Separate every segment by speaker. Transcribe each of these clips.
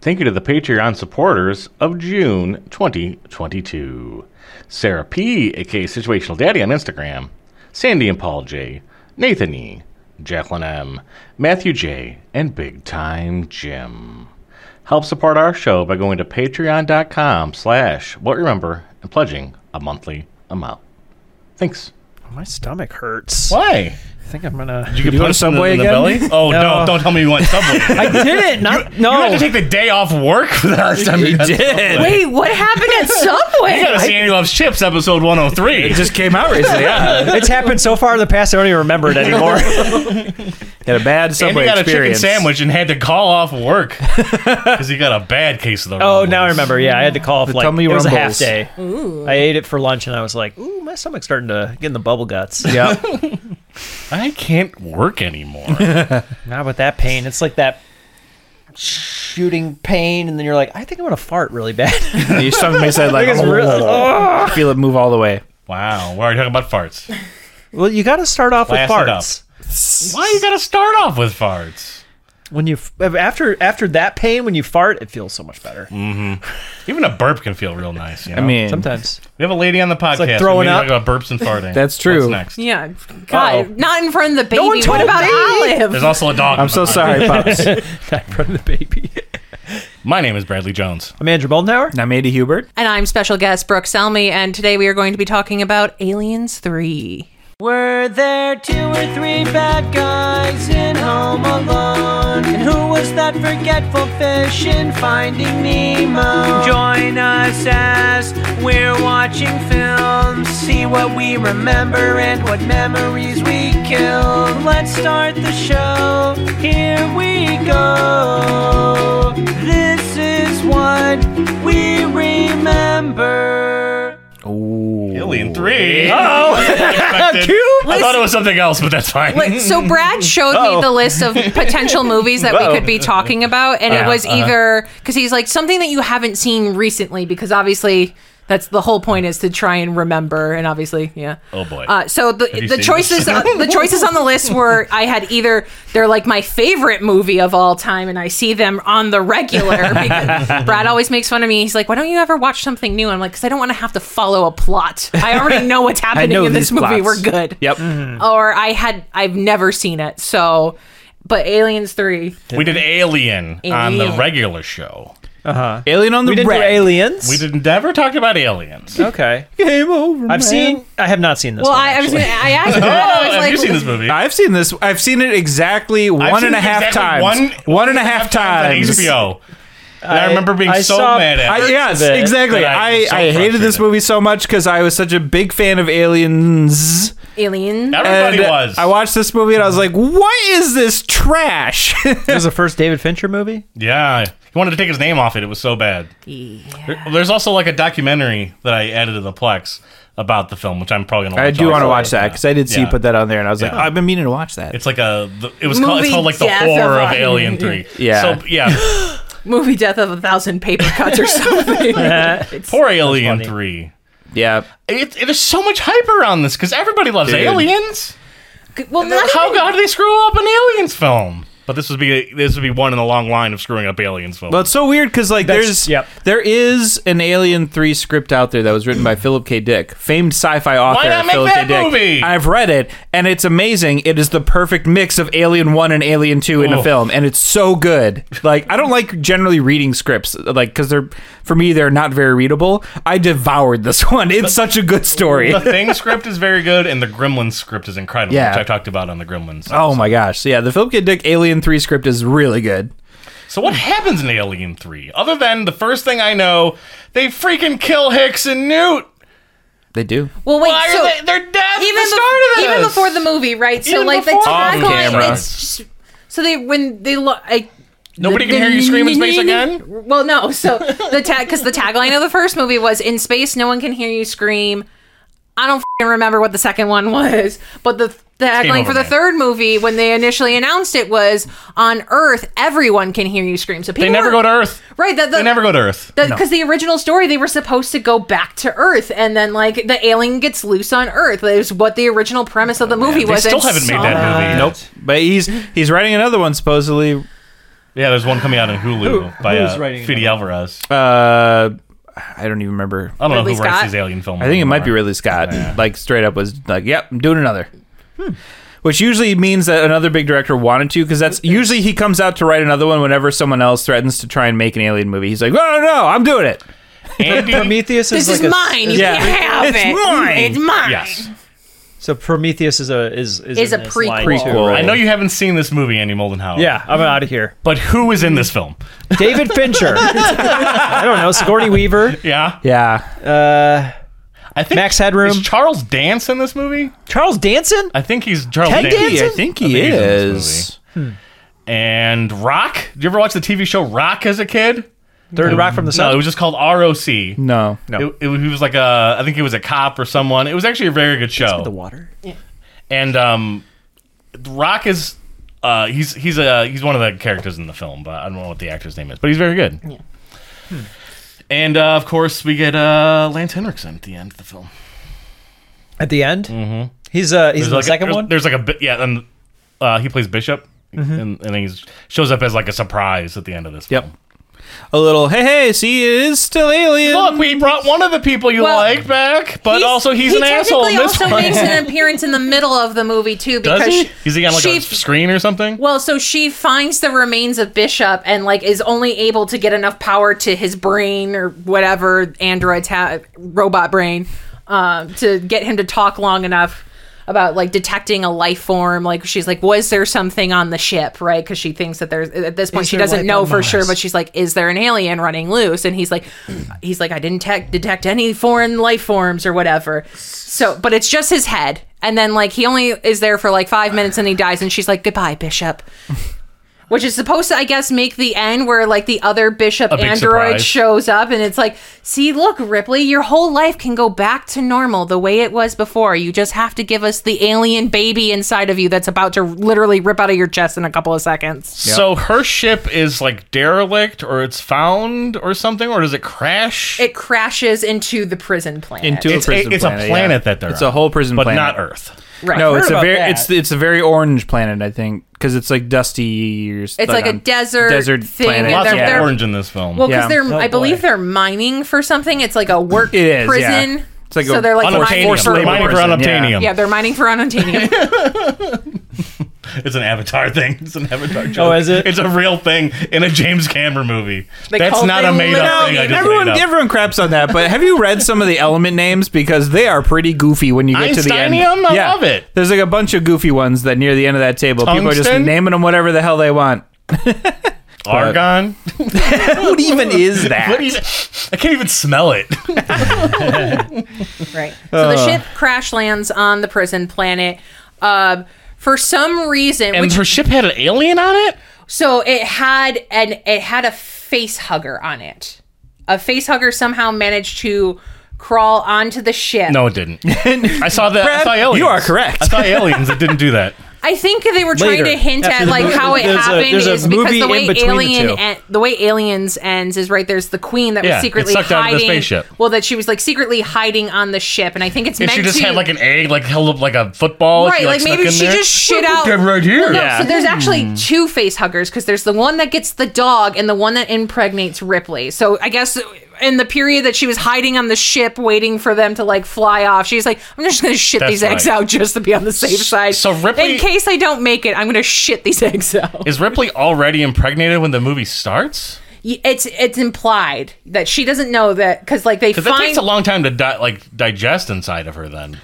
Speaker 1: Thank you to the Patreon supporters of June 2022 Sarah P., aka Situational Daddy on Instagram, Sandy and Paul J., Nathan E., Jacqueline M., Matthew J., and Big Time Jim. Help support our show by going to patreon.com slash what remember and pledging a monthly amount. Thanks.
Speaker 2: My stomach hurts.
Speaker 1: Why?
Speaker 2: I think I'm gonna.
Speaker 3: You can
Speaker 2: go
Speaker 3: put
Speaker 2: to
Speaker 3: us in the,
Speaker 2: Subway
Speaker 3: in the
Speaker 2: again?
Speaker 3: belly. Oh no.
Speaker 2: No.
Speaker 3: Don't tell me you want Subway.
Speaker 2: I didn't. Not
Speaker 3: You
Speaker 2: no.
Speaker 3: had to take the day off work for the last time you did.
Speaker 4: Wait, what happened at Subway?
Speaker 3: You got a Sandy Loves Chips episode 103.
Speaker 5: It just came out recently. Yeah,
Speaker 2: it's happened so far in the past. I don't even remember it anymore.
Speaker 5: had a bad
Speaker 3: Andy
Speaker 5: subway
Speaker 3: got
Speaker 5: experience.
Speaker 3: a chicken sandwich and had to call off work because he got a bad case of the.
Speaker 2: oh,
Speaker 3: rumbles.
Speaker 2: now I remember. Yeah, I had to call off like
Speaker 5: tummy
Speaker 2: it was a half
Speaker 5: rumbles.
Speaker 2: day. I ate it for lunch and I was like, "Ooh, my stomach's starting to get in the bubble guts."
Speaker 5: Yeah,
Speaker 3: I can't work anymore.
Speaker 2: Not with that pain. It's like that shooting pain, and then you're like, "I think I'm gonna fart really bad."
Speaker 5: your stomach makes that like oh,
Speaker 2: It's real- Oh.
Speaker 5: feel it move all the way.
Speaker 3: wow, we're already talking about farts.
Speaker 2: well, you got to start off with
Speaker 3: Blast it up.
Speaker 2: farts.
Speaker 3: Why you got to start off with farts?
Speaker 2: When you f- after after that pain, when you fart, it feels so much better.
Speaker 3: Mm. Even a burp can feel real nice. You know?
Speaker 5: I mean,
Speaker 2: Sometimes.
Speaker 3: we have a lady on the podcast.
Speaker 2: like throwing
Speaker 3: we
Speaker 2: up.
Speaker 3: about burps and farting.
Speaker 5: That's true.
Speaker 3: What's next?
Speaker 4: Yeah, God,
Speaker 2: Uh-oh.
Speaker 4: not in front of the baby.
Speaker 2: one told
Speaker 4: what about
Speaker 2: me.
Speaker 4: Olive?
Speaker 3: There's also a dog.
Speaker 5: I'm so sorry, pops.
Speaker 2: Not in front of the baby.
Speaker 3: My name is Bradley Jones.
Speaker 2: I'm Andrew Moldenhauer.
Speaker 5: Now, Mandy Hubert.
Speaker 4: And I'm special guest Brooke Selmy, and today we are going to be talking about Aliens 3.
Speaker 6: Were there two or three bad guys in Home Alone? And who was that forgetful fish in Finding Nemo? Join us as we're watching films. See what we remember and what memories we kill. Let's start the show. Here we go. This is what we remember.
Speaker 3: Alien three.
Speaker 2: Cute.
Speaker 3: I thought it was something else, but that's fine.
Speaker 4: Wait, so Brad showed me the list of potential movies that we could be talking about, and it was either because he's like something that you haven't seen recently, because obviously that's the whole point is to try and remember, and obviously, yeah.
Speaker 3: Oh, boy.
Speaker 4: Uh, so the
Speaker 3: you
Speaker 4: the
Speaker 3: seen
Speaker 4: choices uh, the choices on the list were I had either they're like my favorite movie of all time, and I see them on the regular. Because Brad always makes fun of me. He's like, "Why don't you ever watch something new?" I'm like, "Cause I don't want to have to follow a plot. I already know what's happening
Speaker 5: know
Speaker 4: in this
Speaker 5: these
Speaker 4: movie. We're
Speaker 5: plots."
Speaker 4: good."
Speaker 5: Yep.
Speaker 2: Mm-hmm.
Speaker 3: Hmm.
Speaker 4: or I had I've never seen it. So, but Aliens Three,
Speaker 3: we did Alien, on the
Speaker 4: Alien.
Speaker 3: regular show.
Speaker 5: Alien on the
Speaker 2: We didn't do
Speaker 5: Red.
Speaker 2: aliens.
Speaker 3: We did never talk about aliens.
Speaker 2: Okay. Game over. I've seen. I have not seen this.
Speaker 4: Well,
Speaker 2: one,
Speaker 4: I, I was
Speaker 2: actually.
Speaker 4: gonna, I asked Brad, I was
Speaker 3: Oh, Have
Speaker 4: like,
Speaker 3: you seen this movie?
Speaker 5: I've seen this. I've seen it exactly one
Speaker 3: seen
Speaker 5: and a
Speaker 3: it
Speaker 5: half
Speaker 3: exactly
Speaker 5: times.
Speaker 3: one-
Speaker 5: one and a half times.
Speaker 3: on HBO. And I, remember being
Speaker 2: I
Speaker 3: so
Speaker 2: saw-
Speaker 3: mad at.
Speaker 5: I,
Speaker 3: it.
Speaker 5: yes,
Speaker 2: of it
Speaker 5: exactly.
Speaker 3: that I'm
Speaker 5: I,
Speaker 3: so
Speaker 5: I hated this
Speaker 3: frustrated.
Speaker 5: movie so much because I was such a big fan of Aliens.
Speaker 4: Alien.
Speaker 3: Everybody
Speaker 5: And
Speaker 3: was.
Speaker 5: I watched this movie and I was like, what is this trash?
Speaker 2: It was the first David Fincher movie.
Speaker 3: Yeah, he wanted to take his name off it. It was so bad. There- There's also like a documentary that I added to the Plex about the film, which I'm probably gonna. Watch
Speaker 5: I do want to
Speaker 3: also.
Speaker 5: watch that because I did see
Speaker 3: Yeah.
Speaker 5: you put that on there and I was like,
Speaker 3: Yeah.
Speaker 5: oh, I've been meaning to watch that.
Speaker 3: It's like a. The, it was called. It's
Speaker 4: Movie
Speaker 3: called like the
Speaker 4: Death
Speaker 3: horror
Speaker 4: of
Speaker 3: of
Speaker 4: a-
Speaker 3: Alien Three.
Speaker 5: Yeah.
Speaker 3: So yeah,
Speaker 4: Movie Death of a Thousand Paper Cuts or something. It's-
Speaker 3: poor Alien
Speaker 2: funny.
Speaker 3: Three.
Speaker 5: yeah.
Speaker 3: It, it, there's so much hype around this because everybody loves
Speaker 5: Dude.
Speaker 3: aliens.
Speaker 4: well, not
Speaker 3: How
Speaker 4: even-
Speaker 3: how did they screw up an aliens film? But this would be this would be one in a long line of screwing up aliens films.
Speaker 5: Well, it's so weird because like
Speaker 2: That's-
Speaker 5: there's
Speaker 2: yep.
Speaker 5: there is an Alien Three script out there that was written by Philip K. Dick, famed sci-fi author.
Speaker 3: not make
Speaker 5: Philip
Speaker 3: that
Speaker 5: K. Dick.
Speaker 3: movie?
Speaker 5: I've read it and it's amazing. It is the perfect mix of Alien One and Alien Two in
Speaker 3: Oh.
Speaker 5: a film, and it's so good. Like I don't like generally reading scripts, like because they're for me they're not very readable. I devoured this one. It's such a good story.
Speaker 3: the Thing script is very good, and the Gremlins script is incredible,
Speaker 5: Yeah.
Speaker 3: which I've talked about on the Gremlins.
Speaker 5: Oh my gosh! So, yeah, the Philip K. Dick Alien Three script is really good.
Speaker 3: So what happens in Alien 3? Other than the first thing I know, they freaking kill Hicks and Newt.
Speaker 5: They do.
Speaker 4: well, wait,
Speaker 3: Why are
Speaker 4: so
Speaker 3: they they're dead
Speaker 4: even
Speaker 3: at the
Speaker 4: bef-
Speaker 3: start of this?
Speaker 4: even before the movie, right? So
Speaker 3: Even
Speaker 4: like the
Speaker 3: before-
Speaker 4: tagline,
Speaker 5: Off camera.
Speaker 4: it's just- so they when they look. I,
Speaker 3: Nobody can hear you scream in space again?
Speaker 4: Well, no. So the tag because the tagline of the first movie was "In space, no one can hear you scream." I don't fing remember what the second one was, but the the tagline
Speaker 3: over,
Speaker 4: for the
Speaker 3: man.
Speaker 4: third movie when they initially announced it was "On Earth, everyone can hear you scream." So people
Speaker 3: They never
Speaker 4: were-
Speaker 3: go to Earth.
Speaker 4: Right, that the,
Speaker 3: They never go to Earth.
Speaker 4: because the original story they were supposed to go back to Earth, and then like the alien gets loose on Earth. That is what the original premise of the movie
Speaker 3: Oh, They
Speaker 4: was.
Speaker 3: still
Speaker 4: and
Speaker 3: haven't made
Speaker 4: some-
Speaker 3: that movie.
Speaker 5: Nope. But he's he's writing another one supposedly
Speaker 3: Yeah, there's one coming out on Hulu by
Speaker 2: who's
Speaker 3: uh,
Speaker 2: writing it?
Speaker 3: Fede Alvarez.
Speaker 5: Uh, I don't even remember.
Speaker 3: I don't
Speaker 4: Ridley
Speaker 3: know who writes
Speaker 4: Scott?
Speaker 3: these alien films.
Speaker 5: I think it might be Ridley Scott. Like straight up was like, "Yep, I'm doing another," which usually means that another big director wanted to, because that's usually he comes out to write another one whenever someone else threatens to try and make an alien movie. He's like, "No, no, no, I'm doing it."
Speaker 3: Andy,
Speaker 2: Prometheus is
Speaker 4: This
Speaker 2: like
Speaker 4: is
Speaker 2: a,
Speaker 4: mine. You
Speaker 5: yeah.
Speaker 4: can't have
Speaker 5: It's
Speaker 4: it.
Speaker 5: mine.
Speaker 4: It's mine.
Speaker 3: yes.
Speaker 2: So Prometheus is a is is,
Speaker 4: Is
Speaker 2: in
Speaker 4: a
Speaker 2: this line,
Speaker 4: prequel.
Speaker 2: too,
Speaker 5: Prequel.
Speaker 2: right?
Speaker 3: I know you haven't seen this movie, Andy Moldenhauer.
Speaker 2: Yeah, I'm out of here.
Speaker 3: But who is in this film?
Speaker 2: David Fincher. I don't know. Sigourney Weaver.
Speaker 3: Yeah.
Speaker 5: Yeah,
Speaker 2: Uh,
Speaker 3: I think
Speaker 2: Max Headroom.
Speaker 3: Is Charles Dance in this movie?
Speaker 2: Charles Danson.
Speaker 3: I think he's Charles
Speaker 2: Ted
Speaker 3: Dance.
Speaker 2: Danson?
Speaker 5: I think he
Speaker 3: I think he's in this
Speaker 5: is.
Speaker 3: And Rock? Did you ever watch the TV show Rock as a kid?
Speaker 2: Third Rock from the Sun.
Speaker 3: No, it was just called ROC.
Speaker 5: No, no.
Speaker 3: It, it, he was like a, I think he was a cop or someone. It was actually a very good show.
Speaker 2: the water.
Speaker 3: and um, The Rock is uh, he's he's a he's one of the characters in the film, but I don't know what the actor's name is, but he's very good. Yeah. And uh, of course, we get uh, Lance Henriksen at the end of the film.
Speaker 2: At the end, mm-hmm. he's uh he's in the
Speaker 3: like
Speaker 2: second
Speaker 3: a, there's,
Speaker 2: one.
Speaker 3: There's like a bi- yeah, and uh, he plays Bishop,
Speaker 4: Mm-hmm.
Speaker 3: and, and he shows up as like a surprise at the end of this.
Speaker 5: Yep.
Speaker 3: Film.
Speaker 5: A little. Hey, hey, see, it is still alien.
Speaker 3: Look, we brought one of the people you
Speaker 4: Well,
Speaker 3: like back, but
Speaker 4: He's-
Speaker 3: also he's
Speaker 4: he
Speaker 3: an asshole. in
Speaker 4: He
Speaker 3: this
Speaker 4: also
Speaker 3: one.
Speaker 4: makes an appearance in the middle of the movie too because
Speaker 3: Does he?
Speaker 4: she-
Speaker 3: Is he on like
Speaker 4: she,
Speaker 3: a screen or something?
Speaker 4: Well, so she finds the remains of Bishop and like is only able to get enough power to his brain or whatever androids have robot brain um, to get him to talk long enough about like detecting a life form. Like she's like, was there something on the ship? Right? Because she thinks that there's at this point
Speaker 2: Is
Speaker 4: she
Speaker 2: there
Speaker 4: doesn't
Speaker 2: life
Speaker 4: know
Speaker 2: on
Speaker 4: for sure,
Speaker 2: Mars?
Speaker 4: but she's like, is there an alien running loose? And he's like, he's like, I didn't tec- detect any foreign life forms or whatever. So, but it's just his head. And then like he only is there for like five minutes and he dies. And she's like, goodbye, Bishop which is supposed to, I guess, make the end where like the other bishop
Speaker 3: big
Speaker 4: android
Speaker 3: surprise.
Speaker 4: shows up, and it's like, see, look, Ripley, your whole life can go back to normal the way it was before. You just have to give us the alien baby inside of you that's about to literally rip out of your chest in a couple of seconds.
Speaker 3: So her ship is like derelict, or it's found, or something, or does it crash?
Speaker 4: It crashes into the prison planet.
Speaker 5: into
Speaker 3: It's
Speaker 5: a
Speaker 3: a-
Speaker 5: prison
Speaker 3: it's a
Speaker 5: planet.
Speaker 3: planet
Speaker 5: yeah.
Speaker 3: that they're
Speaker 5: It's
Speaker 3: on.
Speaker 5: a whole prison
Speaker 3: but
Speaker 5: planet,
Speaker 3: not Earth.
Speaker 4: right.
Speaker 5: No,
Speaker 2: I've
Speaker 5: it's
Speaker 2: heard
Speaker 5: a
Speaker 2: about
Speaker 5: very
Speaker 2: that.
Speaker 5: it's it's a very orange planet, I think, because it's like dusty. Or,
Speaker 4: It's like a
Speaker 5: on-
Speaker 4: desert
Speaker 5: desert
Speaker 4: thing,
Speaker 5: planet.
Speaker 4: and
Speaker 3: Lots
Speaker 4: they're-
Speaker 3: of
Speaker 4: they're-
Speaker 3: orange in this film.
Speaker 4: well, because
Speaker 5: yeah.
Speaker 4: they're,
Speaker 2: Oh,
Speaker 4: I believe
Speaker 2: boy.
Speaker 4: they're mining for something. It's like a work
Speaker 5: It is, yeah.
Speaker 4: prison.
Speaker 5: It's like
Speaker 4: so
Speaker 5: a
Speaker 4: they're like mining
Speaker 3: unobtainium.
Speaker 4: for,
Speaker 5: labor
Speaker 3: mining for
Speaker 5: prison,
Speaker 3: unobtainium.
Speaker 4: yeah, they're mining for unobtainium.
Speaker 3: It's an Avatar thing. It's an Avatar joke.
Speaker 2: is it?
Speaker 3: It's a real thing in a James Cameron movie.
Speaker 4: They
Speaker 3: That's
Speaker 4: called-
Speaker 3: not
Speaker 4: they
Speaker 3: a made up
Speaker 4: literally-
Speaker 3: thing. I just
Speaker 5: everyone,
Speaker 3: made up.
Speaker 5: everyone craps on that, but have you read some of the element names because they are pretty goofy when you get to the end?
Speaker 3: Einsteinium? I love it.
Speaker 5: There's like a bunch of goofy ones that near the end of that table, people are just
Speaker 3: Tungsten?
Speaker 5: naming them whatever the hell they want.
Speaker 3: Argon.
Speaker 5: What even is that?
Speaker 3: What is? I can't even smell it.
Speaker 4: Right. So
Speaker 5: Uh.
Speaker 4: the ship crash lands on the prison planet. Uh, for some reason,
Speaker 3: And
Speaker 4: which,
Speaker 3: her ship had an alien on it.
Speaker 4: so it had an it had a face hugger on it. A face hugger somehow managed to crawl onto the ship.
Speaker 3: No, it didn't. I saw that. I
Speaker 5: Brad,
Speaker 3: saw aliens.
Speaker 5: you are correct.
Speaker 3: I saw aliens. It didn't do that.
Speaker 4: I think they were trying
Speaker 2: Later,
Speaker 4: to hint
Speaker 2: after
Speaker 4: at
Speaker 2: the
Speaker 4: like
Speaker 2: movie-
Speaker 4: how it
Speaker 2: there's a-
Speaker 4: happened
Speaker 2: there's a
Speaker 4: is because
Speaker 2: movie
Speaker 4: the
Speaker 2: in
Speaker 4: way
Speaker 2: between the
Speaker 4: alien
Speaker 2: two.
Speaker 4: en- the way aliens ends is right. There's the queen that
Speaker 3: Yeah,
Speaker 4: was
Speaker 3: it
Speaker 4: secretly
Speaker 3: sucked out of the
Speaker 4: hiding.
Speaker 3: spaceship.
Speaker 4: Well, that she was like secretly hiding on the ship, and I think it's
Speaker 3: If
Speaker 4: meant
Speaker 3: she just
Speaker 4: to
Speaker 3: had like an egg, like held up like a football.
Speaker 4: Right,
Speaker 3: she,
Speaker 4: like,
Speaker 3: snuck
Speaker 4: maybe
Speaker 3: in
Speaker 4: she
Speaker 3: there.
Speaker 4: just shit
Speaker 3: Look
Speaker 4: out-
Speaker 3: at right here.
Speaker 4: No,
Speaker 5: Yeah.
Speaker 4: so there's actually two face huggers because there's the one that gets the dog and the one that impregnates Ripley. So I guess in the period that she was hiding on the ship waiting for them to like fly off, she's like, I'm just gonna shit
Speaker 3: That's
Speaker 4: these eggs
Speaker 3: right.
Speaker 4: out just to be on the safe side.
Speaker 3: so Ripley-
Speaker 4: in case I don't make it, I'm gonna shit these eggs out.
Speaker 3: Is Ripley already impregnated when the movie starts?
Speaker 4: Y- It's it's implied that she doesn't know that because like they
Speaker 3: Because that
Speaker 4: find
Speaker 3: takes a long time to di- like digest inside of her. Then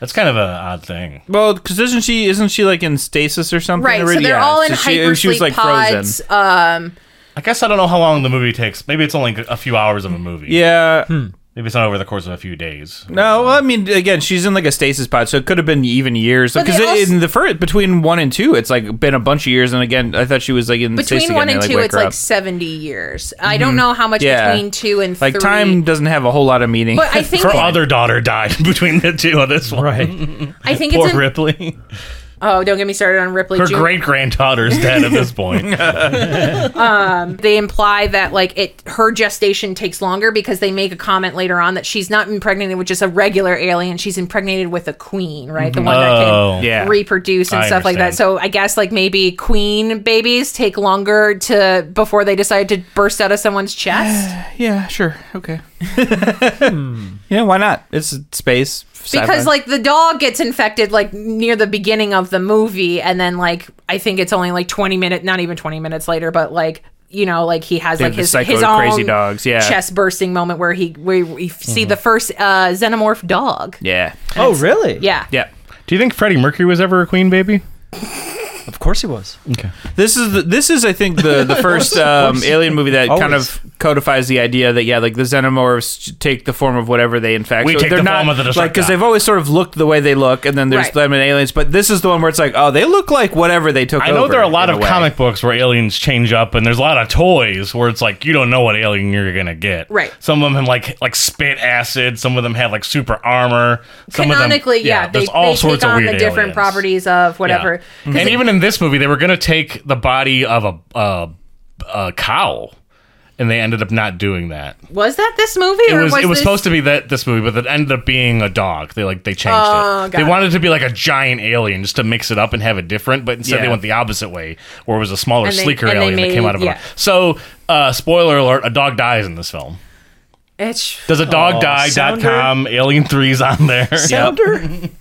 Speaker 3: that's kind of an odd thing.
Speaker 5: Well, because isn't she isn't she like in stasis or something?
Speaker 4: right, so
Speaker 5: already?
Speaker 4: they're
Speaker 5: Yeah,
Speaker 4: all in
Speaker 5: so she-
Speaker 4: hypersleep
Speaker 5: she was, like,
Speaker 4: pods.
Speaker 5: frozen.
Speaker 4: Um,
Speaker 3: I guess I don't know how long the movie takes. Maybe it's only a few hours of a movie.
Speaker 5: Yeah.
Speaker 3: Maybe it's not over the course of a few days.
Speaker 5: No, well, I mean, again, she's in like a stasis pod, so it could have been even years.
Speaker 4: But
Speaker 5: Because
Speaker 4: they also-
Speaker 5: in the first between one and two, it's like been a bunch of years. And again, I thought she was like in stasis
Speaker 4: between
Speaker 5: again,
Speaker 4: one
Speaker 5: they,
Speaker 4: and
Speaker 5: like,
Speaker 4: two,
Speaker 5: wake
Speaker 4: it's
Speaker 5: her
Speaker 4: like
Speaker 5: up. Mm-hmm.
Speaker 4: 70 years. I don't know how much
Speaker 5: Yeah.
Speaker 4: between two and
Speaker 5: like
Speaker 4: three.
Speaker 5: time doesn't have a whole lot of meaning.
Speaker 4: But I think
Speaker 3: Her other daughter died between the two of this one.
Speaker 2: Right.
Speaker 4: I think
Speaker 3: Poor
Speaker 4: it's in,
Speaker 3: Ripley.
Speaker 4: Oh, don't get me started on Ripley.
Speaker 3: Her
Speaker 4: Jr.
Speaker 3: great granddaughter's dead at this point.
Speaker 4: they imply that like it her gestation takes longer because they make a comment later on that she's not impregnated with just a regular alien she's impregnated with a queen right the one
Speaker 3: Oh.
Speaker 4: that can
Speaker 5: Yeah.
Speaker 4: reproduce and
Speaker 3: I
Speaker 4: stuff like that
Speaker 3: understand.
Speaker 4: so i guess like maybe queen babies take longer to before they decide to burst out of someone's chest
Speaker 5: Yeah, sure. Okay. yeah, why not? It's space. sci-fi.
Speaker 4: because like the dog gets infected like near the beginning of the movie and then like i think it's only like 20 minutes not even 20 minutes later but like you know, like he has like
Speaker 5: the
Speaker 4: his
Speaker 5: psycho
Speaker 4: his own
Speaker 5: crazy dogs, yeah.
Speaker 4: chest bursting moment where he where we see
Speaker 3: Mm-hmm.
Speaker 4: the first uh, xenomorph dog.
Speaker 5: Yeah.
Speaker 2: Oh, really?
Speaker 4: Yeah.
Speaker 5: Yeah.
Speaker 3: Do you think Freddie Mercury was ever a queen baby?
Speaker 2: Of course he was.
Speaker 5: This is the, this is I think the the first um, alien movie that kind of codifies the idea that yeah like the xenomorphs take the form of whatever they infect.
Speaker 3: We take
Speaker 5: they're
Speaker 3: the
Speaker 5: not,
Speaker 3: form of the
Speaker 5: like because
Speaker 3: Destructicon.
Speaker 5: they've always sort of looked the way they look, and then there's
Speaker 4: Right.
Speaker 5: them and aliens. But this is the one where it's like oh they look like whatever they took.
Speaker 3: I know
Speaker 5: over,
Speaker 3: there are a lot
Speaker 5: in
Speaker 3: of
Speaker 5: way.
Speaker 3: comic books where aliens change up, and there's a lot of toys where it's like you don't know what alien you're gonna get.
Speaker 4: Right.
Speaker 3: Some of them have like like spit acid. Some of them have like super armor. Some
Speaker 4: Canonically,
Speaker 3: of them,
Speaker 4: yeah,
Speaker 3: there's
Speaker 4: they,
Speaker 3: all
Speaker 4: they
Speaker 3: sorts
Speaker 4: take
Speaker 3: of
Speaker 4: on
Speaker 3: weird
Speaker 4: the different
Speaker 3: aliens.
Speaker 4: properties of
Speaker 3: Yeah.
Speaker 4: whatever.
Speaker 3: And even in this movie, they were gonna take the body of a uh, a cow, and they ended up not doing that.
Speaker 4: Was that this movie?
Speaker 3: It
Speaker 4: or
Speaker 3: was, it was
Speaker 4: this-
Speaker 3: supposed to be that this movie, but it ended up being a dog. They like they changed
Speaker 4: Oh,
Speaker 3: it.
Speaker 4: got
Speaker 3: They
Speaker 4: it.
Speaker 3: wanted it to be like a giant alien just to mix it up and have it different, but instead
Speaker 5: Yeah.
Speaker 3: they went the opposite way, where it was a smaller,
Speaker 4: And they-
Speaker 3: sleeker
Speaker 4: and they
Speaker 3: alien that came
Speaker 4: made-
Speaker 3: out of
Speaker 4: yeah.
Speaker 3: it. So, uh, spoiler alert: a dog dies in this film.
Speaker 4: It's-
Speaker 3: Does a dog die? Dot com. Alien three's on there.
Speaker 2: Sounder.
Speaker 4: and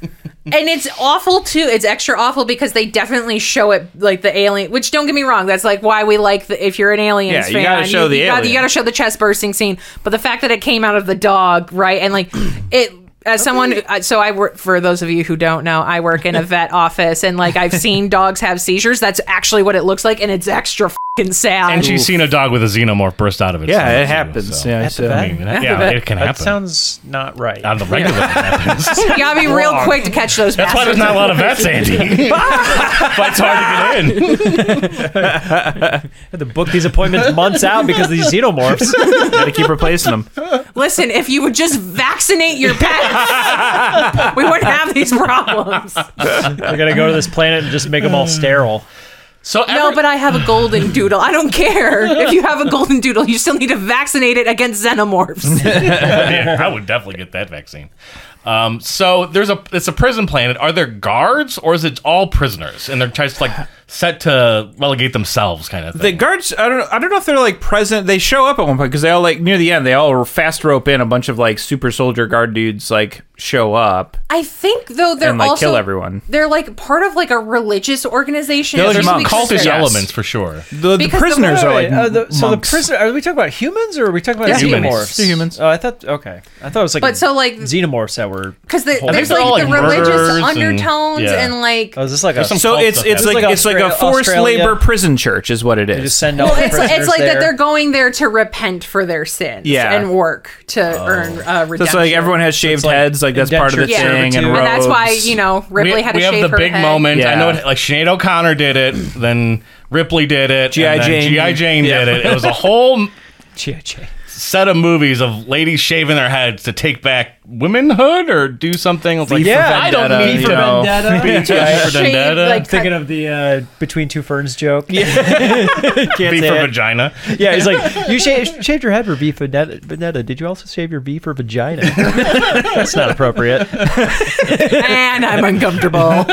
Speaker 4: it's awful too. It's extra awful because they definitely show it like the alien. Which don't get me wrong, that's like why we like the, if you're an alien
Speaker 5: Yeah, you
Speaker 4: fan,
Speaker 5: gotta show the
Speaker 4: you, gotta,
Speaker 5: alien.
Speaker 4: you gotta show the chest bursting scene. But the fact that it came out of the dog, right? And like it. As someone, uh, so I work for those of you who don't know, I work in a vet office, and like I've seen dogs have seizures. That's actually what it looks like, and it's extra fucking sad.
Speaker 3: And she's seen a dog with a xenomorph burst out of it.
Speaker 5: Yeah, it happens. Yeah, so-
Speaker 3: I mean, yeah, it can
Speaker 2: That
Speaker 3: happen.
Speaker 2: sounds not right.
Speaker 3: on the regular, it happens.
Speaker 4: you gotta be real quick to catch those.
Speaker 3: That's why there's not a lot of vets, Andy. That's hard to get in.
Speaker 2: had to book these appointments months out because of these xenomorphs.
Speaker 5: Gotta keep replacing them.
Speaker 4: Listen, if you would just vaccinate your pets, we wouldn't have these problems.
Speaker 2: We're gonna go to this planet and just make them all sterile.
Speaker 3: So
Speaker 4: No, but I have a golden doodle. I don't care if you have a golden doodle. You still need to vaccinate it against xenomorphs.
Speaker 3: yeah, I would definitely get that vaccine. Um, so there's a it's a prison planet. Are there guards or is it all prisoners and they're just like set to relegate themselves kind of
Speaker 5: The
Speaker 3: thing?
Speaker 5: guards, I don't, know, I don't know if they're like present. They show up at one point because they all like near the end. They all fast rope in a bunch of like super soldier guard dudes. Like show up.
Speaker 4: I think though they're
Speaker 5: And, like,
Speaker 4: also
Speaker 5: kill everyone.
Speaker 4: They're like part of like a religious organization.
Speaker 5: They're like
Speaker 4: Just
Speaker 5: monks.
Speaker 4: because
Speaker 3: cultish
Speaker 5: Yes.
Speaker 4: they're-
Speaker 3: elements for sure.
Speaker 5: The, the
Speaker 4: Because the-
Speaker 5: prisoners are like
Speaker 2: Uh, the- so the
Speaker 5: monks.
Speaker 2: prisoner. Are we talking about humans or are we talking about
Speaker 4: Yeah, humans.
Speaker 2: xenomorphs?
Speaker 5: They're humans.
Speaker 2: Oh, I thought. Okay, I thought it was like.
Speaker 4: But so, like-
Speaker 2: xenomorphs that were.
Speaker 4: Because the, there's
Speaker 3: they're
Speaker 4: like,
Speaker 3: all,
Speaker 4: the
Speaker 3: like, murderers
Speaker 4: religious
Speaker 3: and-
Speaker 4: undertones and,
Speaker 3: yeah.
Speaker 4: like
Speaker 2: Oh, is this like a?
Speaker 3: There's some
Speaker 5: So
Speaker 3: Cult
Speaker 5: it's
Speaker 3: stuff
Speaker 5: it's
Speaker 3: happens.
Speaker 5: like
Speaker 2: Like
Speaker 5: it's like a
Speaker 2: Austra-
Speaker 5: forced
Speaker 2: Australia.
Speaker 5: labor prison church is what it
Speaker 2: they just
Speaker 5: is.
Speaker 2: send all the
Speaker 4: it's,
Speaker 2: prisoners
Speaker 4: it's like
Speaker 2: there.
Speaker 4: that they're going there to repent for their sins
Speaker 5: Yeah.
Speaker 4: and work to earn uh, redemption.
Speaker 5: So it's like everyone has shaved
Speaker 2: like
Speaker 5: heads, like that's part of the
Speaker 2: indentured
Speaker 5: thing, and,
Speaker 2: servitude.
Speaker 4: and that's why
Speaker 5: robes.
Speaker 4: you know Ripley
Speaker 3: we,
Speaker 4: had to
Speaker 3: we
Speaker 4: shave
Speaker 3: have the
Speaker 4: her
Speaker 3: big
Speaker 4: head.
Speaker 3: moment. I know
Speaker 5: Yeah.
Speaker 3: it, like Sinead O'Connor did it, then Ripley did it,
Speaker 5: G.I.
Speaker 3: and then
Speaker 5: Jane.
Speaker 3: G.I. Jane
Speaker 5: Yeah.
Speaker 3: did it. It was a whole
Speaker 2: G.I. Jane.
Speaker 3: set of movies of ladies shaving their heads to take back womanhood or do something. It's like,
Speaker 2: Yeah,
Speaker 3: I don't
Speaker 5: Vendetta,
Speaker 3: need
Speaker 5: you
Speaker 3: for
Speaker 5: know.
Speaker 3: Vendetta.
Speaker 4: Shave, like,
Speaker 2: Thinking of the uh, between two ferns joke. Yeah,
Speaker 3: B for
Speaker 2: say it.
Speaker 3: vagina.
Speaker 2: yeah. He's like, you shaved, shaved your head for B for net- banana. Did you also shave your B for vagina? That's not appropriate.
Speaker 4: and I'm uncomfortable.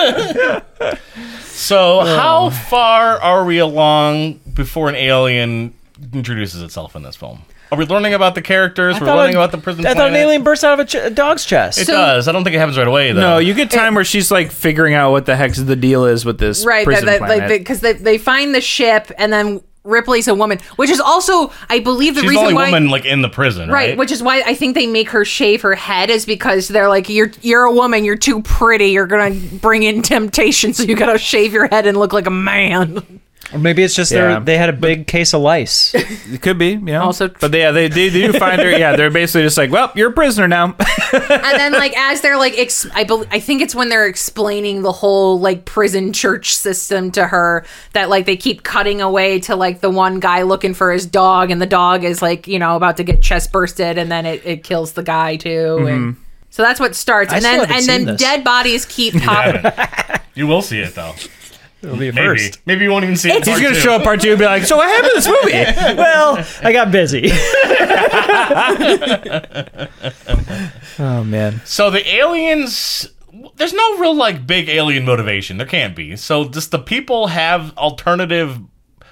Speaker 3: So, how far are we along before an alien introduces itself in this film? Are we learning about the characters? We're learning about the prison.
Speaker 2: I thought an
Speaker 3: planet?
Speaker 2: alien burst out of a, ch- a dog's chest.
Speaker 3: It
Speaker 4: So-
Speaker 3: does. I don't think it happens right away, though.
Speaker 5: No, you get time where she's like figuring out what the heck's the deal is with this
Speaker 4: right
Speaker 5: prison
Speaker 4: that, that, like
Speaker 5: planet.
Speaker 4: because they, they find the ship and then ripley's a woman which is also i believe the
Speaker 3: She's the
Speaker 4: reason
Speaker 3: only
Speaker 4: why
Speaker 3: woman like in the prison,
Speaker 4: Right,
Speaker 3: right?
Speaker 4: which is why I think they make her shave her head is because they're like, you're you're a woman, you're too pretty, you're gonna bring in temptation, so you gotta shave your head and look like a man.
Speaker 2: Or maybe it's just
Speaker 5: Yeah.
Speaker 2: they're they had a big case of lice.
Speaker 5: it could be, you know.
Speaker 4: Also-
Speaker 5: but yeah, they, they do find her. Yeah, they're basically just like, well, you're a prisoner now.
Speaker 4: and then like as they're like, ex- I bel I think it's when they're explaining the whole like prison church system to her that like they keep cutting away to like the one guy looking for his dog, and the dog is like you know about to get chest bursted, and then it, it kills the guy too, and So that's what starts,
Speaker 2: Mm-hmm. I
Speaker 4: and
Speaker 2: still
Speaker 4: then
Speaker 2: haven't
Speaker 4: and
Speaker 2: seen
Speaker 4: then
Speaker 2: this.
Speaker 4: dead bodies keep popping.
Speaker 3: You will see it though.
Speaker 2: It'll be a
Speaker 3: Maybe.
Speaker 2: first.
Speaker 3: Maybe you won't even see it. in
Speaker 4: It's-
Speaker 5: He's
Speaker 3: part
Speaker 5: gonna
Speaker 3: two.
Speaker 5: show up part two and be like, "So what happened to this movie?"
Speaker 2: Well, I got busy.
Speaker 5: oh man,
Speaker 3: So the aliens. There's no real like big alien motivation. There can't be. So just the people have alternative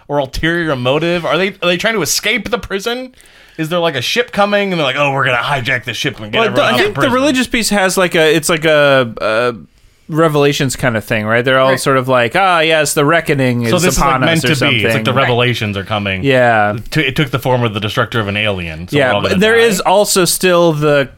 Speaker 3: or ulterior motive. Are they are they trying to escape the prison? Is there like a ship coming and they're like, oh, we're gonna hijack the ship and get
Speaker 5: Well,
Speaker 3: everyone
Speaker 5: I
Speaker 3: out
Speaker 5: think
Speaker 3: of prison?
Speaker 5: the religious piece has like a it's like a, a revelations kind of thing, right? They're all
Speaker 4: Right.
Speaker 5: sort of like, ah, yes, the reckoning
Speaker 3: so
Speaker 5: is
Speaker 3: this is like
Speaker 5: upon
Speaker 3: meant
Speaker 5: us or
Speaker 3: to
Speaker 5: something.
Speaker 3: be. It's like the revelations are coming.
Speaker 5: yeah,
Speaker 3: T- it took the form of the destructor of an alien. So we're
Speaker 5: yeah,
Speaker 3: all
Speaker 5: but
Speaker 3: gonna
Speaker 5: there
Speaker 3: die.
Speaker 5: is also still the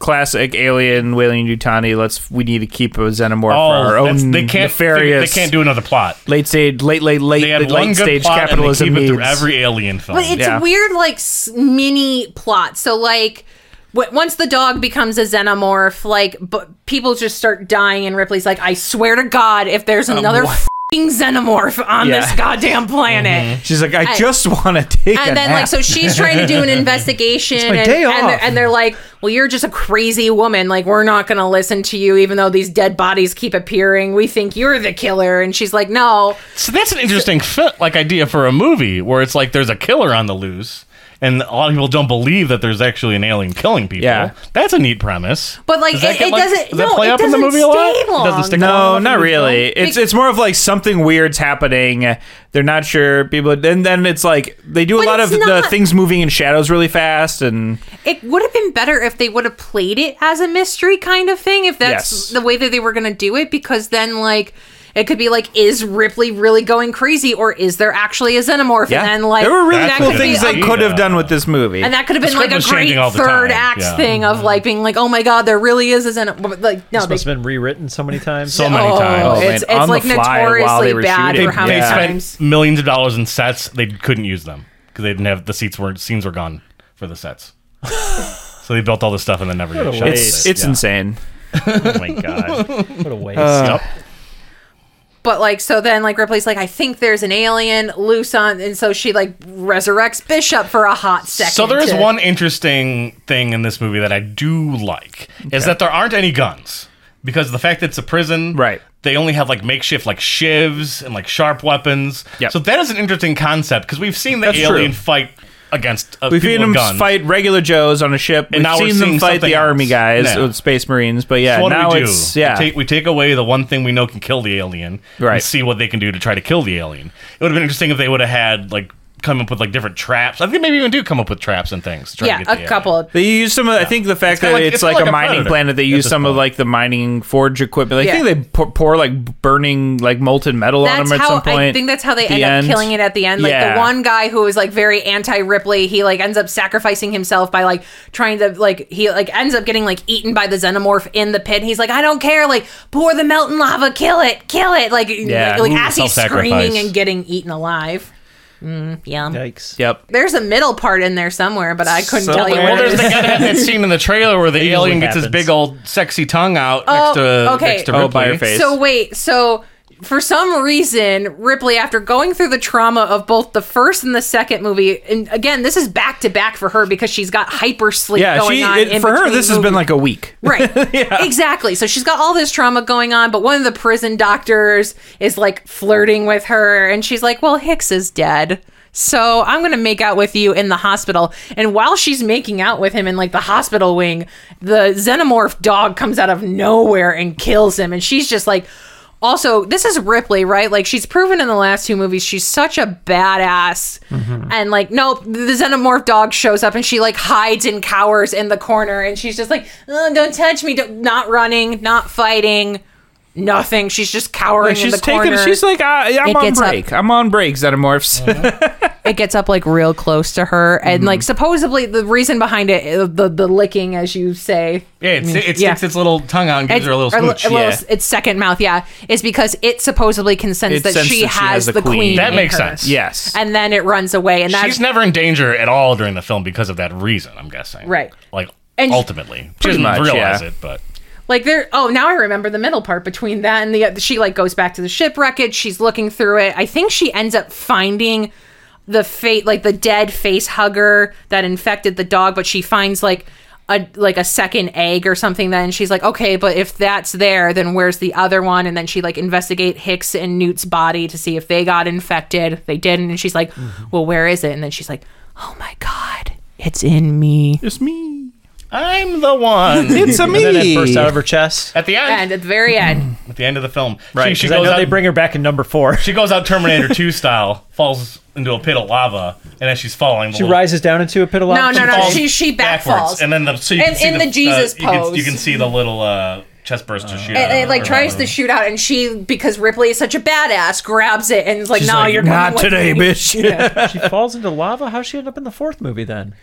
Speaker 5: classic alien whaling Yutani. Let's we need to keep a xenomorph
Speaker 3: Oh,
Speaker 5: for our
Speaker 3: that's-
Speaker 5: own
Speaker 3: they can't figure-
Speaker 5: nefarious
Speaker 3: They can't do another plot.
Speaker 5: late stage, late late
Speaker 3: They had
Speaker 5: late
Speaker 3: one
Speaker 5: late
Speaker 3: good
Speaker 5: stage
Speaker 3: plot
Speaker 5: capitalism
Speaker 3: and they keep it
Speaker 5: needs.
Speaker 3: through every alien film.
Speaker 4: But it's
Speaker 5: Yeah.
Speaker 4: a weird, like s- mini plot. So like, w- once the dog becomes a xenomorph, like b- people just start dying, and Ripley's like, "I swear to God, if there's another fing xenomorph on
Speaker 5: Yeah.
Speaker 4: this goddamn planet."
Speaker 5: She's like, I just want to take a
Speaker 4: And then,
Speaker 5: nap.
Speaker 4: like, so she's trying to do an investigation,
Speaker 2: my
Speaker 4: and,
Speaker 2: day
Speaker 4: and,
Speaker 2: off.
Speaker 4: they're, and they're like, "Well, you're just a crazy woman. Like, we're not going to listen to you, even though these dead bodies keep appearing. We think you're the killer." And she's like, "No,
Speaker 3: So that's an interesting fit, like idea for a movie where it's like there's a killer on the loose, and a lot of people don't believe that there's actually an alien killing people.
Speaker 5: Yeah.
Speaker 3: that's a neat premise.
Speaker 4: But, like,
Speaker 3: Does that
Speaker 4: it-
Speaker 3: get,
Speaker 4: it doesn't-
Speaker 3: Does that
Speaker 4: no,
Speaker 3: play
Speaker 4: it
Speaker 3: up in the
Speaker 4: doesn't
Speaker 3: movie a lot?
Speaker 4: stay
Speaker 3: It doesn't
Speaker 4: long.
Speaker 3: stick
Speaker 5: No,
Speaker 3: around in
Speaker 5: not
Speaker 3: the
Speaker 5: really.
Speaker 3: film?
Speaker 5: It's it's more of like something weird's happening. They're not sure. People then then it's like they do a
Speaker 4: But
Speaker 5: lot of
Speaker 4: it's
Speaker 5: the
Speaker 4: not-
Speaker 5: things moving in shadows really fast and
Speaker 4: it would have been better if they would have played it as a mystery kind of thing if that's
Speaker 5: Yes.
Speaker 4: the way that they were going to do it because then like it could be like is ripley really going crazy or is there actually a xenomorph
Speaker 5: yeah.
Speaker 4: and then like
Speaker 5: there were really
Speaker 4: that
Speaker 5: cool
Speaker 4: could be
Speaker 5: things
Speaker 4: a-
Speaker 5: they could have done with this movie.
Speaker 4: and that could have been
Speaker 3: script
Speaker 4: like a
Speaker 3: was
Speaker 4: great
Speaker 3: changing all the
Speaker 4: third
Speaker 3: time,
Speaker 4: act
Speaker 3: yeah.
Speaker 4: thing of like being like oh my god there really is a xenomorph like no they,
Speaker 2: Must have been rewritten so many times.
Speaker 3: So many
Speaker 4: oh,
Speaker 3: times.
Speaker 5: man,
Speaker 4: it's, it's
Speaker 5: on the
Speaker 4: like
Speaker 5: fly while they
Speaker 4: notoriously
Speaker 5: were
Speaker 4: bad
Speaker 5: shooting.
Speaker 4: for how
Speaker 3: They
Speaker 4: many
Speaker 5: Yeah.
Speaker 4: times
Speaker 3: spent millions of dollars in sets. They couldn't use them because they didn't have the seats were scenes were gone for the sets. so they built all this stuff and then never
Speaker 2: a
Speaker 3: shot
Speaker 5: it's
Speaker 2: waste.
Speaker 5: it's insane.
Speaker 2: oh my god, what a waste!
Speaker 3: uh,
Speaker 5: Uh,
Speaker 4: but like so then like ripley's like i think there's an alien loose on and so she like resurrects bishop for a hot second
Speaker 3: So there is
Speaker 4: to-
Speaker 3: one interesting thing in this movie that I do like is that there aren't any guns because the fact that it's a prison,
Speaker 5: Right.
Speaker 3: They only have like makeshift like shivs and like sharp weapons.
Speaker 5: Yep.
Speaker 3: So that is an interesting concept because we've seen the
Speaker 5: That's true.
Speaker 3: alien fight against uh,
Speaker 5: We've
Speaker 3: people
Speaker 5: seen
Speaker 3: with
Speaker 5: them
Speaker 3: guns.
Speaker 5: fight regular Joes on a ship. We've
Speaker 3: now we're
Speaker 5: seen them
Speaker 3: seeing
Speaker 5: fight the
Speaker 3: something
Speaker 5: army
Speaker 3: else.
Speaker 5: guys,
Speaker 3: Yeah.
Speaker 5: uh, space marines. But yeah,
Speaker 3: So what
Speaker 5: now
Speaker 3: do we do?
Speaker 5: it's yeah.
Speaker 3: We take, we take away the one thing we know can kill the alien,
Speaker 5: Right.
Speaker 3: And see what they can do to try to kill the alien. It would have been interesting if they would have had like come up with like different traps. I think maybe even do come up with traps and things. To try to
Speaker 4: yeah
Speaker 3: get the
Speaker 4: a
Speaker 3: alien.
Speaker 4: couple
Speaker 5: They use some of. I think the fact
Speaker 3: kinda
Speaker 5: that
Speaker 3: like-
Speaker 5: it's,
Speaker 3: it's
Speaker 5: like,
Speaker 3: kinda like
Speaker 5: a
Speaker 3: a
Speaker 5: mining
Speaker 3: predator
Speaker 5: planet, they
Speaker 3: at
Speaker 5: use
Speaker 3: this
Speaker 5: some of
Speaker 3: point.
Speaker 5: like the mining forge equipment. I
Speaker 4: Yeah.
Speaker 5: think they pour, pour like burning like molten metal on
Speaker 4: that's
Speaker 5: them at
Speaker 4: how
Speaker 5: some point.
Speaker 4: I think that's how they
Speaker 5: The
Speaker 4: end,
Speaker 5: end.
Speaker 4: up killing it at the end. Like
Speaker 5: Yeah.
Speaker 4: the one guy who is like very anti Ripley, he like ends up sacrificing himself by like trying to like he like ends up getting like eaten by the xenomorph in the pit. He's like, I don't care, like pour the melting lava, kill it, kill it, like
Speaker 5: Yeah.
Speaker 4: like,
Speaker 5: Ooh,
Speaker 4: like as he's
Speaker 3: self-sacrifice.
Speaker 4: screaming and getting eaten alive. Mm, yeah.
Speaker 2: Yikes!
Speaker 5: Yep.
Speaker 4: There's a middle part in there somewhere, but I couldn't tell you. Where
Speaker 5: Somewhere.
Speaker 3: Well,
Speaker 4: it
Speaker 3: there's
Speaker 4: is.
Speaker 3: the guy that had that scene in the trailer where the alien gets his
Speaker 2: happens.
Speaker 3: big old sexy tongue out
Speaker 4: Oh,
Speaker 3: next to
Speaker 4: okay.
Speaker 3: next to
Speaker 5: Oh,
Speaker 3: Ripley.
Speaker 5: by her face.
Speaker 4: So wait, so for some reason, Ripley, after going through the trauma of both the first and the second movie, and again, this is back to back for her because she's got hyper sleep
Speaker 5: Yeah,
Speaker 4: going
Speaker 5: she
Speaker 4: on.
Speaker 5: it,
Speaker 4: in
Speaker 5: for her
Speaker 4: between
Speaker 5: this has been
Speaker 4: movies.
Speaker 5: like a week.
Speaker 4: Right. Exactly. So she's got all this trauma going on, but one of the prison doctors is like flirting with her, and she's like, Well, Hicks is dead. So I'm going to make out with you in the hospital. And while she's making out with him in like the hospital wing, the xenomorph dog comes out of nowhere and kills him. And she's just like, also, this is Ripley, right? Like she's proven in the last two movies she's such a badass. And like, nope, the xenomorph dog shows up and she like hides and cowers in the corner and she's just like, oh, "Don't touch me!" Don't, not running, not fighting, nothing. She's just cowering in
Speaker 5: she's
Speaker 4: the corner.
Speaker 5: taking. She's like, ah, yeah, I'm
Speaker 4: It
Speaker 5: on
Speaker 4: gets up.
Speaker 5: break. I'm on break. Xenomorphs.
Speaker 4: it gets up like real close to her and like supposedly the reason behind it, uh, the the licking, as you say,
Speaker 3: Yeah, it, sti- it
Speaker 4: Yeah.
Speaker 3: sticks its little tongue out and gives
Speaker 4: It's-
Speaker 3: her a little
Speaker 4: or
Speaker 3: smooch.
Speaker 4: a little-
Speaker 5: yeah.
Speaker 4: Its second mouth, yeah, is because it supposedly consents
Speaker 5: It
Speaker 4: that
Speaker 5: sensed
Speaker 4: she,
Speaker 5: that
Speaker 4: has the queen.
Speaker 3: That
Speaker 4: in
Speaker 3: makes
Speaker 4: her.
Speaker 3: sense.
Speaker 5: yes.
Speaker 4: And then it runs away, and that's
Speaker 3: She's never in danger at all during the film because of that reason. I'm guessing.
Speaker 4: Right.
Speaker 3: Like
Speaker 4: And-
Speaker 3: ultimately, she doesn't
Speaker 5: Pretty much,
Speaker 3: realize
Speaker 5: yeah.
Speaker 3: it, but
Speaker 4: like there oh now i remember the middle part between that and the uh, she like goes back to the ship wreckage she's looking through it i think she ends up finding the fate like the dead face hugger that infected the dog but she finds like a like a second egg or something then she's like okay but if that's there then where's the other one and then she like investigate hicks and newt's body to see if they got infected they didn't and she's like well where is it and then she's like oh my god it's in me
Speaker 5: It's me.
Speaker 3: I'm the one.
Speaker 5: It's a
Speaker 2: And then it
Speaker 5: me.
Speaker 2: burst out of her chest.
Speaker 3: at the end,
Speaker 4: and at the very end
Speaker 3: at the end of the film,
Speaker 2: Right.
Speaker 3: She, she
Speaker 2: 'cause I
Speaker 3: goes
Speaker 2: know
Speaker 3: out.
Speaker 2: they bring her back in number four.
Speaker 3: she goes out Terminator 2 style, falls into a pit of lava, and as she's falling, the
Speaker 2: She
Speaker 3: little-
Speaker 2: rises down into a pit of
Speaker 4: no
Speaker 2: lava.
Speaker 4: no no
Speaker 3: falls
Speaker 4: she she back falls
Speaker 3: and then the so you can
Speaker 4: And
Speaker 3: see
Speaker 4: in the Jesus
Speaker 3: uh, you can-
Speaker 4: pose.
Speaker 3: You can, see the little uh, chest burst to shoot. out
Speaker 4: and
Speaker 3: of
Speaker 4: it like
Speaker 3: her.
Speaker 4: tries to shoot out and she because ripley is such a badass grabs it and is like no you're coming
Speaker 5: Not
Speaker 4: with
Speaker 5: today,
Speaker 4: me."
Speaker 5: bitch.
Speaker 2: She falls into lava. How she end up in the fourth movie then?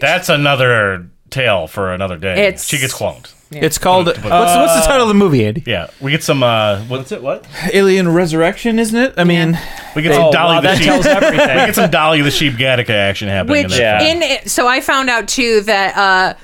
Speaker 3: That's another tale for another day.
Speaker 4: It's-
Speaker 3: she gets cloned.
Speaker 5: It's called. what's, what's the Uh, title of the movie, Andy?
Speaker 3: Yeah, we get some. Uh, what's it? What? Oh,
Speaker 5: Alien Resurrection, isn't it? I mean,
Speaker 3: We get some Dolly
Speaker 2: wow,
Speaker 3: the
Speaker 2: that
Speaker 3: sheep.
Speaker 2: tells
Speaker 3: we
Speaker 2: everything.
Speaker 3: get some Dolly the sheep Gattaca action happening.
Speaker 4: Which
Speaker 3: in that film.
Speaker 4: in it, so I found out too that uh,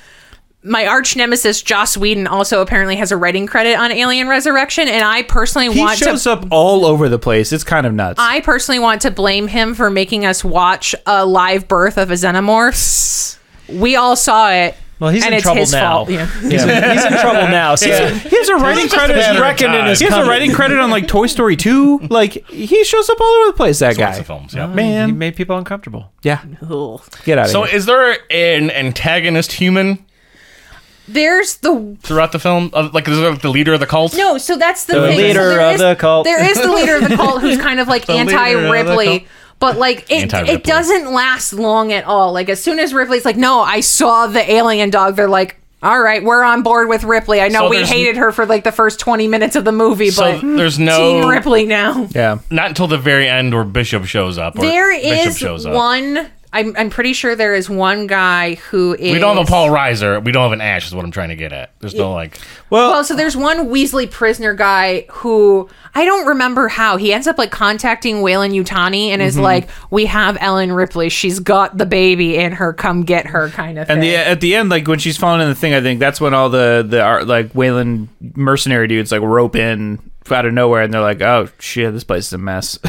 Speaker 4: my arch nemesis Joss Whedon also apparently has a writing credit on Alien Resurrection, and I personally
Speaker 5: he
Speaker 4: want
Speaker 5: shows
Speaker 4: to.
Speaker 5: up all over the place. It's kind of nuts.
Speaker 4: I personally want to blame him for making us watch a live birth of a xenomorph. We all saw it.
Speaker 2: Well, he's
Speaker 4: and
Speaker 2: in
Speaker 4: it's
Speaker 2: trouble
Speaker 4: his
Speaker 2: now.
Speaker 4: fault. Yeah.
Speaker 2: He's, in, he's in trouble now. So
Speaker 5: he has a writing
Speaker 3: just a
Speaker 5: credit.
Speaker 3: matter of
Speaker 5: reckon
Speaker 3: time.
Speaker 5: in his
Speaker 3: He
Speaker 5: He
Speaker 3: has
Speaker 5: has a writing credit on like Toy Story 2. Like he shows up all over the place.
Speaker 3: Lots
Speaker 5: That guy.
Speaker 3: of films. Yeah.
Speaker 5: Man.
Speaker 2: he made people uncomfortable.
Speaker 5: Yeah,
Speaker 4: Mhm. Ugh.
Speaker 5: get out of
Speaker 3: So
Speaker 5: here.
Speaker 3: is there an antagonist human
Speaker 4: There's the
Speaker 3: throughout the film? Uh, Like is there like the leader of the cult?
Speaker 4: no. So that's the,
Speaker 2: The
Speaker 4: thing. So
Speaker 2: leader
Speaker 4: there
Speaker 2: of
Speaker 4: is-
Speaker 2: the cult.
Speaker 4: There is the leader of the cult who's kind of like
Speaker 3: leader of the
Speaker 4: anti
Speaker 3: cult.
Speaker 4: Ripley. But like it,
Speaker 3: Anti-Ripley.
Speaker 4: it doesn't last long at all. Like as soon as Ripley's like, "No, I saw the alien dog," they're like, "All right, we're on board with Ripley." I know
Speaker 3: So
Speaker 4: we
Speaker 3: there's-
Speaker 4: hated her for like the first twenty minutes of the movie,
Speaker 3: So
Speaker 4: but
Speaker 3: there's no-
Speaker 4: Team Ripley now.
Speaker 5: yeah,
Speaker 3: Not until the very end where Bishop shows up. Or
Speaker 4: There
Speaker 3: Bishop
Speaker 4: is
Speaker 3: shows up.
Speaker 4: one. I'm I'm pretty sure there is one guy who is.
Speaker 3: We don't have a Paul Reiser. We don't have an Ash. Is what I'm trying to get at. There's no like.
Speaker 4: Well, so there's one Weasley prisoner guy who I don't remember how he ends up like contacting Waylon Utani and
Speaker 5: Mm-hmm.
Speaker 4: is like, "We have Ellen Ripley. She's got the baby in her. Come get her." Kind of thing.
Speaker 5: and the uh, at the end, like when she's falling in the thing, I think that's when all the the art, like Wayland mercenary dudes like rope in out of nowhere, and they're like, "Oh shit, this place is a mess."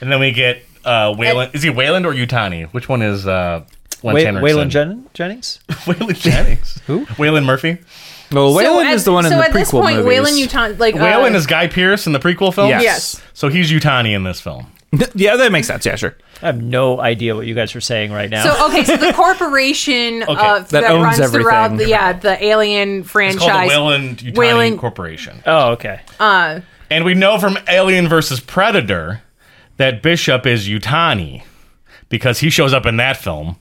Speaker 3: And then we get uh Wayland. Is he Wayland or Utani? Which one is uh? Lance
Speaker 2: Wait,
Speaker 3: Henriksen?
Speaker 2: Waylon Jen- Jennings.
Speaker 3: Waylon Jennings. Who? Waylon Murphy.
Speaker 5: well, Wayland
Speaker 4: at-
Speaker 5: is the one
Speaker 4: so
Speaker 5: in the
Speaker 4: at this
Speaker 5: prequel
Speaker 4: point,
Speaker 5: movies.
Speaker 4: Waylon Oh, Utani, like uh,
Speaker 3: Waylon is Guy Pierce in the prequel film.
Speaker 5: Yes.
Speaker 4: Yes.
Speaker 3: So he's Utani in this film.
Speaker 5: yeah, that makes sense. Yeah, sure.
Speaker 2: I have no idea what you guys are saying right now.
Speaker 4: So okay, so the corporation uh, that,
Speaker 5: owns
Speaker 4: runs throughout
Speaker 5: everything.
Speaker 4: the yeah the Alien
Speaker 3: It's called
Speaker 4: franchise.
Speaker 3: the Wayland Utani
Speaker 4: Wayland-
Speaker 3: Corporation.
Speaker 2: oh, okay.
Speaker 3: And we know from Alien versus Predator that Bishop is Utani because he shows up in that film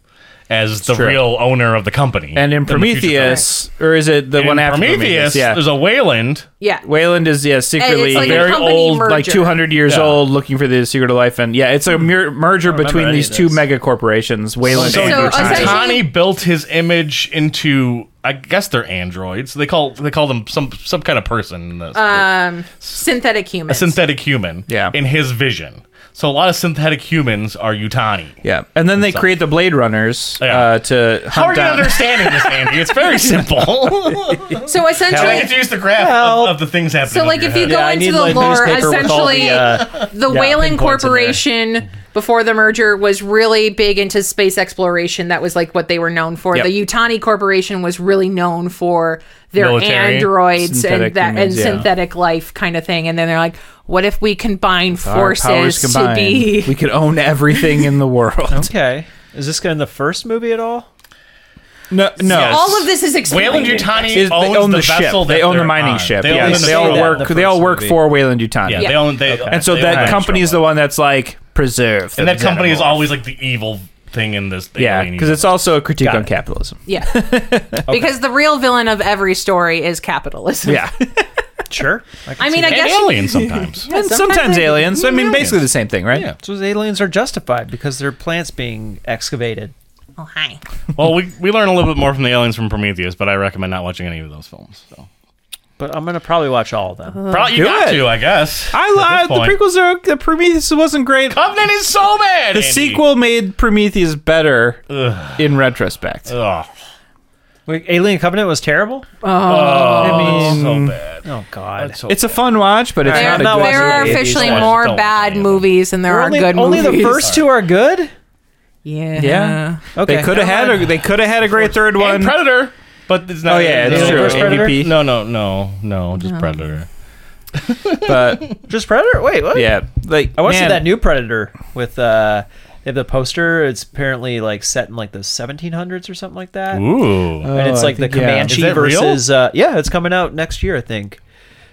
Speaker 3: as the
Speaker 5: true.
Speaker 3: real owner of the company.
Speaker 5: And in
Speaker 3: the future
Speaker 5: Prometheus, or is it the
Speaker 3: film.
Speaker 5: one
Speaker 3: In
Speaker 5: after
Speaker 3: Prometheus,
Speaker 5: Prometheus? Yeah,
Speaker 3: there's a Wayland.
Speaker 4: yeah,
Speaker 5: Wayland is yeah secretly
Speaker 4: like a
Speaker 5: very
Speaker 4: company
Speaker 5: old,
Speaker 4: merger.
Speaker 5: like 200 years
Speaker 3: Yeah.
Speaker 5: old, looking for the secret of life, and yeah, it's a mer- merger between
Speaker 2: any
Speaker 5: these
Speaker 2: of
Speaker 5: two
Speaker 2: this.
Speaker 5: mega corporations, Wayland
Speaker 4: So
Speaker 5: and
Speaker 4: essentially-
Speaker 5: Bertani.
Speaker 3: Utani built his image into I guess they're androids. They call they call them some some kind of person in this.
Speaker 4: Uh, Um, synthetic human.
Speaker 3: synthetic human
Speaker 5: Yeah.
Speaker 3: in his vision. So a lot of synthetic humans are Utani.
Speaker 5: Yeah, and then they create the Blade Runners
Speaker 3: Oh, Yeah.
Speaker 5: uh, to hunt
Speaker 3: How are you
Speaker 5: down.
Speaker 3: understanding this, Andy? It's very simple. I
Speaker 4: so
Speaker 3: get
Speaker 4: essentially,
Speaker 3: to use the graph of, of the things happening.
Speaker 4: So,
Speaker 3: over
Speaker 4: like,
Speaker 3: your
Speaker 4: if you
Speaker 3: head.
Speaker 4: go into the lore, essentially,
Speaker 5: uh,
Speaker 2: uh,
Speaker 4: the Whalen
Speaker 2: pinpoints in
Speaker 4: Corporation before the merger was really big into space exploration. That was like what they were known for.
Speaker 5: Yep.
Speaker 4: The Utani Corporation was really known for their
Speaker 3: Military,
Speaker 4: androids
Speaker 5: synthetic
Speaker 4: and that and
Speaker 5: humans, yeah.
Speaker 4: synthetic life kind of thing. And then they're like, what if we combine
Speaker 5: Our powers
Speaker 4: forces to
Speaker 5: combined,
Speaker 4: be?
Speaker 5: we could own everything in the world.
Speaker 2: Okay. Is this in the first movie at all?
Speaker 5: no, no.
Speaker 3: Yes.
Speaker 4: All of this is explained.
Speaker 3: Wayland Utani
Speaker 5: Is-
Speaker 3: owns
Speaker 5: they own
Speaker 3: the,
Speaker 5: the, ship.
Speaker 3: vessel.
Speaker 5: They
Speaker 3: that
Speaker 5: own the
Speaker 3: they're
Speaker 5: mining
Speaker 3: on.
Speaker 5: ship.
Speaker 3: They own
Speaker 5: yes,
Speaker 3: the
Speaker 5: they
Speaker 2: say
Speaker 5: all
Speaker 2: that in
Speaker 5: work.
Speaker 2: the
Speaker 5: they all
Speaker 2: first
Speaker 5: work
Speaker 2: movie.
Speaker 5: for Wayland Utani.
Speaker 3: Yeah, they own. They,
Speaker 5: and so
Speaker 3: they own
Speaker 5: that company is
Speaker 3: ship.
Speaker 5: the one that's like preserve.
Speaker 3: and that
Speaker 5: the
Speaker 3: company is
Speaker 5: xenomorph.
Speaker 3: always like the evil thing in this.
Speaker 5: yeah, because it's also a critique on capitalism.
Speaker 4: Yeah. Because the real villain of every story is capitalism.
Speaker 5: Yeah,
Speaker 2: Sure. I,
Speaker 4: I mean, I
Speaker 3: and
Speaker 4: guess.
Speaker 3: alien sometimes.
Speaker 5: and sometimes,
Speaker 4: sometimes they-
Speaker 5: aliens. I mean, basically the same thing, right?
Speaker 3: Yeah.
Speaker 2: so the aliens are justified because their plants being excavated.
Speaker 4: Oh, hi.
Speaker 3: well, we we learn a little bit more from the aliens from Prometheus, but I recommend not watching any of those films. So.
Speaker 2: But I'm gonna probably watch all of
Speaker 4: Uh-huh.
Speaker 2: them.
Speaker 3: Probably you
Speaker 5: do
Speaker 3: got
Speaker 5: it.
Speaker 3: to, I guess.
Speaker 5: I
Speaker 3: At
Speaker 5: lied.
Speaker 3: this
Speaker 5: The
Speaker 3: point.
Speaker 5: prequels are the Prometheus wasn't great.
Speaker 3: Covenant is so bad.
Speaker 5: The
Speaker 3: Andy.
Speaker 5: sequel made Prometheus better in retrospect.
Speaker 3: Ugh.
Speaker 2: Wait, Alien Covenant was terrible.
Speaker 4: Oh.
Speaker 3: I mean,
Speaker 5: Um,
Speaker 3: so bad.
Speaker 2: Oh God.
Speaker 3: So
Speaker 5: It's a fun watch, but it's
Speaker 2: Alright,
Speaker 5: not
Speaker 2: I'm
Speaker 5: a
Speaker 2: not
Speaker 5: good.
Speaker 2: watching
Speaker 4: There are
Speaker 2: it.
Speaker 4: officially
Speaker 3: Don't
Speaker 4: more
Speaker 3: watch
Speaker 4: bad
Speaker 3: any of them.
Speaker 4: movies than there are
Speaker 2: only
Speaker 4: good
Speaker 2: only the
Speaker 4: movies.
Speaker 2: first two are good.
Speaker 4: Yeah.
Speaker 5: Yeah.
Speaker 2: Okay.
Speaker 5: They could have had a they could have had a great third one.
Speaker 3: And Predator, but it's not.
Speaker 5: Oh, yeah,
Speaker 3: it's
Speaker 5: it's
Speaker 2: true.
Speaker 5: MVP.
Speaker 3: No, no, no, no, just Predator.
Speaker 5: But
Speaker 2: Just Predator? Wait, what?
Speaker 5: yeah, like
Speaker 2: I want to see
Speaker 5: man,
Speaker 2: that new Predator with uh they have the poster. It's apparently like set in like the 1700s or something like that.
Speaker 3: Ooh,
Speaker 2: and it's
Speaker 5: Oh, I
Speaker 2: like the
Speaker 5: think- yeah.
Speaker 2: Comanche
Speaker 3: Is that real?
Speaker 2: versus uh yeah, it's coming out next year, I think.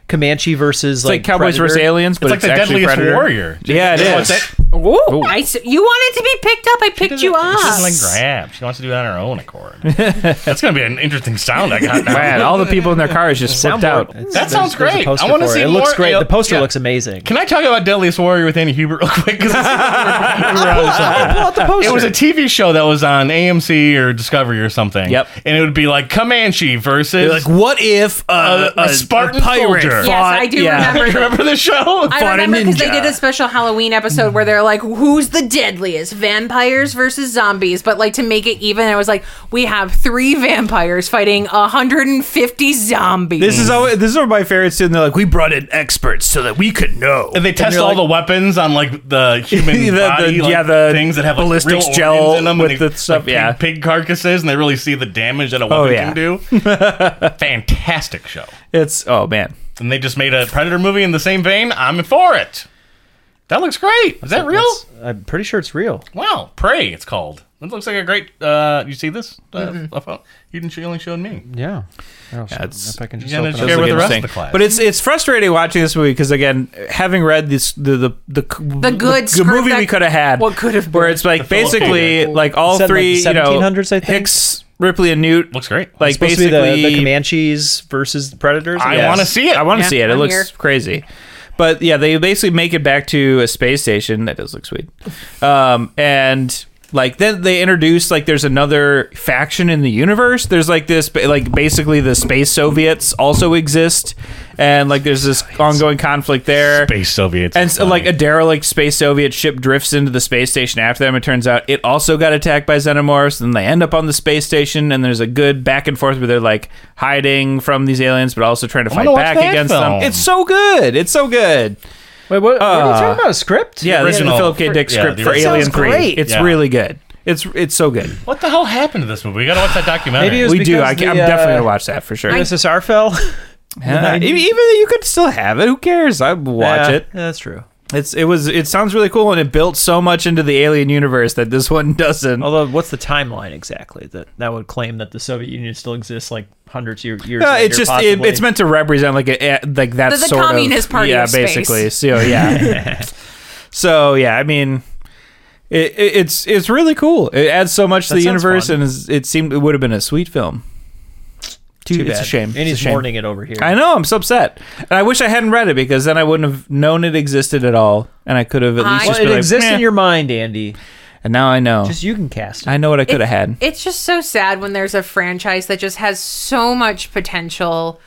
Speaker 2: Comanche versus
Speaker 5: It's like Cowboys
Speaker 2: Predator.
Speaker 5: vs Aliens, but
Speaker 3: it's like
Speaker 5: it's
Speaker 3: the
Speaker 5: actually
Speaker 3: Deadliest
Speaker 5: Predator.
Speaker 3: Warrior.
Speaker 5: Yeah, it
Speaker 3: You know
Speaker 5: is.
Speaker 3: what
Speaker 4: Ooh, I s- you wanted to be picked up. I picked you up.
Speaker 3: She doesn't like grab. She wants to do it on her own accord. That's gonna be an interesting sound I got. now.
Speaker 5: Man, all the people in their cars just flipped out.
Speaker 2: Soundboard.
Speaker 3: That
Speaker 2: There's-
Speaker 3: sounds
Speaker 2: there's a
Speaker 3: great.
Speaker 2: poster
Speaker 3: I wanna
Speaker 2: for it.
Speaker 3: see
Speaker 2: It looks
Speaker 3: more-
Speaker 2: great. The poster
Speaker 3: yeah.
Speaker 2: looks amazing.
Speaker 3: Can I talk about Deadliest Warrior with Andy Hubert real quick? 'Cause it's-
Speaker 2: pull, out, pull out the poster?
Speaker 3: it was a TV show that was on AMC or Discovery or something.
Speaker 5: Yep.
Speaker 3: And it would be like Comanche versus.
Speaker 5: They're like, what if uh,
Speaker 3: A- a Spartan
Speaker 5: pirate
Speaker 3: soldier." Yes,
Speaker 4: Yes,
Speaker 5: fought-
Speaker 4: I do
Speaker 5: yeah.
Speaker 4: remember.
Speaker 3: remember the show?
Speaker 4: I
Speaker 5: Fought a
Speaker 4: remember because they
Speaker 5: ninja.
Speaker 4: did a special Halloween episode where they're like, "Who's the deadliest? Vampires versus zombies." But like to make it even, it was like we have three vampires fighting 150 zombies.
Speaker 5: This is always this is one of my favorites too. And they're like, we brought in experts so that we could know.
Speaker 3: And they test
Speaker 5: you're
Speaker 3: all
Speaker 5: like-
Speaker 3: the weapons on like the human
Speaker 5: The- the-
Speaker 3: body, like,
Speaker 5: yeah, the
Speaker 3: things that have like,
Speaker 5: ballistics
Speaker 3: real
Speaker 5: gel
Speaker 3: organs in them and
Speaker 5: with
Speaker 3: they-
Speaker 5: the stuff,
Speaker 3: like, pig-
Speaker 5: yeah.
Speaker 3: pig, carcasses, and they really see the damage that a weapon
Speaker 5: Oh, yeah.
Speaker 3: can do. Fantastic show,
Speaker 5: It's oh man,
Speaker 3: and they just made a Predator movie in the same vein. I'm for it. That looks great. Is that real?
Speaker 2: That's- I'm pretty sure it's real.
Speaker 3: Wow, Prey. It's called. It looks like a great. Uh, you see this? Uh,
Speaker 5: Mm-hmm.
Speaker 3: phone? you didn't. She only showed me.
Speaker 2: Yeah. Oh,
Speaker 5: it's-
Speaker 2: if I can just
Speaker 3: Yeah,
Speaker 2: open
Speaker 3: it's
Speaker 2: up-
Speaker 3: Share
Speaker 5: Those
Speaker 3: with
Speaker 5: look
Speaker 3: the rest of
Speaker 5: interesting.
Speaker 3: the class.
Speaker 5: But it's it's frustrating watching this movie because again, having read this the the the,
Speaker 4: The good
Speaker 5: the
Speaker 4: script
Speaker 5: movie
Speaker 4: that-
Speaker 5: we could have had,
Speaker 4: what could have
Speaker 5: where
Speaker 4: been.
Speaker 5: it's like
Speaker 3: The Filipino.
Speaker 5: basically like all
Speaker 2: Said, like,
Speaker 5: three you know
Speaker 2: 1700s, I think.
Speaker 5: Hicks, Ripley, and Newt
Speaker 3: Looks great.
Speaker 5: Like
Speaker 2: It's supposed to be
Speaker 5: basically,
Speaker 2: the, the Comanches versus the Predators.
Speaker 3: I
Speaker 5: Yes.
Speaker 3: want to see it.
Speaker 5: I want to
Speaker 4: Yeah,
Speaker 5: see it. It
Speaker 4: I'm
Speaker 5: looks
Speaker 4: here.
Speaker 5: crazy. But yeah, they basically make it back to a space station. That does look sweet. Um, and like then they introduce like there's another faction in the universe. There's like this ba- like basically the space Soviets also exist, and like there's this ongoing conflict there.
Speaker 3: space Soviets.
Speaker 5: And
Speaker 3: It's
Speaker 5: so, like
Speaker 3: funny.
Speaker 5: a derelict space Soviet ship drifts into the space station after them. It turns out it also got attacked by xenomorphs, and they end up on the space station. And there's a good back and forth where they're like hiding from these aliens, but also trying to fight
Speaker 3: wanna watch
Speaker 5: back
Speaker 3: that
Speaker 5: against
Speaker 3: film.
Speaker 5: them. It's so good. It's so good.
Speaker 2: Wait, what, what are you
Speaker 5: Uh,
Speaker 2: talking about? A script?
Speaker 5: Yeah, this is the
Speaker 3: original.
Speaker 5: Philip K. Dick
Speaker 3: Yeah,
Speaker 5: script
Speaker 3: the
Speaker 5: for
Speaker 3: original.
Speaker 5: Alien
Speaker 2: Sounds
Speaker 5: Three.
Speaker 2: great.
Speaker 5: It's
Speaker 3: Yeah.
Speaker 5: really good. It's it's so good.
Speaker 3: what the hell happened to this movie? We gotta watch that documentary.
Speaker 2: Maybe it was
Speaker 5: we do.
Speaker 2: because
Speaker 5: I,
Speaker 2: the,
Speaker 5: I'm definitely
Speaker 2: uh,
Speaker 5: gonna watch that for sure.
Speaker 2: USSR fell.
Speaker 5: Yeah. Even even though you could still have it. Who cares? I would watch
Speaker 2: Yeah,
Speaker 5: it.
Speaker 2: yeah, that's true.
Speaker 5: It's it was it sounds really cool, and it built so much into the Alien universe that this one doesn't.
Speaker 2: Although, what's the timeline exactly that that would claim that the Soviet Union still exists like hundreds of years?
Speaker 5: Uh,
Speaker 2: later,
Speaker 5: it's just it,
Speaker 2: possibly?
Speaker 5: it's meant to represent like a, a- like that
Speaker 4: The- the
Speaker 5: sort
Speaker 4: Communist
Speaker 5: of
Speaker 4: Party
Speaker 5: yeah
Speaker 4: of space.
Speaker 5: basically so yeah so yeah I mean it, it, it's it's really cool it adds so much to
Speaker 2: That
Speaker 5: the
Speaker 2: sounds
Speaker 5: universe
Speaker 2: fun.
Speaker 5: and is, it seemed it would have been a sweet film too,
Speaker 2: Too
Speaker 5: it's a
Speaker 2: bad.
Speaker 5: shame
Speaker 2: And
Speaker 5: it's a
Speaker 2: he's
Speaker 5: shame.
Speaker 2: mourning it over here.
Speaker 5: I know I'm so upset and I wish I hadn't read it because then I wouldn't have known it existed at all and I could have at
Speaker 4: I-
Speaker 5: least
Speaker 4: Well,
Speaker 5: just
Speaker 2: Well,
Speaker 5: been
Speaker 2: it
Speaker 5: like,
Speaker 2: exists
Speaker 5: "Meh."
Speaker 2: in your mind, Andy.
Speaker 5: and now I know
Speaker 2: Just you can cast it.
Speaker 5: I know what I could have had
Speaker 4: it's just so sad when there's a franchise that just has so much potential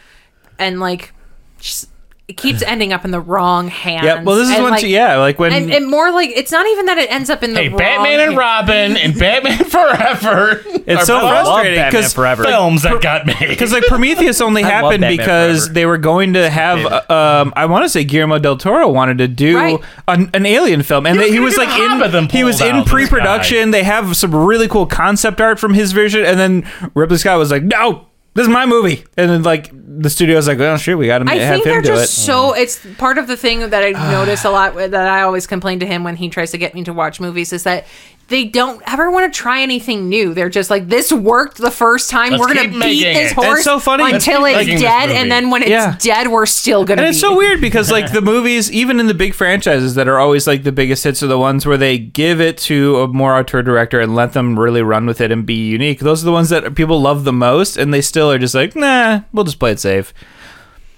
Speaker 4: and like just, it keeps ending up in the wrong hands.
Speaker 5: yeah well this is
Speaker 4: And,
Speaker 5: one
Speaker 4: like,
Speaker 5: too, yeah like when
Speaker 4: And, and more like it's not even that it ends up in the
Speaker 3: Hey,
Speaker 4: wrong
Speaker 3: Batman and
Speaker 4: hands.
Speaker 3: Robin and Batman Forever.
Speaker 5: it's so
Speaker 3: are both
Speaker 5: frustrating because
Speaker 3: films that got made.
Speaker 5: Because like Prometheus only
Speaker 2: love
Speaker 5: happened
Speaker 2: Batman
Speaker 5: because
Speaker 2: Forever.
Speaker 5: they were going to have, uh, um, I want to say Guillermo del Toro wanted to do
Speaker 4: Right.
Speaker 5: an, an alien film, and
Speaker 3: He
Speaker 5: he,
Speaker 3: was gonna
Speaker 5: he was
Speaker 3: do
Speaker 5: like
Speaker 3: The Hobbit,
Speaker 5: in
Speaker 3: then
Speaker 5: he was
Speaker 3: pulled
Speaker 5: in
Speaker 3: out this
Speaker 5: pre-production. They have some really cool concept art from his vision, and then Ripley Scott was like, "No, this is my movie," and then like the studio's like, "Oh shoot, we got to
Speaker 4: I
Speaker 5: have
Speaker 4: think
Speaker 5: him
Speaker 4: they're
Speaker 5: do
Speaker 4: just
Speaker 5: it."
Speaker 4: so. It's part of the thing that I notice a lot that I always complain to him when he tries to get me to watch movies is that they don't ever want to try anything new. They're just like, this worked the first time.
Speaker 3: Let's
Speaker 4: we're gonna
Speaker 3: keep
Speaker 4: beat
Speaker 3: making
Speaker 4: this
Speaker 3: it."
Speaker 4: horse
Speaker 5: That's so funny. Let's
Speaker 4: until
Speaker 3: keep making this
Speaker 4: it's dead,
Speaker 3: movie.
Speaker 4: and then when it's
Speaker 5: Yeah.
Speaker 4: dead, we're still gonna.
Speaker 5: And it's
Speaker 4: beat
Speaker 5: so
Speaker 4: it.
Speaker 5: weird because like the movies, even in the big franchises that are always like the biggest hits, are the ones where they give it to a more auteur director and let them really run with it and be unique. Those are the ones that people love the most, and they still are just like, nah, we'll just play it safe.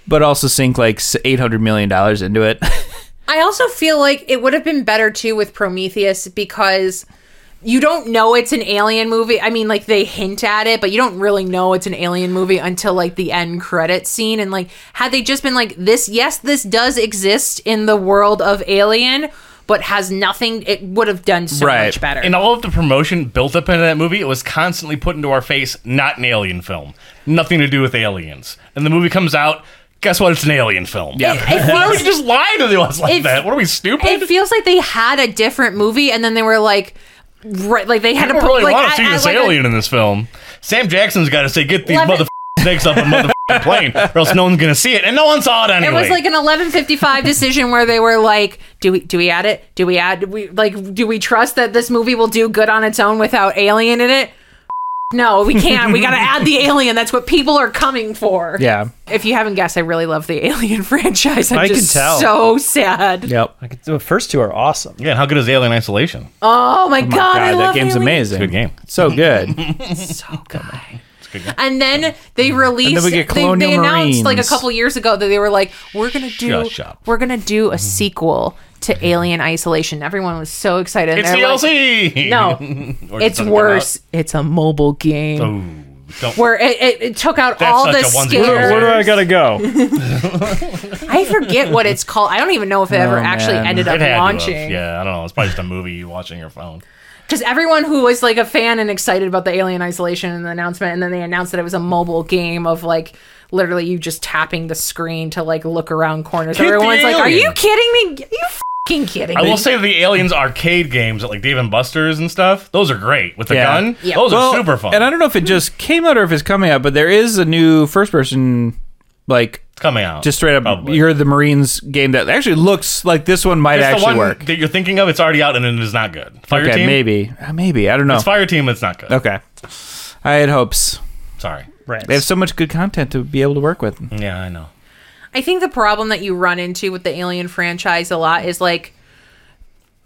Speaker 5: But also sink like eight hundred million dollars into it.
Speaker 4: I also feel like it would have been better too with Prometheus because you don't know it's an alien movie. I mean, like they hint at it, but you don't really know it's an alien movie until like the end credit scene. And like, had they just been like, this, yes, this does exist in the world of Alien, but has nothing, it would have done so
Speaker 5: Right.
Speaker 4: much better.
Speaker 3: and all of the promotion built up into that movie, it was constantly put into our face, not an alien film. Nothing to do with aliens. And the movie comes out, guess what? It's an alien film. Yeah.
Speaker 4: it
Speaker 3: Why would you
Speaker 4: feels,
Speaker 3: just lie to us like
Speaker 4: It-
Speaker 3: that? What are we stupid?
Speaker 4: it feels like they had a different movie and then they were like, right, like they had
Speaker 3: I
Speaker 4: to
Speaker 3: don't
Speaker 4: put
Speaker 3: really
Speaker 4: like
Speaker 3: want to
Speaker 4: at-
Speaker 3: see
Speaker 4: at,
Speaker 3: this
Speaker 4: like, a-
Speaker 3: alien in this film. Sam Jackson's got to say, "Get these
Speaker 4: Eleven-
Speaker 3: motherfucking snakes up a motherfucking plane, or else no one's gonna see it." And no one saw it
Speaker 4: It
Speaker 3: anyway.
Speaker 4: was like an 11:55 decision where they were like, "Do we do we add it? Do we add do we like do we trust that this movie will do good on its own without alien in it?" No, we can't. we got to add the alien. That's what people are coming for.
Speaker 5: Yeah.
Speaker 4: If you haven't guessed, I really love the Alien franchise. I'm
Speaker 2: I can
Speaker 4: just
Speaker 2: tell.
Speaker 4: So sad.
Speaker 5: Yep.
Speaker 2: I could, the first two are awesome.
Speaker 3: yeah, how good is Alien Isolation?
Speaker 4: Oh my, god, I
Speaker 5: that
Speaker 4: love
Speaker 5: game's
Speaker 4: Alien.
Speaker 5: amazing.
Speaker 3: Good game.
Speaker 5: So good.
Speaker 4: So good. And then they released.
Speaker 5: then we get
Speaker 4: they,
Speaker 5: Colonial
Speaker 4: they announced like a
Speaker 5: Marines.
Speaker 4: couple years ago that they were like, "We're gonna do,
Speaker 3: Shush up.
Speaker 4: we're gonna do a sequel to Alien Isolation." Everyone was so excited. and
Speaker 3: It's
Speaker 4: they're like,
Speaker 3: DLC.
Speaker 4: No,
Speaker 3: Or it
Speaker 4: it's
Speaker 3: doesn't come
Speaker 4: worse. It's a mobile game
Speaker 3: out. Ooh, don't-
Speaker 4: where it, it, it took out
Speaker 3: Oh. That's
Speaker 4: all
Speaker 3: such
Speaker 4: the
Speaker 3: a onesie
Speaker 4: scares.
Speaker 3: Where do I
Speaker 2: gotta go?
Speaker 4: I forget what it's called. I don't even know if it ever
Speaker 5: Oh,
Speaker 4: actually
Speaker 5: man.
Speaker 4: ended
Speaker 3: It
Speaker 4: up
Speaker 3: had to have-
Speaker 4: launching.
Speaker 3: Yeah, I don't know. It's probably just a movie you watch on your phone.
Speaker 4: Because everyone who was like a fan and excited about the Alien Isolation and the announcement, and then they announced that it was a mobile game of like literally you just tapping the screen to like look around corners.
Speaker 3: Get the
Speaker 4: Everyone's like, "Are you
Speaker 3: alien."
Speaker 4: kidding me? Are you fucking kidding
Speaker 3: I
Speaker 4: me?"
Speaker 3: will say the Aliens arcade games at like Dave and Buster's and stuff. Those are great with the
Speaker 5: Yeah.
Speaker 3: gun.
Speaker 4: Yeah.
Speaker 3: Those
Speaker 5: Well,
Speaker 3: are super fun.
Speaker 5: And I don't know if it just came out or if it's coming out, but there is a new first person like
Speaker 3: it's coming out
Speaker 5: just straight up
Speaker 3: Probably.
Speaker 5: you're the Marines game that actually looks like this one might
Speaker 3: It's the
Speaker 5: actually
Speaker 3: one
Speaker 5: work.
Speaker 3: that you're thinking of. It's already out and it is not good. Fire
Speaker 5: Okay,
Speaker 3: Team,
Speaker 5: maybe. Uh, Maybe. I don't know.
Speaker 3: It's Fire Team. It's not good.
Speaker 5: Okay. I had hopes.
Speaker 3: Sorry.
Speaker 5: They have so much good content to be able to work with.
Speaker 3: Yeah, I know.
Speaker 4: I think the problem that you run into with the Alien franchise a lot is like.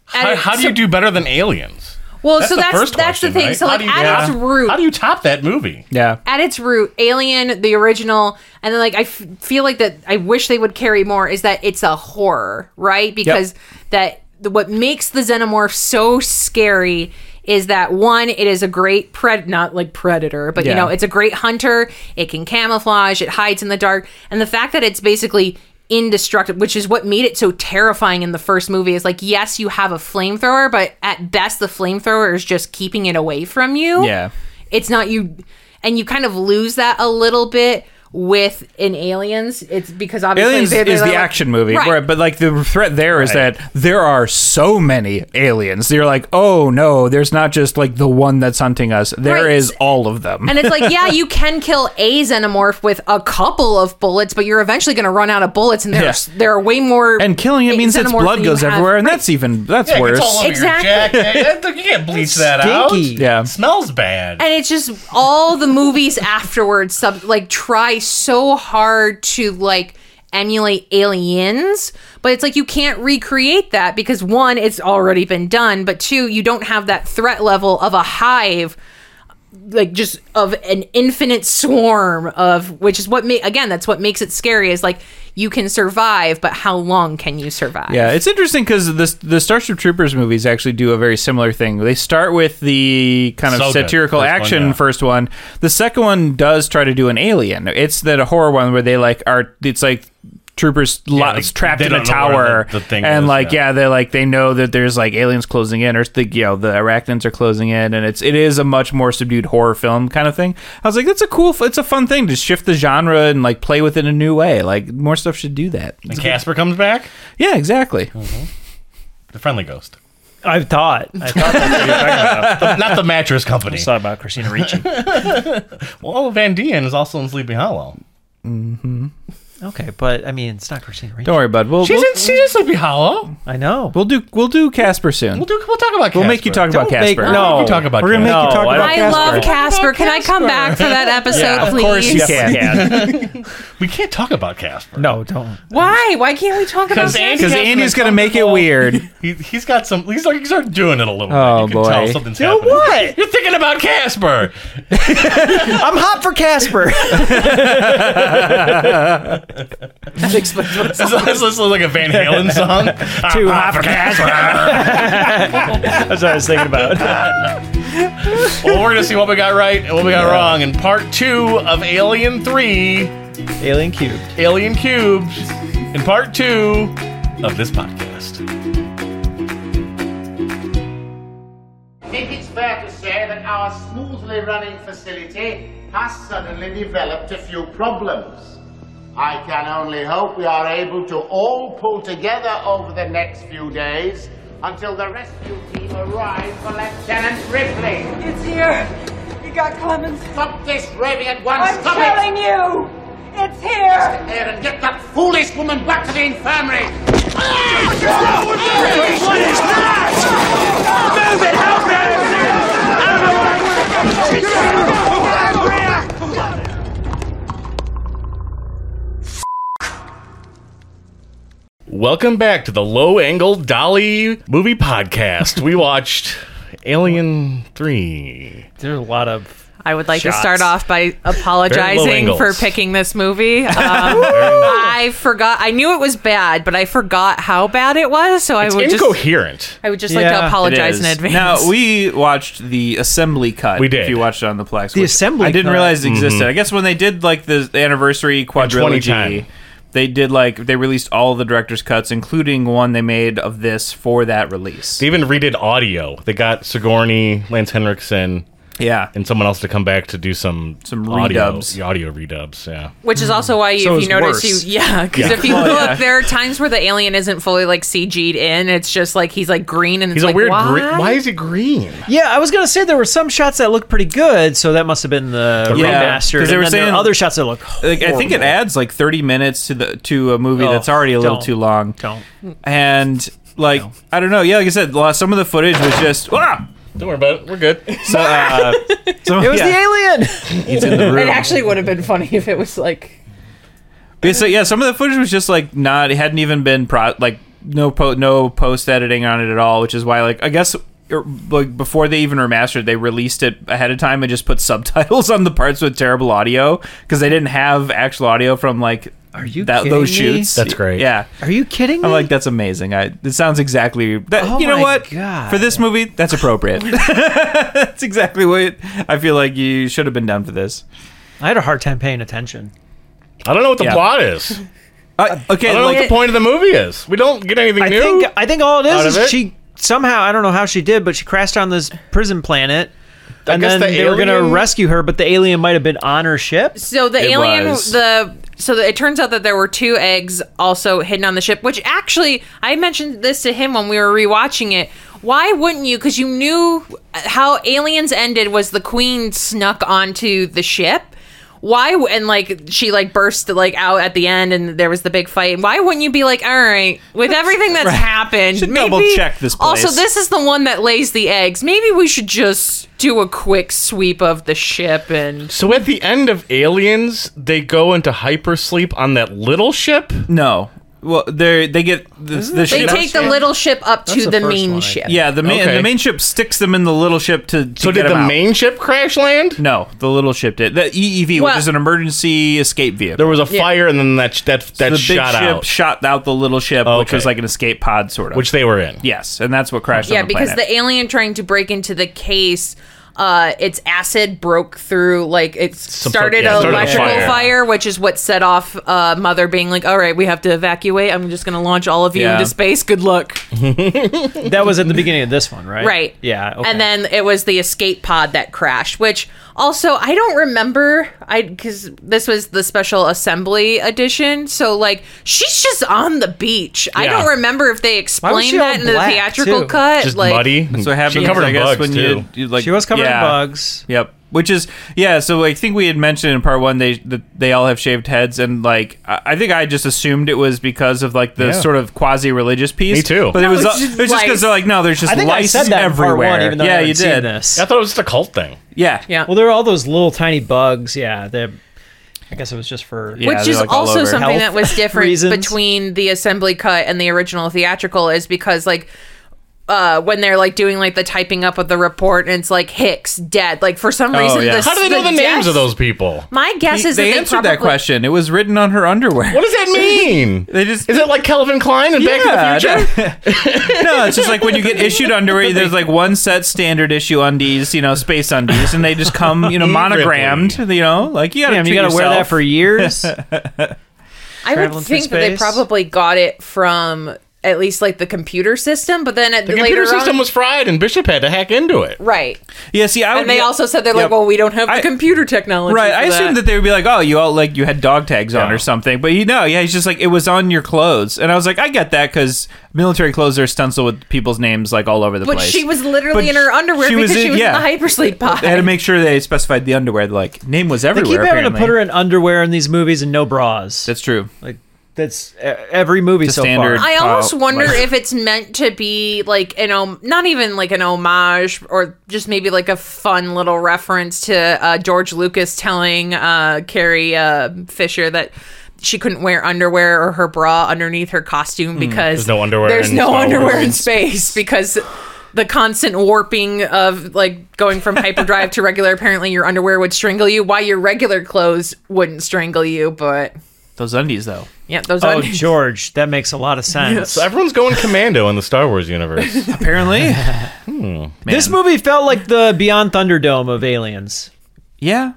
Speaker 3: How,
Speaker 4: and
Speaker 3: how do
Speaker 4: so-
Speaker 3: you do better than Aliens?
Speaker 4: Well, so
Speaker 3: the
Speaker 4: that's
Speaker 3: first
Speaker 4: that's
Speaker 3: question,
Speaker 4: the thing.
Speaker 3: right?
Speaker 4: So
Speaker 3: How
Speaker 4: like
Speaker 3: do you-
Speaker 4: at
Speaker 3: yeah.
Speaker 4: its root,
Speaker 3: How do you top that movie?
Speaker 5: Yeah.
Speaker 4: at its root, Alien, the original, and then like I f- feel like that I wish they would carry more is that it's a horror, right? Because that the, what makes the xenomorph so scary is that one, it is a great pred not like predator, but you
Speaker 5: Yeah.
Speaker 4: know, it's a great hunter. It can camouflage, it hides in the dark, and the fact that it's basically indestructible which is what made it so terrifying in the first movie is like yes you have a flamethrower but at best the flamethrower is just keeping it away from you
Speaker 5: Yeah.
Speaker 4: it's not you and you kind of lose that a little bit with in aliens it's because obviously
Speaker 5: Aliens
Speaker 4: they're- they're
Speaker 5: is the
Speaker 4: like-
Speaker 5: action movie,
Speaker 4: Right.
Speaker 5: where, but like the threat there is that there are so many aliens. You're like, oh no, there's not just like the one that's hunting us. There
Speaker 4: Right.
Speaker 5: is all of them.
Speaker 4: and it's like yeah you can kill a xenomorph with a couple of bullets but you're eventually going to run out of bullets and there's
Speaker 5: Yeah.
Speaker 4: there are way more
Speaker 5: And killing it means its
Speaker 4: xenomorphs than
Speaker 5: blood
Speaker 4: you
Speaker 5: goes
Speaker 4: have.
Speaker 5: everywhere, and that's even that's
Speaker 3: Yeah, it gets
Speaker 5: worse.
Speaker 3: all over
Speaker 4: Exactly.
Speaker 3: your jacket. That- You can't bleach that
Speaker 2: Stinky.
Speaker 3: out.
Speaker 5: Yeah.
Speaker 3: It smells bad.
Speaker 4: and it's just all the movies afterwards sub like try so hard to like emulate aliens but it's like you can't recreate that because one it's already been done but two you don't have that threat level of a hive like just of an infinite swarm of which is what ma- again that's what makes it scary is like you can survive but how long can you survive
Speaker 5: Yeah, it's interesting because the the Starship Troopers movies actually do a very similar thing. They start with the kind of
Speaker 3: So good.
Speaker 5: satirical
Speaker 3: First one,
Speaker 5: action
Speaker 3: yeah.
Speaker 5: first one. The second one does try to do an alien. It's that a horror one where they like are it's like troopers lo-
Speaker 3: like,
Speaker 5: trapped
Speaker 3: they
Speaker 5: in a
Speaker 3: don't know where
Speaker 5: tower
Speaker 3: the- the thing
Speaker 5: and
Speaker 3: is,
Speaker 5: like yeah.
Speaker 3: yeah.
Speaker 5: they're like they know that there's like aliens closing in or the you know the arachnids are closing in and it's it is a much more subdued horror film kind of thing i was like that's a cool f- it's a fun thing to shift the genre and like play with it in a new way like more stuff should do that
Speaker 3: and Casper comes back.
Speaker 5: yeah exactly
Speaker 3: The friendly ghost.
Speaker 2: I thought. I thought that's what you were talking about.
Speaker 3: The- not the mattress company.
Speaker 2: I thought about Christina Ricci.
Speaker 3: Well, Van Dien is also in Sleepy Hollow.
Speaker 2: Okay, but I mean, it's not Christina Ricci.
Speaker 5: Don't worry, bud. We'll
Speaker 3: She's
Speaker 5: we'll,
Speaker 3: in, she's in Sleepy Hollow.
Speaker 2: I know.
Speaker 5: we'll do we'll do Casper
Speaker 3: We'll
Speaker 5: soon. We'll,
Speaker 3: do. We'll talk about. Casper.
Speaker 5: make you talk about
Speaker 2: Don't make-
Speaker 5: Casper.
Speaker 2: no.
Speaker 3: We talk about.
Speaker 5: we're gonna make
Speaker 3: Casper.
Speaker 5: you talk
Speaker 2: No, I
Speaker 5: about
Speaker 4: I
Speaker 5: Casper.
Speaker 4: love Casper. Can I come back for that episode,
Speaker 2: of
Speaker 4: please?
Speaker 2: course you
Speaker 5: Please.
Speaker 2: can.
Speaker 3: We can't talk about Casper.
Speaker 2: no, don't.
Speaker 4: Why? Why can't we talk about
Speaker 3: Because
Speaker 4: Casper?
Speaker 3: Andy
Speaker 5: because
Speaker 3: Casper
Speaker 5: Andy's
Speaker 3: is
Speaker 5: gonna make it
Speaker 3: comfortable.
Speaker 5: weird.
Speaker 3: He, he's got some. He's like he's starting doing it a little.
Speaker 5: Oh,
Speaker 3: bit. You can
Speaker 5: boy.
Speaker 3: tell something's
Speaker 2: Do
Speaker 3: happening.
Speaker 2: what?
Speaker 3: You're thinking about Casper.
Speaker 2: I'm hot for Casper.
Speaker 3: This this looks like a Van Halen song. Ah, Too hot for Casper. ah.
Speaker 2: That's what I was thinking about.
Speaker 3: well, we're gonna see what we got right and what we got wrong in part two of Alien Three,
Speaker 2: Alien Cubed.
Speaker 3: Alien Cubes, in part two of this podcast.
Speaker 7: think it's fair to say that our smoothly running facility has suddenly developed a few problems. I can only hope we are able to all pull together over the next few days until the rescue team. arrive for Lieutenant Ripley.
Speaker 6: It's here. You got Clemens.
Speaker 7: Stop this raving at once.
Speaker 6: I'm
Speaker 7: Stop it.
Speaker 6: telling you. It's here.
Speaker 7: Here and get that foolish woman back to the infirmary.
Speaker 3: Welcome back to the Low Angle Dolly Movie Podcast. We watched Alien 3.
Speaker 2: There's a lot of
Speaker 4: I would like
Speaker 2: Shots.
Speaker 4: to start off by apologizing
Speaker 3: angles.
Speaker 4: for picking this movie. Um, I forgot. I knew it was bad, but I forgot how bad it was. So I
Speaker 3: It's
Speaker 4: would just.
Speaker 3: incoherent.
Speaker 4: I would just
Speaker 2: Yeah,
Speaker 4: like
Speaker 2: it
Speaker 4: to apologize in
Speaker 5: is.
Speaker 4: advance.
Speaker 5: Now we watched the assembly cut.
Speaker 3: We did.
Speaker 5: If you watched it on the Plex,
Speaker 2: The
Speaker 5: which
Speaker 2: assembly
Speaker 5: I didn't
Speaker 2: cut.
Speaker 5: realize it existed. I guess when they did like the anniversary quadrilogy,
Speaker 3: 2010.
Speaker 5: they did like they released all the director's cuts, including one they made of this for that release.
Speaker 3: They even redid audio. They got Sigourney, Lance Henriksen,
Speaker 5: Yeah,
Speaker 3: and someone else to come back to do some
Speaker 5: Some
Speaker 3: audio,
Speaker 5: redubs.
Speaker 3: the audio redubs. Yeah,
Speaker 4: Which is also why,
Speaker 5: So
Speaker 4: if
Speaker 5: it's
Speaker 4: you notice,
Speaker 5: worse.
Speaker 4: you yeah, because
Speaker 3: Yeah.
Speaker 4: if you
Speaker 5: Well,
Speaker 4: look,
Speaker 5: yeah.
Speaker 4: there are times where the alien isn't fully like CG'd in. It's just like he's like green and
Speaker 3: he's
Speaker 4: it's
Speaker 3: a
Speaker 4: like,
Speaker 3: weird.
Speaker 4: why?
Speaker 3: Green, why is he green?
Speaker 2: yeah. I was gonna say there were some shots that looked pretty good, so that must have been the
Speaker 5: Yeah,
Speaker 2: remastered.
Speaker 5: 'cause they
Speaker 2: and then there
Speaker 5: were saying-
Speaker 2: were other shots that look.
Speaker 5: like, I think it
Speaker 2: horrible.
Speaker 5: adds like 30 minutes to the to a movie
Speaker 2: Oh,
Speaker 5: that's already a little
Speaker 2: don't.
Speaker 5: too long.
Speaker 2: Don't.
Speaker 5: And like I don't know. Yeah, like I said, lo- some of the footage was just. Ah!
Speaker 3: Don't worry about it. We're good.
Speaker 5: So, uh, so,
Speaker 2: It was
Speaker 5: yeah.
Speaker 2: the alien.
Speaker 5: He's in the room.
Speaker 4: It actually would have been funny if it was like
Speaker 5: Yeah, so yeah, some of the footage was just like not. It hadn't even been pro like no po- no post editing on it at all, which is why like I guess er, like before they even remastered, they released it ahead of time and just put subtitles on the parts with terrible audio because they didn't have actual audio from like
Speaker 2: Are you
Speaker 5: that
Speaker 2: kidding
Speaker 5: those
Speaker 2: me?
Speaker 5: shoots.
Speaker 3: That's great.
Speaker 5: Yeah.
Speaker 2: Are you kidding me?
Speaker 5: I'm like that's amazing. I it sounds exactly that.
Speaker 2: Oh
Speaker 5: you know
Speaker 2: my
Speaker 5: what?
Speaker 2: God.
Speaker 5: For this movie, that's appropriate. that's exactly what I feel like you should have been done for this.
Speaker 2: I had a hard time paying attention.
Speaker 3: I don't know what the
Speaker 5: Yeah.
Speaker 3: plot is.
Speaker 5: Uh,
Speaker 3: I
Speaker 5: okay,
Speaker 3: don't know
Speaker 5: like,
Speaker 3: what the point of the movie is. We don't get anything
Speaker 2: I
Speaker 3: new.
Speaker 2: think I think all it
Speaker 3: Out
Speaker 2: is
Speaker 3: of
Speaker 2: is
Speaker 3: it?
Speaker 2: she somehow I don't know how she did, but she crashed on this prison planet. And
Speaker 3: guess
Speaker 2: then
Speaker 3: the
Speaker 2: they were going to
Speaker 3: alien-
Speaker 2: rescue her, but the alien might have been on her ship.
Speaker 4: so the
Speaker 5: It
Speaker 4: alien
Speaker 5: was.
Speaker 4: the so the, it turns out that there were two eggs also hidden on the ship. Which actually, I mentioned this to him when we were rewatching it. Why wouldn't you? Because you knew how aliens ended was the queen snuck onto the ship. Why w- and like she like burst like out at the end and there was the big fight. Why wouldn't you be like, all right, with everything that's happened,
Speaker 5: Should
Speaker 4: maybe
Speaker 5: double-check this
Speaker 4: Also,
Speaker 5: place.
Speaker 4: this this is the one that lays the eggs. Maybe we should just do a quick sweep of the ship and
Speaker 3: so at the end of Aliens, they go into hypersleep on that little ship.
Speaker 5: No. Well, they they get the, the
Speaker 4: they
Speaker 5: ship.
Speaker 4: take the little ship up to
Speaker 2: the
Speaker 4: the,
Speaker 2: first
Speaker 4: main
Speaker 2: one, I
Speaker 4: ship.
Speaker 5: yeah, the main
Speaker 3: Okay.
Speaker 5: the main ship sticks them in the little ship to, to
Speaker 3: So
Speaker 5: get
Speaker 3: did the
Speaker 5: them out.
Speaker 3: main ship crash land?
Speaker 5: No, the little ship did. The EEV,
Speaker 4: Well-
Speaker 5: which is an emergency escape vehicle.
Speaker 3: There was a fire, and then that sh- that that
Speaker 5: the
Speaker 3: shot
Speaker 5: big ship
Speaker 3: out,
Speaker 5: shot out the little ship, which
Speaker 3: Okay.
Speaker 5: was like an escape pod, sort of.
Speaker 3: which they were in.
Speaker 5: yes, and that's what crashed.
Speaker 4: Yeah,
Speaker 5: on the
Speaker 4: because
Speaker 5: planet.
Speaker 4: the alien trying to break into the case, uh, its acid broke through, like it
Speaker 3: sort-
Speaker 4: started
Speaker 3: yeah,
Speaker 4: an
Speaker 3: started a
Speaker 4: electrical
Speaker 3: fire.
Speaker 4: fire. which is what set off uh, Mother being like, "All right, we have to evacuate. I'm just going to launch all of you
Speaker 5: Yeah.
Speaker 4: into space. Good luck."
Speaker 2: That was at the beginning of this one, right?
Speaker 4: Right.
Speaker 2: Yeah. okay.
Speaker 4: And then it was the escape pod that crashed, which also I don't remember. I because this was the special assembly edition, so like she's just on the beach. I
Speaker 3: Yeah.
Speaker 4: don't remember if they
Speaker 2: she
Speaker 4: explained
Speaker 2: all
Speaker 4: that in the
Speaker 2: black,
Speaker 4: theatrical
Speaker 2: too?
Speaker 4: cut.
Speaker 3: Just
Speaker 4: like,
Speaker 3: muddy.
Speaker 5: That's what happens.
Speaker 3: She covered
Speaker 5: I
Speaker 3: in
Speaker 5: guess
Speaker 3: bugs
Speaker 5: when
Speaker 3: too.
Speaker 5: you, you like
Speaker 2: she was covered
Speaker 5: yeah.
Speaker 2: in bugs.
Speaker 5: Yep. Which is yeah. So like, I think we had mentioned in part one they that they all have shaved heads, and like I I think I just assumed it was because of like the
Speaker 3: Yeah.
Speaker 5: sort of quasi religious piece.
Speaker 3: Me too.
Speaker 5: But it
Speaker 4: No,
Speaker 5: was
Speaker 4: it's
Speaker 5: uh,
Speaker 4: just
Speaker 5: it was just
Speaker 4: lice.
Speaker 5: because they're like no, there's just
Speaker 2: I think I
Speaker 5: lice
Speaker 2: said that
Speaker 5: everywhere.
Speaker 2: in part one, even though
Speaker 5: yeah,
Speaker 2: I
Speaker 5: you
Speaker 2: haven't
Speaker 5: did.
Speaker 2: Seen this.
Speaker 3: I thought it was just a cult thing.
Speaker 5: Yeah.
Speaker 4: Yeah.
Speaker 2: Well, there were all those little tiny bugs. Yeah. That I guess it was just for.
Speaker 5: Yeah,
Speaker 4: Which
Speaker 5: they're,
Speaker 4: is
Speaker 5: like, all
Speaker 4: also
Speaker 2: Health
Speaker 5: over.
Speaker 4: something that was different
Speaker 2: reasons.
Speaker 4: between the assembly cut and the original theatrical is because like uh when they're like doing like the typing up of the report and it's like Hicks dead. Like for some reason
Speaker 5: Oh, yeah.
Speaker 4: the,
Speaker 3: How do they know the, names
Speaker 4: deaths-
Speaker 3: of those people?
Speaker 4: My guess
Speaker 5: He-
Speaker 4: is
Speaker 5: they
Speaker 4: that they
Speaker 5: answered that
Speaker 4: probably-
Speaker 5: question. It was written on her underwear.
Speaker 3: What does that mean?
Speaker 5: They just
Speaker 3: Is it like Calvin Klein and Back to the Future?
Speaker 5: that- no, it's just like when you get issued underwear. There's like one set standard issue undies, you know, space undies, and they just come, you know, monogrammed. You know, like you gotta,
Speaker 2: Damn, you
Speaker 5: treat
Speaker 2: gotta wear
Speaker 5: yourself.
Speaker 2: that for years.
Speaker 4: I would
Speaker 2: traveling through
Speaker 4: think that they
Speaker 2: space?
Speaker 4: probably got it from at least like the computer system. But then at
Speaker 3: The
Speaker 4: later
Speaker 3: computer system
Speaker 4: on,
Speaker 3: was fried, and Bishop had to hack into it.
Speaker 4: right,
Speaker 5: Yeah, see, I would,
Speaker 4: and they
Speaker 5: Oh, yeah.
Speaker 4: also said they're
Speaker 5: Yep.
Speaker 4: like, well, we don't have the
Speaker 5: I-
Speaker 4: computer technology.
Speaker 5: Right,
Speaker 4: for
Speaker 5: I assumed that they would be like, "Oh, you all like you had dog tags on
Speaker 3: Yeah.
Speaker 5: or something," but you know, yeah, he's just like it was on your clothes, and I was like, "I get that because military clothes are stenciled with people's names like all over the
Speaker 4: But
Speaker 5: place."
Speaker 4: she was literally
Speaker 5: But
Speaker 4: in her underwear
Speaker 5: she was
Speaker 4: because
Speaker 5: in-
Speaker 4: she was
Speaker 5: yeah.
Speaker 4: in the hypersleep pod.
Speaker 5: They had to make sure they specified the underwear. Like name was
Speaker 2: They
Speaker 5: everywhere.
Speaker 2: keep having
Speaker 5: apparently.
Speaker 2: to put her in underwear in these movies and no bras.
Speaker 5: That's true.
Speaker 2: like that's e- every movie
Speaker 5: It's a
Speaker 2: so
Speaker 5: standard.
Speaker 2: far.
Speaker 4: I
Speaker 5: Oh,
Speaker 4: almost wonder
Speaker 5: like-
Speaker 4: if it's meant to be like an om- not even like an homage or just maybe like a fun little reference to uh, George Lucas telling uh, Carrie uh, Fisher that she couldn't wear underwear or her bra underneath her costume
Speaker 3: Hmm,
Speaker 4: because
Speaker 3: There's no underwear
Speaker 4: There's
Speaker 3: in
Speaker 4: no
Speaker 3: Star Wars.
Speaker 4: underwear in space because. The constant warping of like going from hyperdrive to regular, apparently your underwear would strangle you. Why your regular clothes wouldn't strangle you, but
Speaker 5: Those undies though.
Speaker 4: yeah, those
Speaker 2: Oh,
Speaker 4: un-
Speaker 2: George, that makes a lot of sense.
Speaker 3: So everyone's going commando in the Star Wars universe.
Speaker 5: Apparently,
Speaker 2: This movie felt like the Beyond Thunderdome of aliens.
Speaker 5: yeah.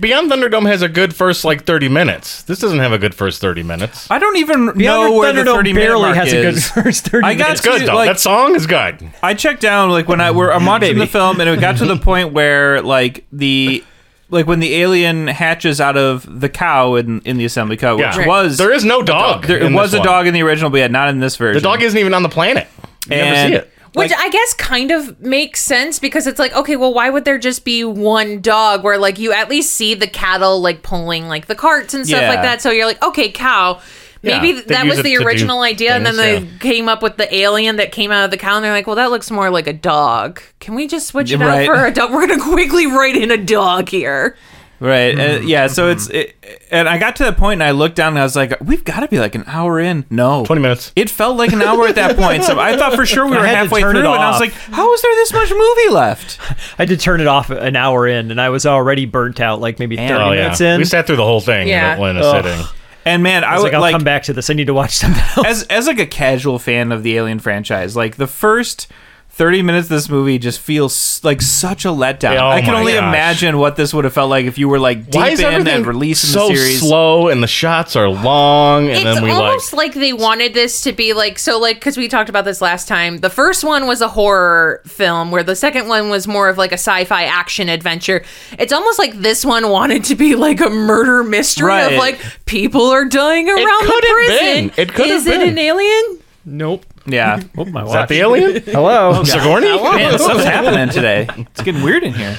Speaker 3: Beyond Thunderdome has a good first like 30 minutes. This doesn't have a good first 30 minutes.
Speaker 5: I don't even
Speaker 2: Beyond
Speaker 5: know where the
Speaker 2: Thunderdome
Speaker 5: thirty minute
Speaker 2: barely
Speaker 5: mark
Speaker 2: has a good
Speaker 5: is.
Speaker 2: first thirty.
Speaker 5: I got
Speaker 2: minutes.
Speaker 3: It's good
Speaker 5: Dude,
Speaker 3: though.
Speaker 5: like-
Speaker 3: that song is good.
Speaker 5: I checked down like when I were I'm watching the film and it got to the point where like the like when the alien hatches out of the cow in in the assembly cut, which
Speaker 3: Yeah.
Speaker 5: was
Speaker 3: There is no dog.
Speaker 5: there, it
Speaker 3: in
Speaker 5: was
Speaker 3: this
Speaker 5: a
Speaker 3: one.
Speaker 5: dog in the original, but yeah, not in this version.
Speaker 3: The dog isn't even on the planet. You never
Speaker 5: And-
Speaker 3: see it.
Speaker 4: Which I guess kind of makes sense because it's like, okay, well, why would there just be one dog where like you at least see the cattle like pulling like the carts and stuff
Speaker 5: Yeah.
Speaker 4: like that? So you're like, okay, cow. Maybe
Speaker 3: Yeah, they
Speaker 4: that
Speaker 3: use
Speaker 4: was
Speaker 3: it
Speaker 4: the
Speaker 3: to do
Speaker 4: original idea, and then they
Speaker 3: things,
Speaker 4: came up with the alien that came out of the cow, and they're like, well, that looks more like a dog. Can we just switch it
Speaker 5: Right.
Speaker 4: out for a dog? We're gonna quickly write in a dog here.
Speaker 5: right?
Speaker 3: Mm.
Speaker 5: and- yeah, so it's it, and I got to that point and I looked down and I was like, we've got to be like an hour in. No,
Speaker 3: 20 minutes.
Speaker 5: It felt like an hour at that point, so I thought for sure we were
Speaker 2: had to
Speaker 5: halfway through,
Speaker 2: turn it
Speaker 5: and I was
Speaker 2: off.
Speaker 5: like, "How is there this much movie left?"
Speaker 2: I had to turn it off an hour in, and I was already burnt out, like maybe
Speaker 5: Man.
Speaker 2: thirty
Speaker 5: Oh,
Speaker 2: minutes in.
Speaker 3: We sat through the whole thing
Speaker 4: Yeah.
Speaker 3: in a, in a
Speaker 2: Ugh.
Speaker 3: sitting.
Speaker 5: And man, I,
Speaker 2: I was
Speaker 5: would
Speaker 2: like, I'll come back to this. I need to watch something else.
Speaker 5: as as like a casual fan of the Alien franchise, like the first 30 minutes of this movie just feels like such a letdown.
Speaker 3: Yeah, oh
Speaker 5: I can
Speaker 3: my
Speaker 5: only
Speaker 3: gosh.
Speaker 5: imagine what this would have felt like if you were like
Speaker 3: Why
Speaker 5: deep
Speaker 3: is
Speaker 5: in
Speaker 3: everything
Speaker 5: and releasing
Speaker 3: so
Speaker 5: the series.
Speaker 3: slow and the shots are long and
Speaker 4: it's
Speaker 3: then we like
Speaker 4: almost like, they wanted this to be like so like because we talked about this last time the first one was a horror film where the second one was more of like a sci-fi action adventure it's almost like this one wanted to be like a murder mystery
Speaker 5: Right.
Speaker 4: of like people are dying around
Speaker 3: could
Speaker 4: the
Speaker 3: have
Speaker 4: prison
Speaker 3: been. It could
Speaker 4: is
Speaker 3: have
Speaker 4: it
Speaker 3: been.
Speaker 4: an alien
Speaker 2: Nope.
Speaker 5: Yeah.
Speaker 2: Oh my
Speaker 3: is that the alien?
Speaker 2: Hello.
Speaker 3: Sigourney?
Speaker 5: Man, stuff's happening today. It's getting weird in here.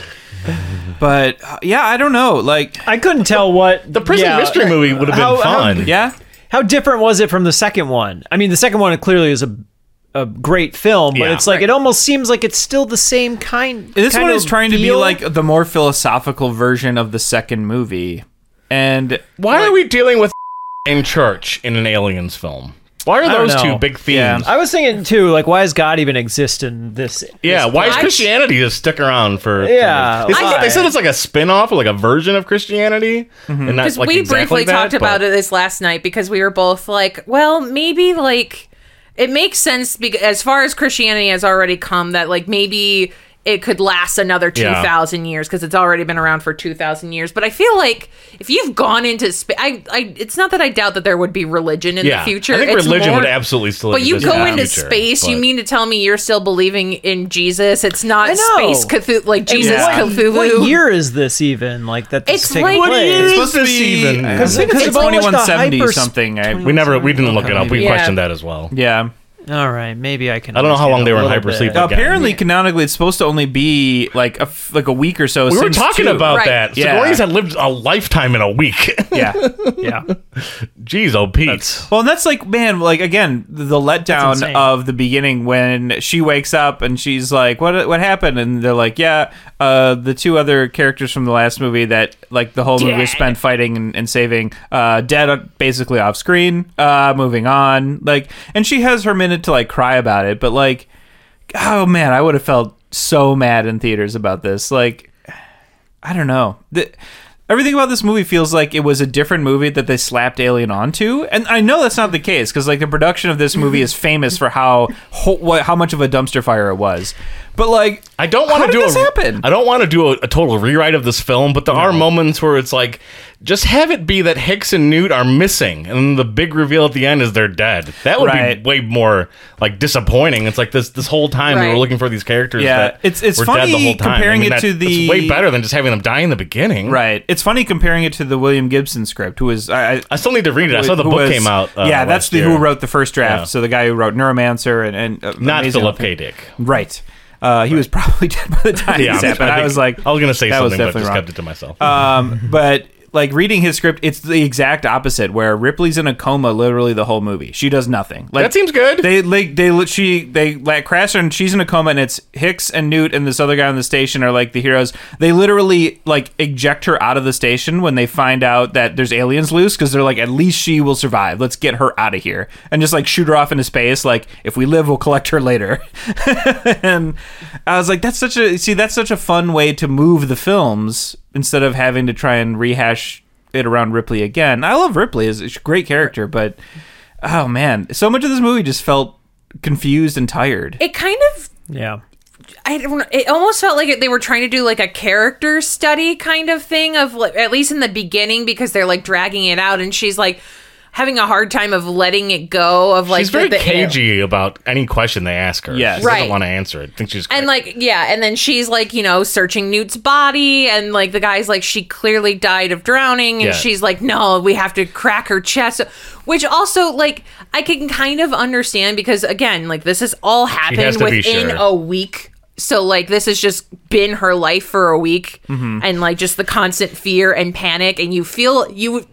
Speaker 5: But uh, yeah, I don't know. Like,
Speaker 2: I couldn't tell what
Speaker 3: The prison
Speaker 2: yeah,
Speaker 3: mystery movie would have been
Speaker 2: How- how-
Speaker 3: fun.
Speaker 5: yeah.
Speaker 2: How different was it from the second one? I mean, the second one clearly is a a great film, but
Speaker 3: Yeah.
Speaker 2: it's like it almost seems like it's still the same kind.
Speaker 5: This
Speaker 2: kind
Speaker 5: one
Speaker 2: of
Speaker 5: is trying to be
Speaker 2: deal.
Speaker 5: like the more philosophical version of the second movie. And
Speaker 3: Why are we dealing with in church in an aliens film? Why are
Speaker 2: don't
Speaker 3: those
Speaker 2: know.
Speaker 3: two big themes? Yeah,
Speaker 2: I was thinking too, like, why does God even exist in this?
Speaker 3: why is
Speaker 4: I-
Speaker 3: Christianity just stick around for?
Speaker 2: Yeah,
Speaker 3: they, said,
Speaker 2: why?
Speaker 3: they said it's like a spin-off, like a version of Christianity, and not
Speaker 4: because
Speaker 3: like
Speaker 4: we
Speaker 3: exactly
Speaker 4: briefly
Speaker 3: that,
Speaker 4: talked
Speaker 3: but-
Speaker 4: about it this last night because we were both like well maybe like it makes sense because as far as christianity has already come that like maybe it could last another
Speaker 3: Yeah.
Speaker 4: 2000 years because it's already been around for 2000 years but i feel like if you've gone into space I, I it's not that i doubt that there would be religion in
Speaker 3: Yeah,
Speaker 4: the future
Speaker 3: I think
Speaker 4: It's
Speaker 3: religion
Speaker 4: more-
Speaker 3: would absolutely still.
Speaker 4: but you
Speaker 3: exist in
Speaker 4: go
Speaker 3: the
Speaker 4: into
Speaker 3: future,
Speaker 4: space you
Speaker 3: but-
Speaker 4: mean to tell me you're still believing in jesus it's
Speaker 2: I
Speaker 4: not
Speaker 2: know.
Speaker 4: space cthulhu like jesus
Speaker 2: what,
Speaker 4: cthulhu
Speaker 2: what year is this even? Like that? This
Speaker 4: It's
Speaker 2: taking
Speaker 4: like- What
Speaker 2: place?
Speaker 3: year
Speaker 5: it's
Speaker 3: Is
Speaker 5: supposed to
Speaker 3: this
Speaker 5: be
Speaker 3: even?
Speaker 5: I think
Speaker 2: Because
Speaker 5: it's
Speaker 2: of all the
Speaker 5: 2170
Speaker 2: hyper-
Speaker 5: something. I,
Speaker 3: we never we didn't look it up. We
Speaker 4: Yeah.
Speaker 3: questioned that as well.
Speaker 5: yeah.
Speaker 2: All right, maybe I can.
Speaker 3: I don't know how
Speaker 2: understand
Speaker 3: long
Speaker 2: a
Speaker 3: they were in
Speaker 2: little bit.
Speaker 3: hypersleep.
Speaker 5: Now, apparently, canonically, it's supposed to only be like a f- like a week or so.
Speaker 3: we were
Speaker 5: since
Speaker 3: talking
Speaker 5: two.
Speaker 3: about
Speaker 4: Right.
Speaker 3: that.
Speaker 5: Yeah.
Speaker 3: Sigourney's had lived a lifetime in a week.
Speaker 5: Yeah.
Speaker 2: Yeah,
Speaker 3: Jeez, oh Pete.
Speaker 5: Well, and that's like, man, like again, the letdown
Speaker 2: insane.
Speaker 5: of the beginning when she wakes up and she's like, "What? What happened?" And they're like, "Yeah, uh, the two other characters from the last movie that like the whole movie was spent fighting and, and saving, uh, dead, uh, basically off screen. Uh, moving on, like, and she has her minute to like cry about it, but like, oh man, I would have felt so mad in theaters about this, like." I don't know. The, everything about this movie feels like it was a different movie that they slapped Alien onto, and I know that's not the case because like the production of this movie is famous for how ho- what, how much of a dumpster fire it was. But like,
Speaker 3: I don't want
Speaker 5: How
Speaker 3: to
Speaker 5: did
Speaker 3: do
Speaker 5: this
Speaker 3: a,
Speaker 5: happen?
Speaker 3: I don't want to do a, a total rewrite of this film, but there are moments where it's like, just have it be that Hicks and Newt are missing, and the big reveal at the end is they're dead. That would
Speaker 5: Right.
Speaker 3: be way more like disappointing. It's like this this whole time they
Speaker 4: Right.
Speaker 3: were looking for these characters.
Speaker 5: Yeah,
Speaker 3: that
Speaker 5: it's- it's
Speaker 3: were dead
Speaker 5: funny
Speaker 3: the whole time.
Speaker 5: comparing
Speaker 3: I mean,
Speaker 5: it to
Speaker 3: that's
Speaker 5: the-
Speaker 3: way better than just having them die in the beginning.
Speaker 5: right? It's funny comparing it to the William Gibson script, who was I. I
Speaker 3: I still need to read it. I saw the
Speaker 5: who
Speaker 3: book
Speaker 5: was-
Speaker 3: came out. Uh,
Speaker 5: yeah, that's
Speaker 3: last
Speaker 5: the
Speaker 3: year.
Speaker 5: who wrote the first draft.
Speaker 3: Yeah.
Speaker 5: So the guy who wrote Neuromancer and and uh,
Speaker 3: not
Speaker 5: Amazing
Speaker 3: Philip
Speaker 5: Elephant-
Speaker 3: K. Dick.
Speaker 5: Right. Uh, he was probably dead by the time
Speaker 3: Yeah,
Speaker 5: this happened. I,
Speaker 3: think-
Speaker 5: was like,
Speaker 3: I was gonna say
Speaker 5: that was
Speaker 3: something, but I
Speaker 5: definitely
Speaker 3: just
Speaker 5: wrong.
Speaker 3: kept it to myself.
Speaker 5: um, but like reading his script, it's the exact opposite. Where Ripley's in a coma literally the whole movie. She does nothing. Like
Speaker 3: That seems good.
Speaker 5: They like they li- she they like crash and she's in a coma and it's Hicks and Newt and this other guy on the station are like the heroes. They literally like eject her out of the station when they find out that there's aliens loose because they're like at least she will survive. Let's get her out of here and just like shoot her off into space. Like if we live, we'll collect her later. and I was like, that's such a see, that's such a fun way to move the films instead of having to try and rehash it around Ripley again. I love Ripley; is a great character, but oh man, so much of this movie just felt confused and tired.
Speaker 4: It kind of
Speaker 2: Yeah.
Speaker 4: I don't know. It almost felt like they were trying to do like a character study kind of thing of like, at least in the beginning because they're like dragging it out and she's like having a hard time of letting it go of like
Speaker 3: She's very
Speaker 4: the- the-
Speaker 3: cagey about any question they ask her.
Speaker 5: Yes.
Speaker 3: she doesn't
Speaker 4: Right.
Speaker 3: want to answer it. I think she's
Speaker 4: And like yeah, and then she's like you know searching Newt's body, and like the guy's like she clearly died of drowning, and
Speaker 3: Yeah.
Speaker 4: she's like no, we have to crack her chest, which also like I can kind of understand because again like this has all
Speaker 3: has
Speaker 4: happened
Speaker 3: to be
Speaker 4: within
Speaker 3: sure.
Speaker 4: a week, so like this has just been her life for a week,
Speaker 3: Mm-hmm.
Speaker 4: and like just the constant fear and panic, and you feel you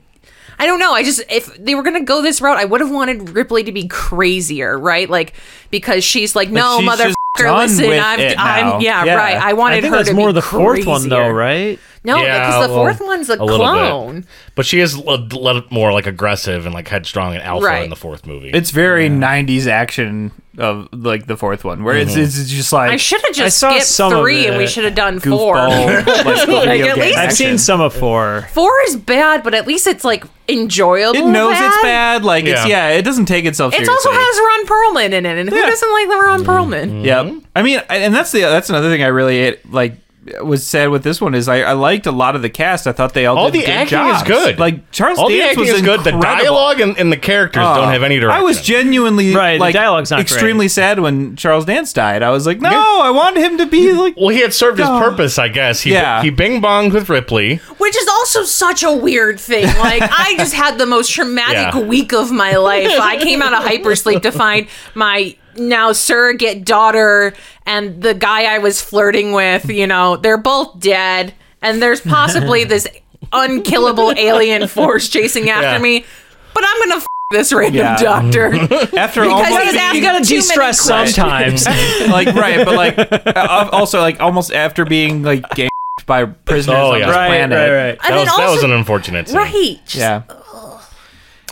Speaker 4: I don't know. I just if they were gonna go this route, I would have wanted Ripley to be crazier, right? Like because she's like, no,
Speaker 5: she's
Speaker 4: motherfucker,
Speaker 5: just done
Speaker 4: listen,
Speaker 5: with
Speaker 4: I'm,
Speaker 5: it now."
Speaker 4: I'm, yeah,
Speaker 5: Yeah.
Speaker 4: right. I wanted
Speaker 2: I think
Speaker 4: her
Speaker 2: that's
Speaker 4: to
Speaker 2: more
Speaker 4: be
Speaker 2: the fourth one though,
Speaker 4: crazier.
Speaker 2: right?
Speaker 4: No,
Speaker 3: Yeah,
Speaker 4: because oh, the
Speaker 3: well,
Speaker 4: fourth one's a,
Speaker 3: a little bit.
Speaker 4: clone.
Speaker 3: But she is a little more like aggressive and like headstrong and alpha
Speaker 4: Right.
Speaker 3: in the fourth movie.
Speaker 5: It's very '90s action of like the fourth one, where
Speaker 3: Mm-hmm.
Speaker 5: it's it's just like
Speaker 4: I should have just
Speaker 2: saw
Speaker 4: skipped
Speaker 2: some of
Speaker 4: three, and we
Speaker 2: it.
Speaker 4: should have done four.
Speaker 5: goofball. like, video
Speaker 4: at
Speaker 5: game
Speaker 4: least-
Speaker 2: I've
Speaker 5: action.
Speaker 2: seen some of four.
Speaker 4: Four is bad, but at least it's like enjoyable.
Speaker 5: It knows it's bad. Like it's
Speaker 3: Yeah.
Speaker 5: yeah, it doesn't take itself.
Speaker 4: It
Speaker 5: seriously.
Speaker 4: also has Ron Perlman in it, and who
Speaker 5: Yeah.
Speaker 4: doesn't like Ron Perlman?
Speaker 3: Mm-hmm.
Speaker 5: Yeah, I mean, I- and that's the that's another thing I really like was sad with this one is I, I liked a lot of the cast. I thought they all
Speaker 3: all
Speaker 5: did
Speaker 3: the
Speaker 5: good
Speaker 3: acting
Speaker 5: jobs.
Speaker 3: is good.
Speaker 5: Like Charles
Speaker 3: all the
Speaker 5: Dance
Speaker 3: acting
Speaker 5: was
Speaker 3: is good. The
Speaker 5: incredible.
Speaker 3: dialogue and, and the characters
Speaker 5: Uh,
Speaker 3: don't have any direction.
Speaker 5: I was genuinely
Speaker 2: Right, the
Speaker 5: Like,
Speaker 2: dialogue's not
Speaker 5: extremely
Speaker 2: great.
Speaker 5: sad when Charles Dance died. I was like, no,
Speaker 3: Yeah.
Speaker 5: I wanted him to be like.
Speaker 3: well, he had served his
Speaker 5: Oh.
Speaker 3: purpose, I guess. He
Speaker 5: Yeah.
Speaker 3: he bing bonged with Ripley.
Speaker 4: Which is also such a weird thing. Like, I just had the most traumatic
Speaker 3: Yeah.
Speaker 4: week of my life. I came out of hypersleep to find my now surrogate daughter and the guy I was flirting with, you know, they're both dead. And there's possibly this unkillable alien force chasing after
Speaker 3: Yeah.
Speaker 4: me. But I'm going to f- this random
Speaker 5: Yeah.
Speaker 4: doctor. because
Speaker 5: After
Speaker 4: he's
Speaker 5: almost,
Speaker 4: asking
Speaker 2: You gotta
Speaker 4: too many
Speaker 2: de-stress
Speaker 4: questions.
Speaker 2: sometimes.
Speaker 5: like right, but like uh, also like almost after being like gamed by prisoners
Speaker 3: Oh,
Speaker 5: on
Speaker 3: yeah.
Speaker 5: this
Speaker 2: Right,
Speaker 5: planet.
Speaker 2: right, right.
Speaker 4: And
Speaker 3: That
Speaker 4: then
Speaker 3: was, that was
Speaker 4: also-
Speaker 3: an unfortunate scene.
Speaker 4: Right. Just-
Speaker 5: Yeah,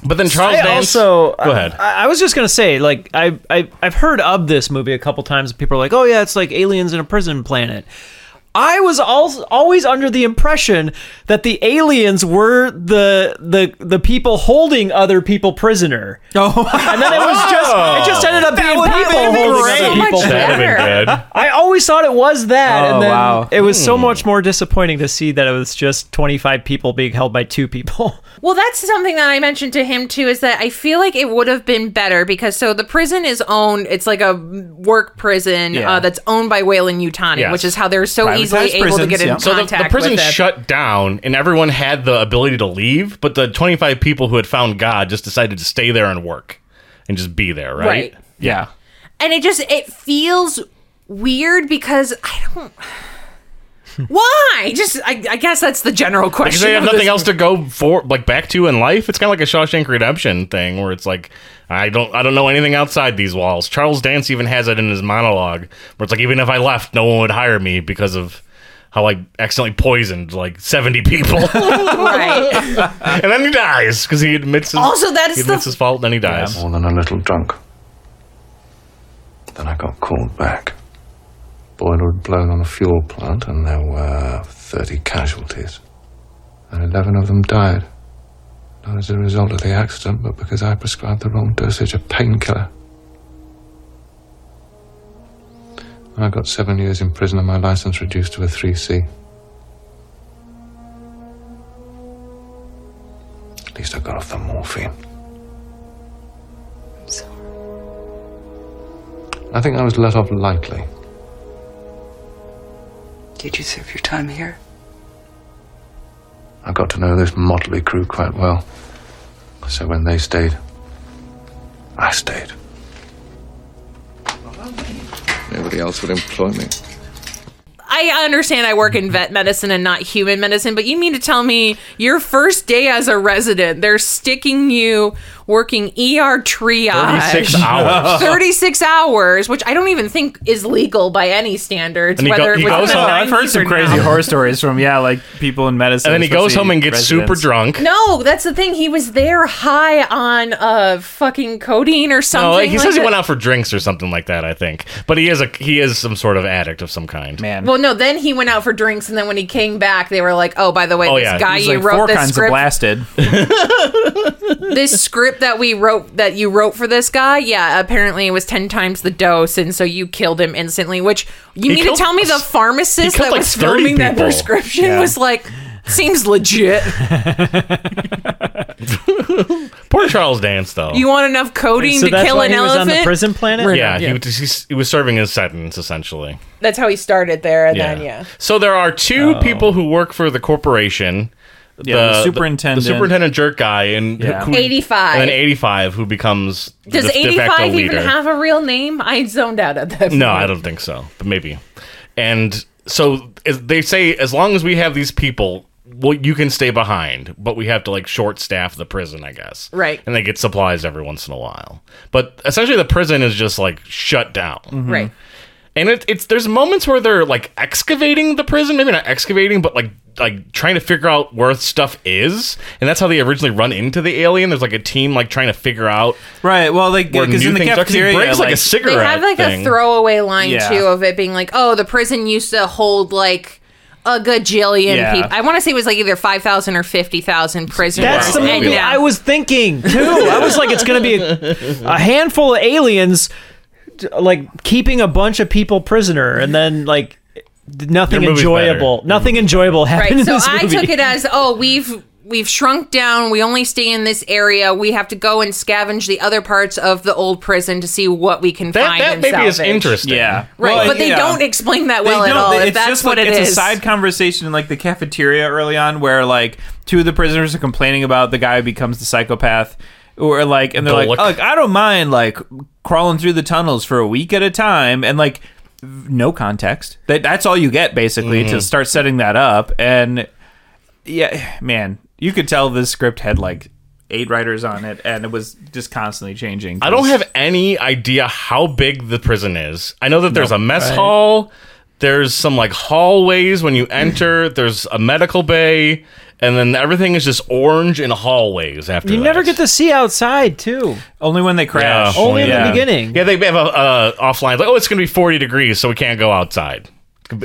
Speaker 3: But then Charles
Speaker 2: I
Speaker 3: Dance.
Speaker 2: also uh,
Speaker 3: Go ahead.
Speaker 2: I, I was just gonna say, like, I, I I've heard of this movie a couple times. People are like, "Oh yeah, it's like aliens in a prison planet." I was al- always under the impression that the aliens were the the the people holding other people prisoner. Oh, and then it was just it just ended up being
Speaker 5: would have
Speaker 2: people
Speaker 5: been
Speaker 2: holding
Speaker 5: great.
Speaker 2: other
Speaker 5: So
Speaker 2: people.
Speaker 4: Oh, much
Speaker 3: that would have
Speaker 4: better.
Speaker 3: been good.
Speaker 2: I always thought it was that,
Speaker 5: Oh,
Speaker 2: and then
Speaker 5: wow.
Speaker 2: it was
Speaker 3: Hmm.
Speaker 2: so much more disappointing to see that it was just twenty five people being held by two people.
Speaker 4: Well, that's something that I mentioned to him too is that I feel like it would have been better because so the prison is owned, it's like a work prison
Speaker 5: Yeah.
Speaker 4: uh, that's owned by Whalen Utani,
Speaker 3: Yes.
Speaker 4: which is how they're so
Speaker 5: Privatized
Speaker 4: easily able to
Speaker 5: prisons,
Speaker 4: get in
Speaker 5: yeah.
Speaker 4: contact
Speaker 3: So the, the prison
Speaker 4: with it.
Speaker 3: shut down, and everyone had the ability to leave. But the 25 people who had found God just decided to stay there and work, and just be there.
Speaker 4: Right.
Speaker 5: yeah.
Speaker 4: And it just it feels weird because I don't why? Just I, I guess that's the general question.
Speaker 3: Because they have
Speaker 4: of
Speaker 3: nothing
Speaker 4: this-
Speaker 3: else to go for, like back to in life. It's kind of like a Shawshank Redemption thing, where it's like, I don't, I don't know anything outside these walls. Charles Dance even has it in his monologue, where it's like, even if I left, no one would hire me because of how I accidentally poisoned like seventy people, and
Speaker 4: Right.
Speaker 3: then he dies because he admits. His,
Speaker 4: Also, that is
Speaker 3: he admits
Speaker 4: the-
Speaker 3: his fault, and then he dies.
Speaker 8: More than a little drunk. Then I got called back. Boiler had blown on a fuel plant, and there were 30 casualties. And 11 of them died. Not as a result of the accident, but because I prescribed the wrong dosage of painkiller. I got seven years in prison and my license reduced to a 3C. At least I got off the morphine.
Speaker 4: I'm sorry.
Speaker 8: I think I was let off lightly.
Speaker 9: Did you serve your time here?
Speaker 8: I got to know this motley crew quite well. So when they stayed, I stayed. Nobody else would employ me.
Speaker 4: I understand I work in vet medicine and not human medicine, but you mean to tell me your first day as a resident, they're sticking you working ER triage
Speaker 3: 36 hours.
Speaker 4: 36 hours, which I don't even think is legal by any standards,
Speaker 3: And he go-
Speaker 4: whether
Speaker 3: he
Speaker 4: it was in
Speaker 3: goes
Speaker 4: the
Speaker 3: home- I've
Speaker 4: 90s
Speaker 5: I've heard some
Speaker 4: or
Speaker 5: crazy
Speaker 4: not.
Speaker 5: horror stories from yeah, like people in medicine.
Speaker 3: And then he goes home and gets super drunk.
Speaker 4: No, that's the thing. He was there high on uh fucking codeine or something.
Speaker 3: No, Oh, he
Speaker 4: like
Speaker 3: says he
Speaker 4: that.
Speaker 3: went out for drinks or something like that. I think, but he is a he is some sort of addict of some kind.
Speaker 5: Man,
Speaker 4: Well, no, then he went out for drinks, and then when he came back, they were like, "Oh, by the way,
Speaker 3: Oh,
Speaker 4: this
Speaker 3: yeah.
Speaker 4: guy
Speaker 5: He's
Speaker 4: you
Speaker 5: like
Speaker 4: wrote
Speaker 5: four
Speaker 4: this
Speaker 5: kinds of
Speaker 4: script
Speaker 5: blasted.
Speaker 4: this script that we wrote that you wrote for this guy yeah apparently it was 10 times the dose and so you killed him instantly which you
Speaker 3: He
Speaker 4: need
Speaker 3: killed-
Speaker 4: to tell me the
Speaker 3: he
Speaker 4: pharmacist
Speaker 3: killed
Speaker 4: that
Speaker 3: like
Speaker 4: was
Speaker 3: 30
Speaker 4: filming that
Speaker 3: people.
Speaker 4: prescription was like seems legit
Speaker 3: Poor Charles Dance though.
Speaker 4: you want enough codeine
Speaker 2: so
Speaker 4: to
Speaker 2: that's
Speaker 4: kill
Speaker 2: why
Speaker 4: an
Speaker 2: he was on
Speaker 4: elephant
Speaker 2: the prison planet.
Speaker 3: yeah, He, was- he's- he was serving his sentence essentially.
Speaker 4: that's how he started there and
Speaker 3: Yeah.
Speaker 4: then yeah
Speaker 3: So there are two people who work for the corporation.
Speaker 5: Oh. Yeah, the superintendent.
Speaker 3: the superintendent jerk guy, and
Speaker 5: Yeah.
Speaker 3: who-
Speaker 4: 85.
Speaker 3: and then eighty-five, who becomes
Speaker 4: does
Speaker 3: the de facto
Speaker 4: 85 even
Speaker 3: leader.
Speaker 4: have a real name i zoned out at that
Speaker 3: No, I don't think so, but maybe. And so as they say, as long as we have these people, well, you can stay behind, but we have to like short staff the prison, I guess.
Speaker 4: Right.
Speaker 3: And they get supplies every once in a while, but essentially the prison is just like shut down.
Speaker 4: right
Speaker 3: And it, it's there's moments where they're like excavating the prison, maybe not excavating, but like like trying to figure out where stuff is, and that's how they originally run into the alien. There's like a team like trying to figure out
Speaker 5: right. Well, like
Speaker 3: where
Speaker 5: because
Speaker 3: new
Speaker 5: in the
Speaker 3: things are. 'cause he
Speaker 5: cafeteria,
Speaker 3: breaks like,
Speaker 5: E. like-
Speaker 3: a cigarette.
Speaker 4: they have like
Speaker 3: thing.
Speaker 4: a throwaway line
Speaker 5: Yeah.
Speaker 4: too of it being like, oh, the prison used to hold like a gajillion
Speaker 5: Yeah.
Speaker 4: people. I want to say it was like either five thousand or fifty thousand prisoners.
Speaker 2: That's the
Speaker 4: And
Speaker 2: movie
Speaker 4: now-
Speaker 2: I was thinking too. I was like, it's gonna be a, a handful of aliens, d- like keeping a bunch of people prisoner, and then like d- nothing
Speaker 3: Your movie's
Speaker 2: enjoyable.
Speaker 3: better.
Speaker 2: Nothing enjoyable happened
Speaker 4: right.
Speaker 2: in
Speaker 4: So
Speaker 2: this
Speaker 4: I
Speaker 2: movie.
Speaker 4: took it as, oh, we've we've shrunk down. We only stay in this area. We have to go and scavenge the other parts of the old prison to see what we can
Speaker 3: that
Speaker 4: find.
Speaker 3: that
Speaker 4: and
Speaker 3: maybe is
Speaker 4: salvage.
Speaker 3: interesting.
Speaker 5: Yeah.
Speaker 4: Right,
Speaker 5: Well,
Speaker 4: but they
Speaker 5: yeah.
Speaker 4: don't explain that well
Speaker 5: They
Speaker 4: at
Speaker 5: don't-
Speaker 4: all.
Speaker 5: they-
Speaker 4: If that's
Speaker 5: just
Speaker 4: what
Speaker 5: like,
Speaker 4: it is,
Speaker 5: it's a side conversation in like the cafeteria early on where like two of the prisoners are complaining about the guy who becomes the psychopath or like and they're like,
Speaker 3: Bullock.
Speaker 5: "Oh, like I don't mind like crawling through the tunnels for a week at a time and like no context. That that's all you get basically to start setting that up and yeah, man, you could tell this script had like eight writers on it and it was just constantly changing.
Speaker 3: I don't have any idea how big the prison is. I know that there's a mess hall. There's some like hallways when you enter. There's a medical bay, and then everything is just orange and hallways. After
Speaker 2: you
Speaker 3: that.
Speaker 2: never get to see outside too.
Speaker 5: only when they crash.
Speaker 3: Yeah.
Speaker 2: Only in
Speaker 5: Yeah.
Speaker 2: the beginning.
Speaker 3: Yeah, they have a uh, offline like, oh, it's going to be 40 degrees, so we can't go outside.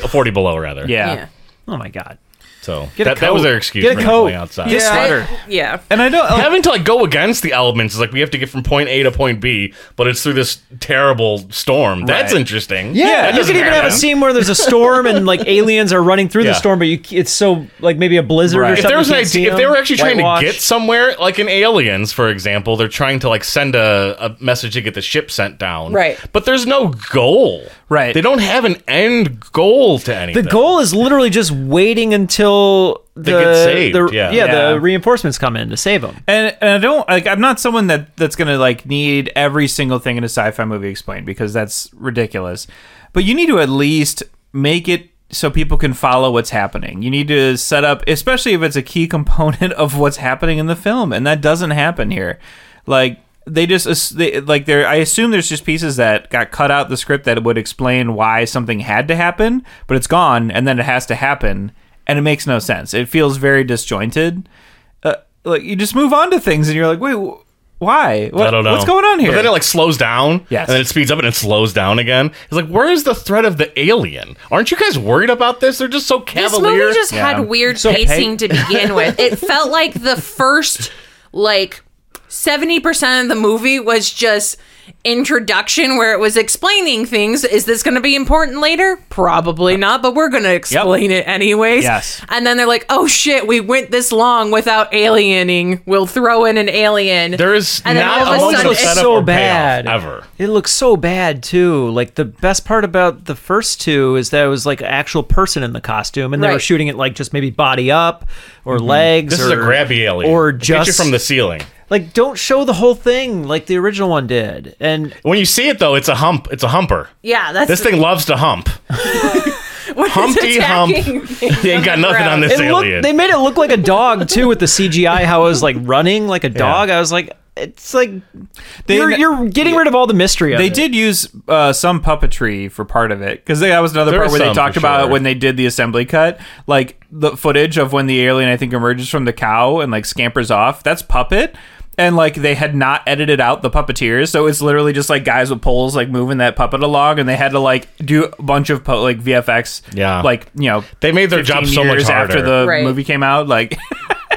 Speaker 3: 40 below rather.
Speaker 5: Yeah.
Speaker 4: yeah,
Speaker 2: Oh my god.
Speaker 3: So
Speaker 2: Get a
Speaker 3: that, that was
Speaker 2: coat.
Speaker 3: their excuse
Speaker 2: Get a
Speaker 3: for not
Speaker 2: coat.
Speaker 3: going outside.
Speaker 5: Just sweater.
Speaker 4: yeah.
Speaker 5: And I don't
Speaker 3: Having to like go against the elements is like we have to get from point A to point B, but it's through this terrible storm. That's
Speaker 5: Right.
Speaker 3: interesting.
Speaker 2: Yeah,
Speaker 3: That
Speaker 2: you
Speaker 3: doesn't
Speaker 2: could even have a
Speaker 3: happen.
Speaker 2: scene where there's a storm and like aliens are running through
Speaker 3: Yeah.
Speaker 2: the storm, but you, c- it's so like maybe a blizzard
Speaker 5: Right.
Speaker 2: or
Speaker 5: If
Speaker 3: if
Speaker 2: something.
Speaker 3: there was
Speaker 2: you
Speaker 3: an
Speaker 2: can't see
Speaker 3: idea, if they
Speaker 2: them.
Speaker 3: were actually trying
Speaker 2: Whitewash.
Speaker 3: to get somewhere, like in Aliens, for example, they're trying to like send a, a message to get the ship sent down.
Speaker 4: Right.
Speaker 3: But there's no goal.
Speaker 5: Right.
Speaker 3: They don't have an end goal to anything.
Speaker 2: The goal is literally just waiting until the
Speaker 3: get saved,
Speaker 2: the-
Speaker 3: yeah.
Speaker 5: Yeah.
Speaker 2: the reinforcements come in to save them.
Speaker 5: And, and I don't like. I'm not someone that that's gonna like need every single thing in a sci-fi movie explained because that's ridiculous. But you need to at least make it so people can follow what's happening. You need to set up, especially if it's a key component of what's happening in the film, and that doesn't happen here. Like they just ass- they, like there. I assume there's just pieces that got cut out the script that would explain why something had to happen, but it's gone, and then it has to happen, and it makes no sense. It feels very disjointed uh, like you just move on to things and you're like, wait, wh- why? What,
Speaker 3: I don't know.
Speaker 5: What's going on here?
Speaker 3: But then it like slows down.
Speaker 5: Yes.
Speaker 3: And then it speeds up and it slows down again. It's like, where is the threat of the alien? Aren't you guys worried about this? They're just so
Speaker 4: This
Speaker 3: cavalier.
Speaker 4: movie just
Speaker 5: Yeah.
Speaker 4: had weird
Speaker 5: So
Speaker 4: pacing to begin with. It felt like the first like 70% of the movie was just introduction where it was explaining things. Is this going to be important later? Probably not, but we're going to explain it anyways.
Speaker 5: Yes.
Speaker 4: And then they're like, oh shit, we went this long without aliening. We'll throw in an alien.
Speaker 3: There is
Speaker 4: And then all
Speaker 3: not
Speaker 4: of
Speaker 3: a
Speaker 4: a
Speaker 3: moment
Speaker 4: sudden
Speaker 3: of
Speaker 4: it's
Speaker 3: setup
Speaker 2: so
Speaker 3: or payoff
Speaker 2: bad.
Speaker 3: ever.
Speaker 2: It looks so bad too. Like the best part about the first two is that it was like an actual person in the costume, and they were
Speaker 4: Right.
Speaker 2: shooting it like just maybe body up or legs.
Speaker 3: Mm-hmm. This
Speaker 2: or,
Speaker 3: is a grabby alien.
Speaker 2: or
Speaker 3: It gets you
Speaker 2: just-
Speaker 3: from the ceiling.
Speaker 2: Like don't show the whole thing like the original one did. And
Speaker 3: When you see it though, it's a hump. It's a humper.
Speaker 4: yeah, that's
Speaker 3: This thing loves to hump.
Speaker 4: what is
Speaker 3: Humpty Hump.
Speaker 4: attacking things
Speaker 3: He ain't got
Speaker 4: the
Speaker 3: nothing on
Speaker 4: ground.
Speaker 3: this
Speaker 2: it
Speaker 3: alien.
Speaker 2: looked, they made it look like a dog too with the CGI. How it was like running like a dog. I was like, it's like you're, you're getting rid of all the mystery. Of
Speaker 5: They
Speaker 2: it.
Speaker 5: did use uh, some puppetry for part of it because that was another
Speaker 3: There
Speaker 5: part
Speaker 3: was
Speaker 5: where they
Speaker 3: some,
Speaker 5: talked
Speaker 3: for
Speaker 5: about
Speaker 3: sure.
Speaker 5: when they did the assembly cut, like the footage of when the alien I think emerges from the cow and like scampers off. That's puppet. And like they had not edited out the puppeteers, so it's literally just like guys with poles like moving that puppet along, and they had to like do a bunch of po- like VFX,
Speaker 3: Yeah.
Speaker 5: like you know
Speaker 3: They made their job
Speaker 5: 15
Speaker 3: so much
Speaker 5: years after
Speaker 3: harder.
Speaker 5: the
Speaker 4: Right.
Speaker 5: movie came out. Like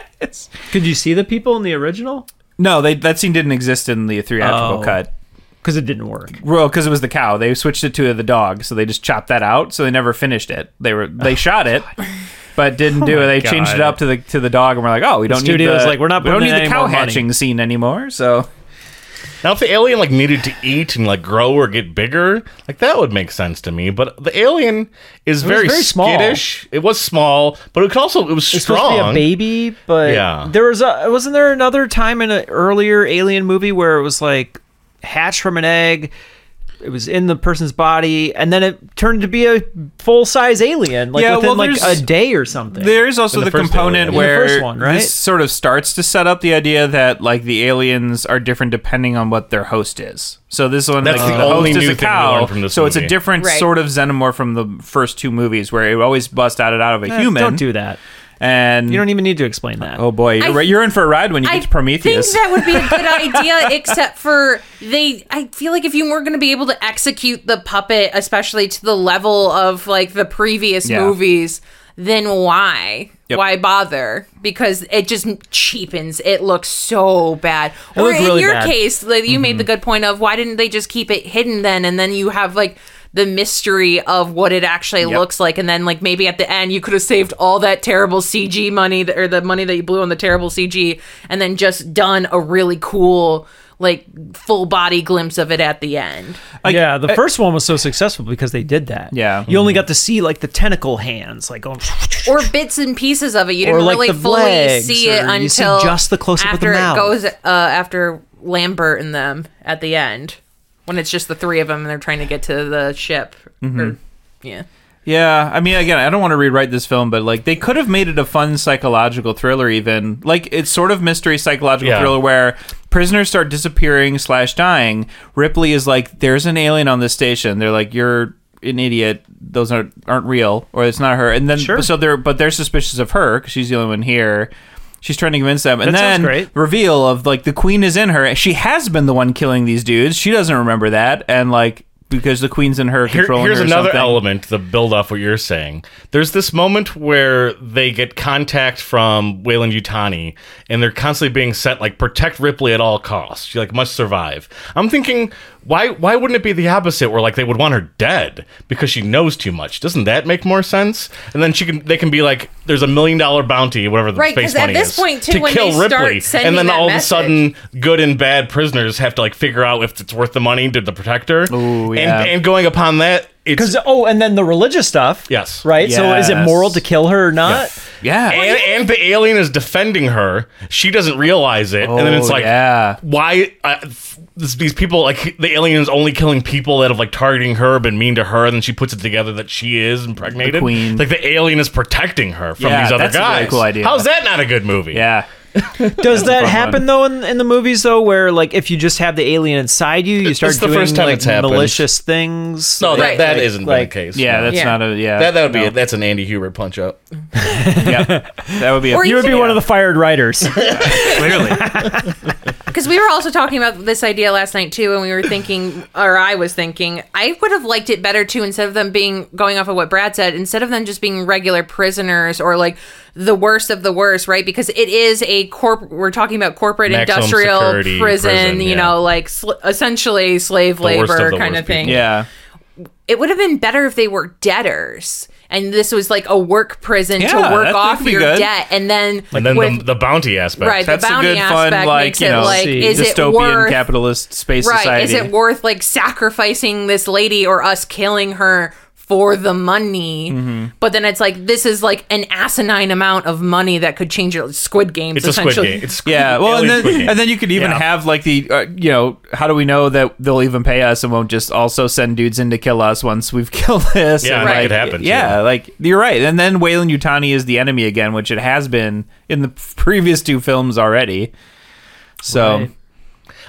Speaker 2: Could you see the people in the original?
Speaker 5: no, they that scene didn't exist in the
Speaker 2: Oh.
Speaker 5: theatrical cut.
Speaker 2: Because it didn't work.
Speaker 5: Well, because it was the cow, they switched it to the dog, so they just chopped that out. So they never finished it. They were
Speaker 2: Oh,
Speaker 5: they shot it, but didn't do it. They changed it
Speaker 3: God.
Speaker 5: up to the to the dog, and we're like, oh, we don't need
Speaker 2: studio's
Speaker 5: the,
Speaker 2: like, we're not
Speaker 5: we don't
Speaker 2: putting
Speaker 5: need
Speaker 2: in
Speaker 5: the
Speaker 2: any
Speaker 5: cow
Speaker 2: more money.
Speaker 5: hatching scene anymore. So
Speaker 3: Now, if the alien like needed to eat and like grow or get bigger, like that would make sense to me. But the alien is very,
Speaker 2: very small.
Speaker 3: skittish. It was small, but it could also it was
Speaker 2: It's supposed to be
Speaker 3: strong.
Speaker 2: a baby, but
Speaker 3: Yeah.
Speaker 2: there was a wasn't there another time in an earlier alien movie where it was like hatched from an egg. It was in the person's body, and then it turned to be a full size alien, like
Speaker 5: Yeah,
Speaker 2: within
Speaker 5: well,
Speaker 2: like a
Speaker 5: there's-
Speaker 2: day or something.
Speaker 5: there is also
Speaker 3: In
Speaker 5: the,
Speaker 3: the first
Speaker 5: component
Speaker 3: alien.
Speaker 2: In the
Speaker 5: where
Speaker 2: first one, right?
Speaker 5: this sort of starts to set up the idea that like the aliens are different depending on what their host is. So this one,
Speaker 3: That's
Speaker 5: like,
Speaker 3: the
Speaker 5: the,
Speaker 3: only
Speaker 5: host
Speaker 3: new
Speaker 5: is a
Speaker 3: thing we
Speaker 5: cow,
Speaker 3: learned from this
Speaker 5: so it's a
Speaker 3: movie.
Speaker 5: different
Speaker 4: Right.
Speaker 5: sort of xenomorph from the first two movies where it always bust out it out of a
Speaker 2: Eh,
Speaker 5: human.
Speaker 2: Don't do that.
Speaker 5: and
Speaker 2: You don't even need to explain that.
Speaker 5: Oh boy, you're,
Speaker 4: e- I-
Speaker 5: right. you're in for a ride when you get to Prometheus.
Speaker 4: think that would be a good idea, except for they. I feel like if you weren't going to be able to execute the puppet, especially to the level of like the previous
Speaker 5: Yeah.
Speaker 4: movies, then why?
Speaker 5: Yep.
Speaker 4: Why bother? Because it just cheapens. It looks so bad. or
Speaker 2: looked
Speaker 4: in
Speaker 2: really
Speaker 4: your
Speaker 2: bad.
Speaker 4: case, like you made the good point of why didn't they just keep it hidden then, and then you have like the mystery of what it actually
Speaker 5: Yep.
Speaker 4: looks like and then like maybe at the end you could have saved all that terrible cg money that, or the money that you blew on the terrible cg and then just done a really cool like full body glimpse of it at the end
Speaker 2: yeah, the first one was so successful because they did that.
Speaker 5: Yeah.
Speaker 2: you only got to see like the tentacle hands, like oh, going.
Speaker 4: or bits and pieces of it you
Speaker 2: Or,
Speaker 4: didn't
Speaker 2: like,
Speaker 4: really
Speaker 2: the
Speaker 4: fully
Speaker 2: legs,
Speaker 4: see
Speaker 2: or
Speaker 4: it
Speaker 2: you see
Speaker 4: until
Speaker 2: just the close-up of the
Speaker 4: after
Speaker 2: mouth.
Speaker 4: it goes uh, after lambert and them at the end when it's just the three of them and they're trying to get to the ship
Speaker 2: Mm-hmm.
Speaker 4: or, yeah
Speaker 5: yeah, I mean, again, I don't want to rewrite this film, but like they could have made it a fun psychological thriller. Even like it's sort of mystery psychological
Speaker 3: Yeah.
Speaker 5: thriller where prisoners start disappearing slash dying. Ripley is like, "There's an alien on this station." They're like, "You're an idiot. Those aren't aren't real, or it's not her." And then
Speaker 2: Sure.
Speaker 5: so they're but they're suspicious of her because she's the only one here. She's trying to convince them, and
Speaker 2: That sounds
Speaker 5: then
Speaker 2: great.
Speaker 5: reveal of like the queen is in her. She has been the one killing these dudes. She doesn't remember that, and like because the queen's in her
Speaker 3: Here-
Speaker 5: controlling
Speaker 3: here's
Speaker 5: her or
Speaker 3: another
Speaker 5: something.
Speaker 3: element to build off what you're saying. There's this moment where they get contact from Wayland Utani, and they're constantly being set like protect Ripley at all costs. She like must survive. I'm thinking, why why wouldn't it be the opposite where like they would want her dead because she knows too much? Doesn't that make more sense? And then she can they can be like, there's a million dollar bounty, whatever the
Speaker 4: Right,
Speaker 3: space
Speaker 4: 'cause at
Speaker 3: money
Speaker 4: this
Speaker 3: is,
Speaker 4: point, too,
Speaker 3: to
Speaker 4: when
Speaker 3: kill
Speaker 4: they start
Speaker 3: Ripley,
Speaker 4: sending
Speaker 3: and then
Speaker 4: that
Speaker 3: all
Speaker 4: message-
Speaker 3: of a sudden, good and bad prisoners have to like figure out if it's worth the money to the protector.
Speaker 5: Ooh, yeah.
Speaker 3: and, and going upon that, it's
Speaker 2: Because oh, and then the religious stuff.
Speaker 3: Yes.
Speaker 2: Right. So is it
Speaker 5: Yes.
Speaker 2: moral to kill her or not?
Speaker 5: Yeah.
Speaker 3: and, and the alien is defending her. She doesn't realize it, and then it's
Speaker 5: Oh,
Speaker 3: like,
Speaker 5: yeah.
Speaker 3: why uh, f- this, these people like the alien is only killing people that have like targeting her, been mean to her, and then she puts it together that she is impregnated.
Speaker 5: The queen.
Speaker 3: Like the alien is protecting her from
Speaker 5: Yeah,
Speaker 3: these other
Speaker 5: that's a really
Speaker 3: guys.
Speaker 5: cool idea.
Speaker 3: How's that not a good movie?
Speaker 5: Yeah.
Speaker 2: Does that
Speaker 5: fun
Speaker 2: happen
Speaker 5: one.
Speaker 2: though in, in the movies though, where like if you just have the alien inside you, you start
Speaker 3: the
Speaker 2: doing
Speaker 3: first time
Speaker 2: like
Speaker 3: it's happened.
Speaker 2: malicious things?
Speaker 3: No,
Speaker 4: Right.
Speaker 3: that, that
Speaker 2: Like-
Speaker 3: not
Speaker 2: like-
Speaker 3: the case.
Speaker 5: Yeah, that's
Speaker 4: Yeah.
Speaker 5: not a yeah.
Speaker 1: That that would be
Speaker 5: no.
Speaker 1: a, that's an Andy Hubert punch up.
Speaker 5: Yep. that would be a
Speaker 4: Or
Speaker 2: you would be one of the fired writers.
Speaker 5: clearly.
Speaker 4: because we were also talking about this idea last night too, and we were thinking, or I was thinking, I would have liked it better too. Instead of them being going off of what Brad said, instead of them just being regular prisoners or like the worst of the worst, right? Because it is a corp. We're talking about corporate
Speaker 3: Maximum
Speaker 4: industrial
Speaker 3: security
Speaker 4: prison,
Speaker 3: prison,
Speaker 4: you
Speaker 3: yeah.
Speaker 4: know, like sl- essentially slave
Speaker 3: worst of
Speaker 4: labor
Speaker 3: the
Speaker 4: kind
Speaker 3: worst
Speaker 4: of thing.
Speaker 3: people.
Speaker 5: Yeah.
Speaker 4: It would have been better if they were debtors. And this was like a work prison
Speaker 5: Yeah,
Speaker 4: to
Speaker 5: that
Speaker 4: work off
Speaker 5: could be
Speaker 4: your
Speaker 5: good.
Speaker 4: debt, and then
Speaker 3: And then
Speaker 4: with-
Speaker 3: the, the bounty aspect.
Speaker 4: Right,
Speaker 5: That's
Speaker 4: the
Speaker 5: a
Speaker 4: bounty
Speaker 5: good
Speaker 4: aspect
Speaker 5: fun, like
Speaker 4: makes
Speaker 5: you
Speaker 4: it
Speaker 5: know,
Speaker 4: like, is it
Speaker 5: dystopian
Speaker 4: worth
Speaker 5: capitalist space
Speaker 4: right?
Speaker 5: society.
Speaker 4: Is it worth like sacrificing this lady or us killing her for the money?
Speaker 3: Mm-hmm.
Speaker 4: But then it's like this is like an asinine amount of money that could change your Squid Games.
Speaker 3: It's a squid
Speaker 4: essentially.
Speaker 3: game. It's squid-
Speaker 5: Yeah, well, and
Speaker 3: alien squid
Speaker 5: then
Speaker 3: game.
Speaker 5: and then you could even
Speaker 3: Yeah.
Speaker 5: have like the uh, you know how do we know that they'll even pay us and won't just also send dudes in to kill us once we've killed this?
Speaker 3: Yeah,
Speaker 5: and,
Speaker 3: that
Speaker 5: like,
Speaker 3: could happen,
Speaker 5: Yeah,
Speaker 3: too.
Speaker 5: like you're right. And then Wayland Utani is the enemy again, which it has been in the previous two films already. So
Speaker 2: Right.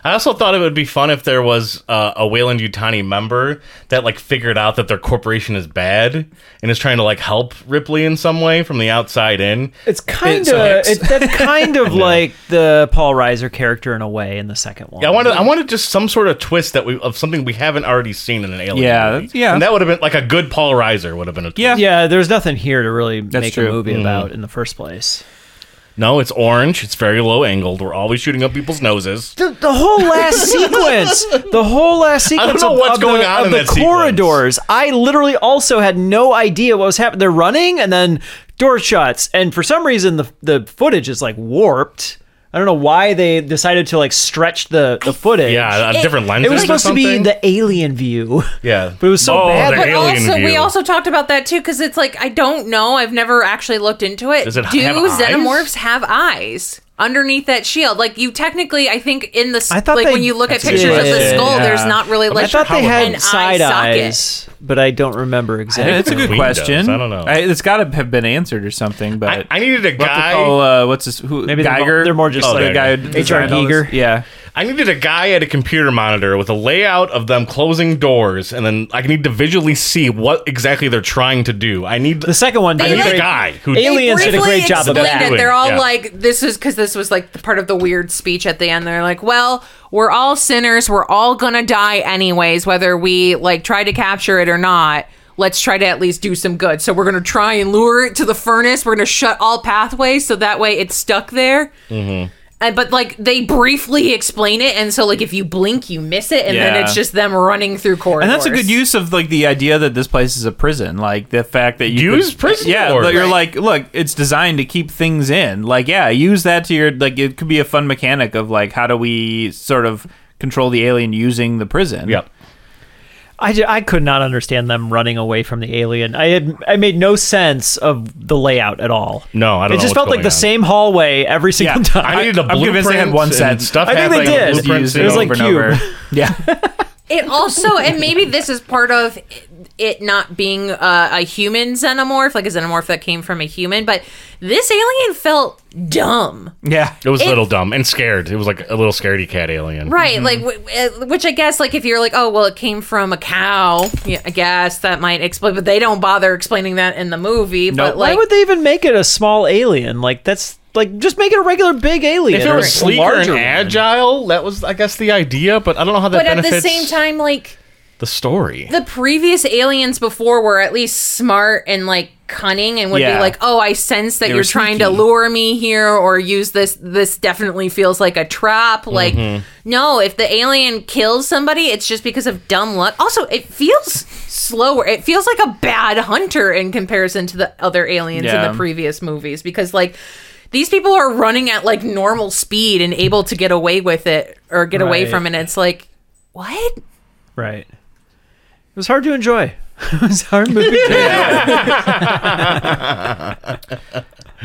Speaker 3: I also thought it would be fun if there was uh, a Wayland Utani member that like figured out that their corporation is bad and is trying to like help Ripley in some way from the outside in.
Speaker 2: It's kind
Speaker 5: so
Speaker 2: of it,
Speaker 5: Hicks.
Speaker 2: that's kind of like the Paul Reiser character in a way in the second one.
Speaker 3: Yeah, I wanted I wanted just some sort of twist that we of something we haven't already seen in an alien.
Speaker 5: Yeah,
Speaker 3: movie.
Speaker 5: yeah.
Speaker 3: And that would have been like a good polarizer would have been a twist.
Speaker 5: Yeah.
Speaker 2: yeah, there's nothing here to really
Speaker 5: That's
Speaker 2: make
Speaker 5: true.
Speaker 2: a
Speaker 3: Mm-hmm.
Speaker 2: movie about in the first place.
Speaker 3: No, it's orange. It's very low angled. We're always shooting up people's noses.
Speaker 2: The, the whole last sequence, the whole last sequence
Speaker 3: know
Speaker 2: of,
Speaker 3: what's
Speaker 2: of
Speaker 3: going
Speaker 2: the,
Speaker 3: on
Speaker 2: of
Speaker 3: in
Speaker 2: the
Speaker 3: that sequence.
Speaker 2: corridors. I literally also had no idea what was happening. They're running and then door shuts, and for some reason the the footage is like warped. I don't know why they decided to like stretch the the footage.
Speaker 3: Yeah, a different lens.
Speaker 2: It was supposed to be the alien view.
Speaker 3: yeah,
Speaker 2: But it was so
Speaker 3: oh,
Speaker 2: bad.
Speaker 3: The
Speaker 2: But
Speaker 4: But
Speaker 3: alien
Speaker 4: also,
Speaker 3: view.
Speaker 4: we also talked about that too because it's like I don't know. I've never actually looked into it.
Speaker 3: Does it
Speaker 4: Do
Speaker 3: have eyes?
Speaker 4: xenomorphs have eyes? Underneath that shield, like you technically, I think in the s-
Speaker 2: I thought
Speaker 4: like
Speaker 2: they
Speaker 4: when you look at
Speaker 2: did.
Speaker 4: pictures of the skull,
Speaker 5: Yeah.
Speaker 4: there's not really like
Speaker 2: I thought they
Speaker 4: an eye
Speaker 2: had side
Speaker 4: socket.
Speaker 2: eyes, but I don't remember exactly.
Speaker 5: it's a good
Speaker 3: Queen
Speaker 5: question.
Speaker 3: does. I don't know.
Speaker 5: it's got to have been answered or something,
Speaker 3: I,
Speaker 5: but
Speaker 3: I needed a
Speaker 5: We'll have to
Speaker 3: guy.
Speaker 5: call, uh, what's his who,
Speaker 2: Maybe they're
Speaker 5: Geiger?
Speaker 2: more- they're more just
Speaker 5: oh,
Speaker 3: like-
Speaker 5: the guy who
Speaker 2: H.R.
Speaker 5: designed all this-
Speaker 2: Giger.
Speaker 5: Yeah.
Speaker 3: I needed a guy at a computer monitor with a layout of them closing doors, and then I need to visually see what exactly they're trying to do. I need
Speaker 2: the second one,
Speaker 3: I need
Speaker 2: did a
Speaker 4: like-
Speaker 3: a
Speaker 2: great,
Speaker 3: guy who
Speaker 4: They
Speaker 2: Aliens did a
Speaker 4: briefly
Speaker 2: great job of
Speaker 4: explained
Speaker 3: that.
Speaker 4: it. They're all
Speaker 3: Yeah.
Speaker 4: like, "This is because this was like the part of the weird speech at the end." They're like, "Well, we're all sinners. We're all gonna die anyways, whether we like try to capture it or not. Let's try to at least do some good. So we're gonna try and lure it to the furnace. We're gonna shut all pathways so that way it's stuck there." Mm-hmm. And, but like they briefly explain it, and so like if you blink, you miss it, and
Speaker 5: Yeah.
Speaker 4: then it's just them running through corridors.
Speaker 5: And that's a good use of like the idea that this place is a prison, like the fact that you
Speaker 3: Use
Speaker 5: could-
Speaker 3: prison
Speaker 5: Yeah,
Speaker 3: doors.
Speaker 5: but you're like, look, it's designed to keep things in. Like, yeah, use that to your like. It could be a fun mechanic of like, how do we sort of control the alien using the prison?
Speaker 3: Yep.
Speaker 2: I, ju- I could not understand them running away from the alien. I had I made no sense of the layout at all.
Speaker 3: No, I don't
Speaker 2: It
Speaker 3: know
Speaker 2: just
Speaker 3: what's
Speaker 2: felt like
Speaker 3: going
Speaker 2: the
Speaker 3: on.
Speaker 2: same hallway every single
Speaker 5: Yeah.
Speaker 2: time.
Speaker 3: I needed a
Speaker 5: I'm
Speaker 3: blueprint.
Speaker 5: convinced they had one
Speaker 3: and
Speaker 5: set.
Speaker 3: Stuff
Speaker 2: I think
Speaker 3: had,
Speaker 2: they
Speaker 3: like,
Speaker 2: did.
Speaker 3: blueprints
Speaker 2: It was
Speaker 3: and
Speaker 2: like
Speaker 3: over and
Speaker 2: Cube.
Speaker 3: over.
Speaker 5: Yeah,
Speaker 4: It also, and maybe this is part of it not being uh, a human xenomorph, like a xenomorph that came from a human, but this alien felt dumb.
Speaker 5: yeah.
Speaker 3: It was a
Speaker 4: It-
Speaker 3: little dumb and scared. It was like a little scaredy cat alien.
Speaker 4: Right, like w- w- which I guess like if you're like, oh well, it came from a cow. Yeah, I guess that might explain, but they don't bother explaining that in the movie. But
Speaker 2: Why
Speaker 4: like,
Speaker 2: would they even make it a small alien? Like that's like just make it a regular big alien.
Speaker 3: If it
Speaker 2: or
Speaker 3: was
Speaker 2: a
Speaker 3: sleeker and
Speaker 2: larger one.
Speaker 3: agile, that was, I guess, the idea. But I don't know how that
Speaker 4: but at
Speaker 3: benefits
Speaker 4: the same time, like
Speaker 3: the story.
Speaker 4: the previous aliens before were at least smart and like cunning and would
Speaker 5: Yeah.
Speaker 4: be like, "Oh, I sense that
Speaker 5: They
Speaker 4: you're
Speaker 5: were
Speaker 4: trying to
Speaker 5: sneaky.
Speaker 4: lure me here or use this this definitely feels like a trap." Like,
Speaker 5: Mm-hmm.
Speaker 4: no, if the alien kills somebody, it's just because of dumb luck. Also, it feels slower. It feels like a bad hunter in comparison to the other aliens
Speaker 5: Yeah.
Speaker 4: in the previous movies because like these people are running at like normal speed and able to get away with it or get away
Speaker 2: Right.
Speaker 4: from it. It's like, "What?"
Speaker 2: right? It was hard to enjoy. it was a hard movie.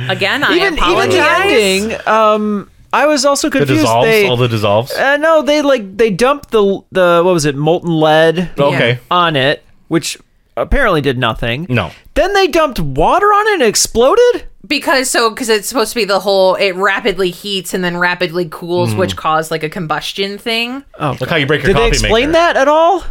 Speaker 4: Again, I
Speaker 2: even even
Speaker 4: apologize.
Speaker 2: the ending. Um, I was also
Speaker 3: The
Speaker 2: confused.
Speaker 3: dissolves,
Speaker 2: They-
Speaker 3: all the dissolves.
Speaker 2: Uh, no, they like they dumped the the what was it molten lead
Speaker 3: Okay.
Speaker 2: on it, which apparently did nothing.
Speaker 3: No.
Speaker 2: Then they dumped water on it and it exploded.
Speaker 4: because so because it's supposed to be the whole it rapidly heats and then rapidly cools which caused like a combustion thing Uh,
Speaker 3: Look how you break your
Speaker 2: Did they
Speaker 3: coffee
Speaker 2: explain
Speaker 3: maker.
Speaker 2: that at all?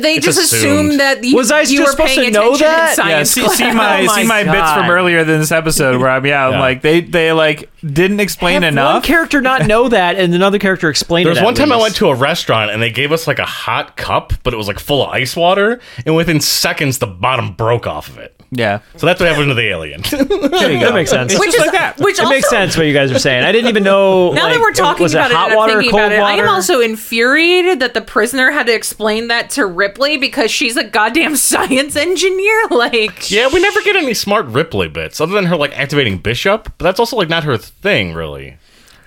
Speaker 4: they just assumed that you,
Speaker 2: Was I
Speaker 4: you
Speaker 2: just
Speaker 4: were
Speaker 2: supposed
Speaker 4: paying
Speaker 2: to know
Speaker 4: attention in
Speaker 2: that? Yeah,
Speaker 5: Yeah,
Speaker 4: science
Speaker 5: see,
Speaker 4: class.
Speaker 5: see my,
Speaker 2: Oh my
Speaker 5: see my bits
Speaker 2: God.
Speaker 5: from earlier than this episode where I'm yeah, I'm
Speaker 3: Yeah.
Speaker 5: like they they like didn't explain
Speaker 2: Have One
Speaker 5: enough.
Speaker 2: character not know that, and another character explain
Speaker 3: There was
Speaker 2: it. at
Speaker 3: one time I
Speaker 2: least.
Speaker 3: went to a restaurant and they gave us like a hot cup, but it was like full of ice water, and within seconds the bottom broke off of it.
Speaker 5: yeah,
Speaker 3: So that's what happened to the alien.
Speaker 5: there you go.
Speaker 2: That makes sense.
Speaker 4: Which is uh, which
Speaker 2: it
Speaker 4: also
Speaker 2: makes sense what you guys are saying. I didn't even know.
Speaker 4: Now that
Speaker 2: like,
Speaker 4: we're talking
Speaker 2: was
Speaker 4: about
Speaker 2: it
Speaker 4: it,
Speaker 2: hot
Speaker 4: and I'm
Speaker 2: water,
Speaker 4: thinking
Speaker 2: cold
Speaker 4: about it. I
Speaker 2: water?
Speaker 4: am also infuriated that the prisoner had to explain that to Ripley because she's a goddamn science engineer. Like,
Speaker 3: yeah, we never get any smart Ripley bits other than her like activating Bishop, but that's also like not her thing really.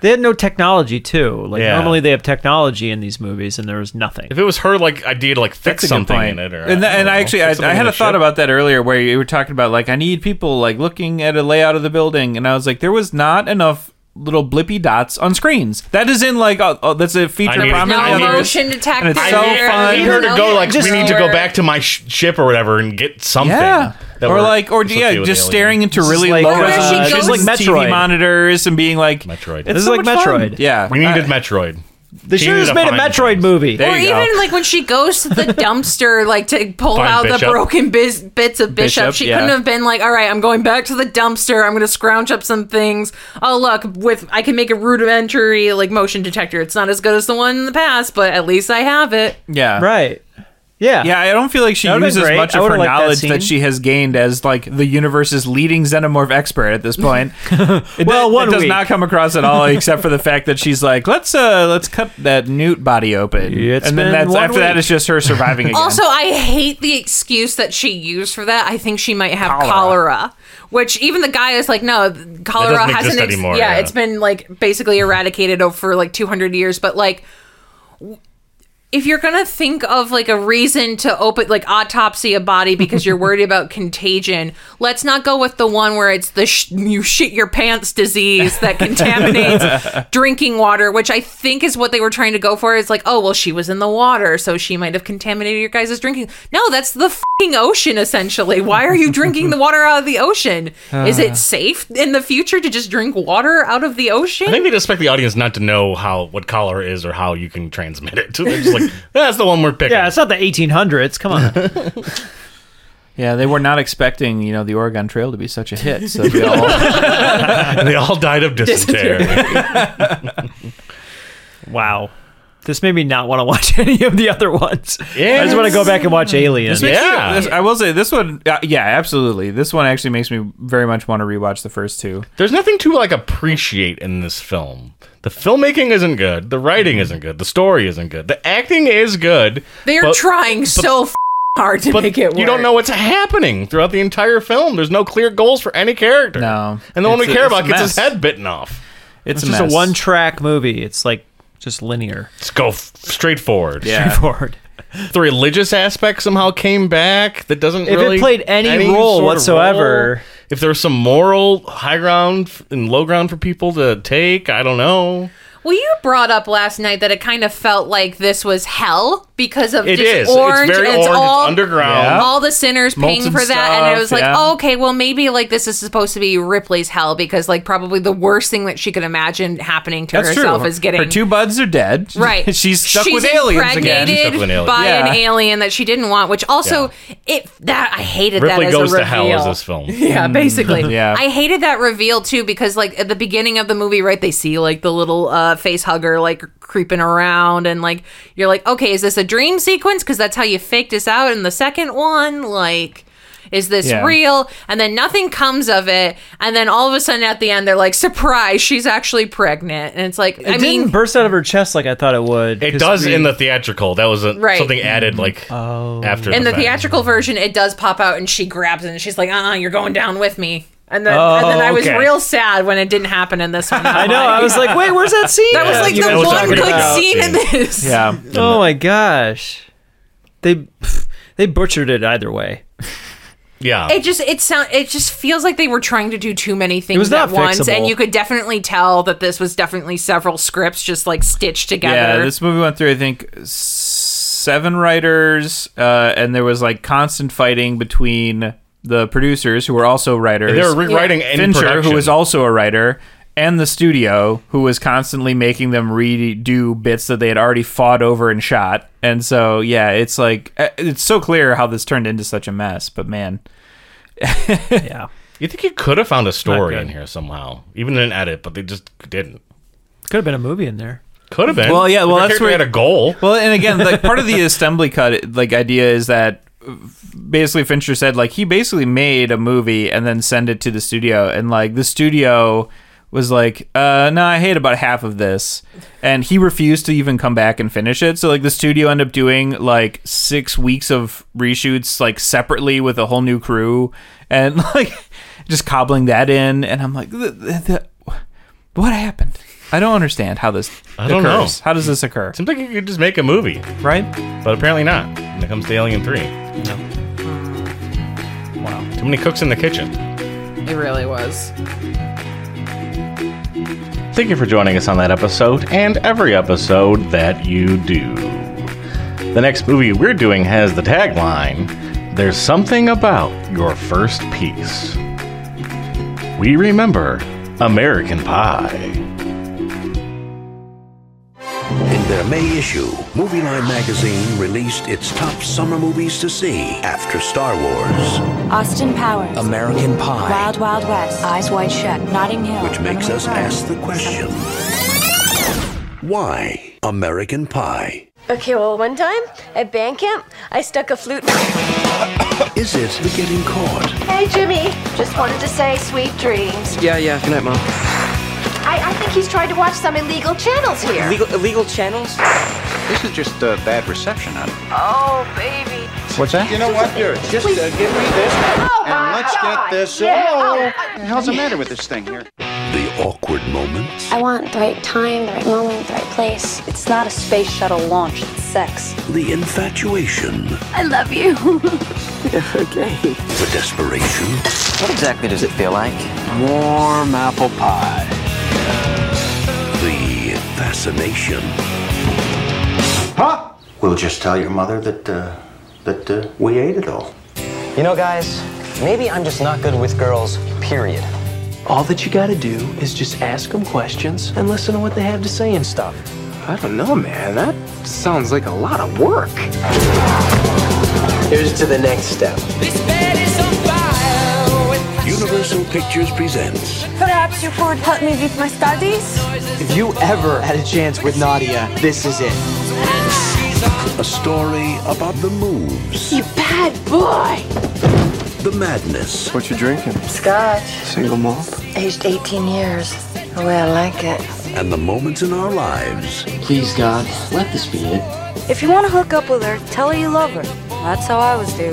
Speaker 2: They had no technology too. Like
Speaker 3: Yeah.
Speaker 2: normally they have technology in like movies, and there was nothing.
Speaker 3: If it was her like idea to like fix
Speaker 5: That's a good
Speaker 3: something
Speaker 5: point.
Speaker 3: in it, or
Speaker 5: and,
Speaker 3: I
Speaker 5: tha-
Speaker 3: don't
Speaker 5: and
Speaker 3: know,
Speaker 5: actually,
Speaker 3: fix
Speaker 5: I,
Speaker 3: something
Speaker 5: I
Speaker 3: in
Speaker 5: had
Speaker 3: the
Speaker 5: a thought
Speaker 3: ship.
Speaker 5: about that earlier, where you were talking about like I need people like looking at a layout of the building, and I was like, there was not enough little blippy dots on screens. That is in like oh, oh, that's a feature
Speaker 3: need-
Speaker 5: prominent.
Speaker 3: I
Speaker 4: no
Speaker 3: mean,
Speaker 5: in this-
Speaker 4: motion detector.
Speaker 5: it's so
Speaker 4: there,
Speaker 5: fun.
Speaker 3: I need her to
Speaker 4: no
Speaker 3: go like we need to go
Speaker 4: motion
Speaker 3: back to my sh- ship or whatever and get something.
Speaker 5: Yeah,
Speaker 3: that
Speaker 5: or
Speaker 3: we're
Speaker 5: like, or
Speaker 3: associated
Speaker 5: yeah,
Speaker 3: with
Speaker 5: just
Speaker 3: aliens.
Speaker 5: staring into really
Speaker 2: like,
Speaker 5: low
Speaker 2: Where
Speaker 4: she
Speaker 5: resolution
Speaker 4: goes-
Speaker 2: This is like
Speaker 5: TV
Speaker 2: Metroid.
Speaker 5: monitors and being like,
Speaker 3: Metroid.
Speaker 2: this is
Speaker 5: so
Speaker 2: like
Speaker 5: much fun.
Speaker 2: Metroid.
Speaker 5: Yeah,
Speaker 3: we needed
Speaker 5: I-
Speaker 3: Metroid.
Speaker 2: They should have
Speaker 3: needed
Speaker 2: just
Speaker 3: to
Speaker 2: made a
Speaker 3: find
Speaker 2: Metroid
Speaker 3: things.
Speaker 2: movie.
Speaker 5: There
Speaker 4: Or
Speaker 5: you go.
Speaker 4: even like when she goes to the dumpster, like to pull
Speaker 3: Find
Speaker 4: out the
Speaker 3: Bishop.
Speaker 4: broken bis- bits of Bishop,
Speaker 5: Bishop,
Speaker 4: she
Speaker 5: yeah.
Speaker 4: couldn't have been like, "All right, I'm going back to the dumpster. I'm going to scrounge up some things. Oh look, with I can make a rudimentary like motion detector. It's not as good as the one in the past, but at least I have it."
Speaker 5: yeah,
Speaker 2: Right. Yeah.
Speaker 5: Yeah, I don't feel like she
Speaker 2: That would've
Speaker 5: uses
Speaker 2: been great.
Speaker 5: much
Speaker 2: I
Speaker 5: of her
Speaker 2: would've liked that
Speaker 5: knowledge that,
Speaker 2: scene.
Speaker 5: she has gained as like the universe's leading xenomorph expert at this point. It do-
Speaker 2: Well, one
Speaker 5: it does
Speaker 2: week.
Speaker 5: not come across at all, except for the fact that she's like, let's uh let's cut that newt body open,
Speaker 2: It's
Speaker 5: and then
Speaker 2: been
Speaker 5: that's
Speaker 2: one
Speaker 5: after that
Speaker 2: week.
Speaker 5: it's just her surviving again.
Speaker 4: Also, I hate the excuse that she used for that. I think she might have cholera, which even the guy is like, no, th- cholera
Speaker 3: doesn't
Speaker 4: hasn't.
Speaker 3: exist anymore,
Speaker 4: yeah,
Speaker 3: yeah.
Speaker 4: it's been like basically eradicated over for, like 200 years. But like, w- if you're gonna think of like a reason to open like autopsy a body because you're worried about contagion, let's not go with the one where it's the sh- you shit your pants disease that contaminates drinking water, which I think is what they were trying to go for. It's like, oh, well, she was in the water, so she might have contaminated your guys' drinking. No, that's the fing ocean, essentially. Why are you drinking the water out of the ocean? is it safe in the future to just drink water out of the
Speaker 3: I
Speaker 4: ocean?
Speaker 3: think they expect the audience not to know how what cholera is or how you can transmit it. They're just like, that's the one we're picking.
Speaker 2: Yeah, it's not the 1800s. Come on.
Speaker 5: yeah, they were not expecting you know the Oregon Trail to be such a hit. So they all-
Speaker 3: and they all died of dysentery.
Speaker 2: wow. This made me not want to watch any of the other ones.
Speaker 3: Yeah.
Speaker 2: I just want to go back and watch Alien.
Speaker 3: makes-
Speaker 5: yeah,
Speaker 3: Yeah.
Speaker 5: this- I will say this one. Uh, yeah, absolutely. This one actually makes me very much want to rewatch the first two.
Speaker 3: There's nothing to like appreciate in this film. The filmmaking isn't good. The writing isn't good. The story isn't good. The acting is good.
Speaker 4: They're
Speaker 3: but-
Speaker 4: trying so f- hard to
Speaker 3: But
Speaker 4: make it work.
Speaker 3: you don't know what's happening throughout the entire film. There's no clear goals for any character.
Speaker 5: No.
Speaker 3: And the one we
Speaker 5: It's a-
Speaker 3: care
Speaker 5: it's a
Speaker 3: about gets his
Speaker 5: mess.
Speaker 3: head bitten off.
Speaker 5: It's,
Speaker 2: It's
Speaker 5: a
Speaker 2: just a
Speaker 5: mess.
Speaker 2: one track movie. It's like just linear,
Speaker 3: Let's go f- straight forward.
Speaker 5: Yeah.
Speaker 2: straightforward.
Speaker 3: The religious aspect somehow came back. That doesn't
Speaker 2: If it
Speaker 3: really
Speaker 2: played any role
Speaker 3: sort of
Speaker 2: whatsoever.
Speaker 3: role. If there was some moral high ground f- and low ground for people to take, I don't know.
Speaker 4: Well, you brought up last night that it kind of felt like this was hell because of
Speaker 3: It
Speaker 4: just
Speaker 3: is.
Speaker 4: orange.
Speaker 3: It's very
Speaker 4: and
Speaker 3: orange.
Speaker 4: all
Speaker 3: it's underground.
Speaker 5: Yeah.
Speaker 4: all the sinners paying
Speaker 5: Molten
Speaker 4: for that and it
Speaker 5: stuff,
Speaker 4: was like
Speaker 5: yeah.
Speaker 4: oh, okay well maybe like this is supposed to be ripley's hell because like probably the worst thing that she could imagine happening to herself is getting
Speaker 5: her two buds are dead.
Speaker 4: right
Speaker 5: she's stuck
Speaker 4: She's
Speaker 5: with aliens again.
Speaker 4: impregnated
Speaker 3: She's stuck with an alien.
Speaker 4: by
Speaker 5: Yeah.
Speaker 4: an alien that she didn't want which also it that i hated
Speaker 3: Ripley
Speaker 4: that as
Speaker 3: goes
Speaker 4: a
Speaker 3: to hell
Speaker 4: reveal.
Speaker 3: is this film.
Speaker 2: Mm.
Speaker 4: Yeah, basically.
Speaker 5: Yeah.
Speaker 4: I hated that reveal too because like at the beginning of the movie, right, they see like the little uh face hugger like creeping around and like you're like, "Okay, is this a dream sequence because that's how you faked us out in the second one?" Like is this
Speaker 5: Yeah.
Speaker 4: real? And then nothing comes of it. And then all of a sudden at the end, they're like, surprise, she's actually pregnant. And it's like,
Speaker 2: It
Speaker 4: I
Speaker 2: didn't
Speaker 4: mean,
Speaker 2: burst out of her chest like I thought it would.
Speaker 3: It
Speaker 2: 'cause
Speaker 3: does
Speaker 2: we-
Speaker 3: in the theatrical. That was a,
Speaker 4: Right.
Speaker 3: something added like after
Speaker 4: in the
Speaker 3: fact.
Speaker 4: theatrical version, it does pop out and she grabs it and she's like, uh uh-uh, uh, you are going down with me. And then, and then
Speaker 2: Oh,
Speaker 4: I was
Speaker 2: okay.
Speaker 4: real sad when it didn't happen in this one.
Speaker 2: I know. I was like, wait, where's that scene?
Speaker 4: That was
Speaker 3: Yeah,
Speaker 4: like
Speaker 3: you
Speaker 4: the
Speaker 3: know what
Speaker 4: one
Speaker 3: I'm
Speaker 4: good
Speaker 3: talking about.
Speaker 4: scene in this.
Speaker 5: Yeah.
Speaker 2: Oh my gosh, they pff, they butchered it either way.
Speaker 3: Yeah.
Speaker 4: It just it sound it just feels like they were trying to do too many things
Speaker 2: was
Speaker 4: at
Speaker 2: not
Speaker 4: once,
Speaker 2: fixable.
Speaker 4: and you could definitely tell that this was definitely several scripts just like stitched together.
Speaker 5: Yeah, this movie went through I think seven writers, uh, and there was like constant fighting between the producers who were also writers.
Speaker 3: they were rewriting in
Speaker 5: Fincher,
Speaker 3: production.
Speaker 5: who was also a writer, and the studio, who was constantly making them redo bits that they had already fought over and shot. And so, yeah, it's like uh, it's so clear how this turned into such a mess. But man,
Speaker 10: Yeah.
Speaker 11: You think you could have found a story
Speaker 10: good.
Speaker 11: in here somehow, even an edit, but they just didn't.
Speaker 10: Could have been a movie in there.
Speaker 11: Could have been.
Speaker 5: Well, yeah,
Speaker 11: If
Speaker 5: well,
Speaker 11: the
Speaker 5: that's
Speaker 11: character
Speaker 5: where-
Speaker 11: had a goal.
Speaker 5: Well, and again, like part of the assembly cut like idea is that uh, basically Fincher said like he basically made a movie and then send it to the studio and like the studio was like, uh, no, I hate about half of this, and he refused to even come back and finish it. So like the studio ended up doing like six weeks of reshoots like separately with a whole new crew and like just cobbling that in. And I'm like, "Th- th- th- what happened? I don't understand how this
Speaker 11: I don't know.
Speaker 5: occurs. How does this occur?
Speaker 11: Seems like you could just make a movie,
Speaker 5: Right?
Speaker 11: but apparently not. When it comes to Alien 3. Wow. Too many cooks in the kitchen.
Speaker 4: It really was.
Speaker 3: Thank you for joining us on that episode and every episode that you do. The next movie we're doing has the tagline There's something about your first piece. We remember American Pie.
Speaker 12: In their May issue, Movie Line magazine released its top summer movies to see after Star Wars,
Speaker 8: Austin Powers.
Speaker 12: American Pie,
Speaker 8: Wild Wild West. Eyes Wide Shut. Notting Hill.
Speaker 12: which makes
Speaker 8: Runaway
Speaker 12: us
Speaker 8: Bride.
Speaker 12: ask the question why American Pie?
Speaker 8: Okay, well, one time at band camp, I stuck a flute.
Speaker 12: Is it the getting caught?
Speaker 8: Hey, Jimmy. Just wanted to say sweet dreams.
Speaker 2: Yeah, yeah. Good night, mom.
Speaker 8: I, I think he's trying to watch some illegal channels here.
Speaker 2: Legal, illegal channels?
Speaker 12: This is just a bad reception on
Speaker 8: Oh, baby.
Speaker 12: What's that?
Speaker 13: You know what, dude? Just uh, give me this
Speaker 8: Oh,
Speaker 13: and let's get this. Oh, what the hell's the matter with this thing here?
Speaker 12: The awkward moments,
Speaker 8: I want the right time, the right moment, the right place. It's not a space shuttle launch, it's sex.
Speaker 12: the infatuation,
Speaker 8: I love you.
Speaker 12: the desperation,
Speaker 2: What exactly does it feel like? Warm apple pie.
Speaker 12: the fascination.
Speaker 13: Huh?
Speaker 12: We'll just tell your mother that, uh, that uh, we ate it all.
Speaker 2: You know, guys, maybe I'm just not good with girls, period. All that you gotta do is just ask them questions and listen to what they have to say and stuff.
Speaker 13: I don't know, man. That sounds like a lot of work.
Speaker 2: Here's to the next step.
Speaker 12: Universal Pictures presents
Speaker 8: Perhaps you could help me with my studies?
Speaker 2: If you ever had a chance with Nadia, this is it.
Speaker 12: a story about the moves,
Speaker 8: You bad boy.
Speaker 12: the madness,
Speaker 13: What you drinking?
Speaker 8: Scotch.
Speaker 13: Single malt?
Speaker 8: Aged 18 years. The way I like it.
Speaker 12: and the moments in our lives
Speaker 2: Please, God, let this be it.
Speaker 8: If you want to hook up with her, tell her you love her. That's how I was do.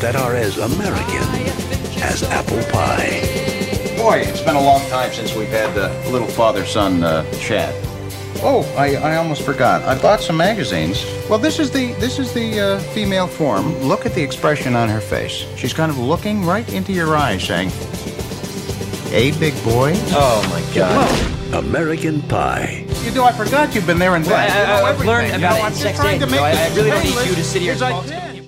Speaker 12: that are as American as apple pie.
Speaker 13: Boy, it's been a long time since we've had uh, a little father-son uh, chat. Oh, I, I almost forgot. I bought some magazines. Well, this is the this is the uh, female form. Look at the expression on her face. She's kind of looking right into your eyes, saying, "Hey, big boy."
Speaker 2: Oh my God.
Speaker 12: American pie.
Speaker 13: You know, I forgot you've been there and
Speaker 2: I- I- I've learned about it in
Speaker 13: just
Speaker 2: sex
Speaker 13: trying
Speaker 2: ed. No, I- I really don't need
Speaker 13: painless
Speaker 2: you to sit here
Speaker 13: as
Speaker 2: and
Speaker 13: I
Speaker 2: talk to
Speaker 13: can.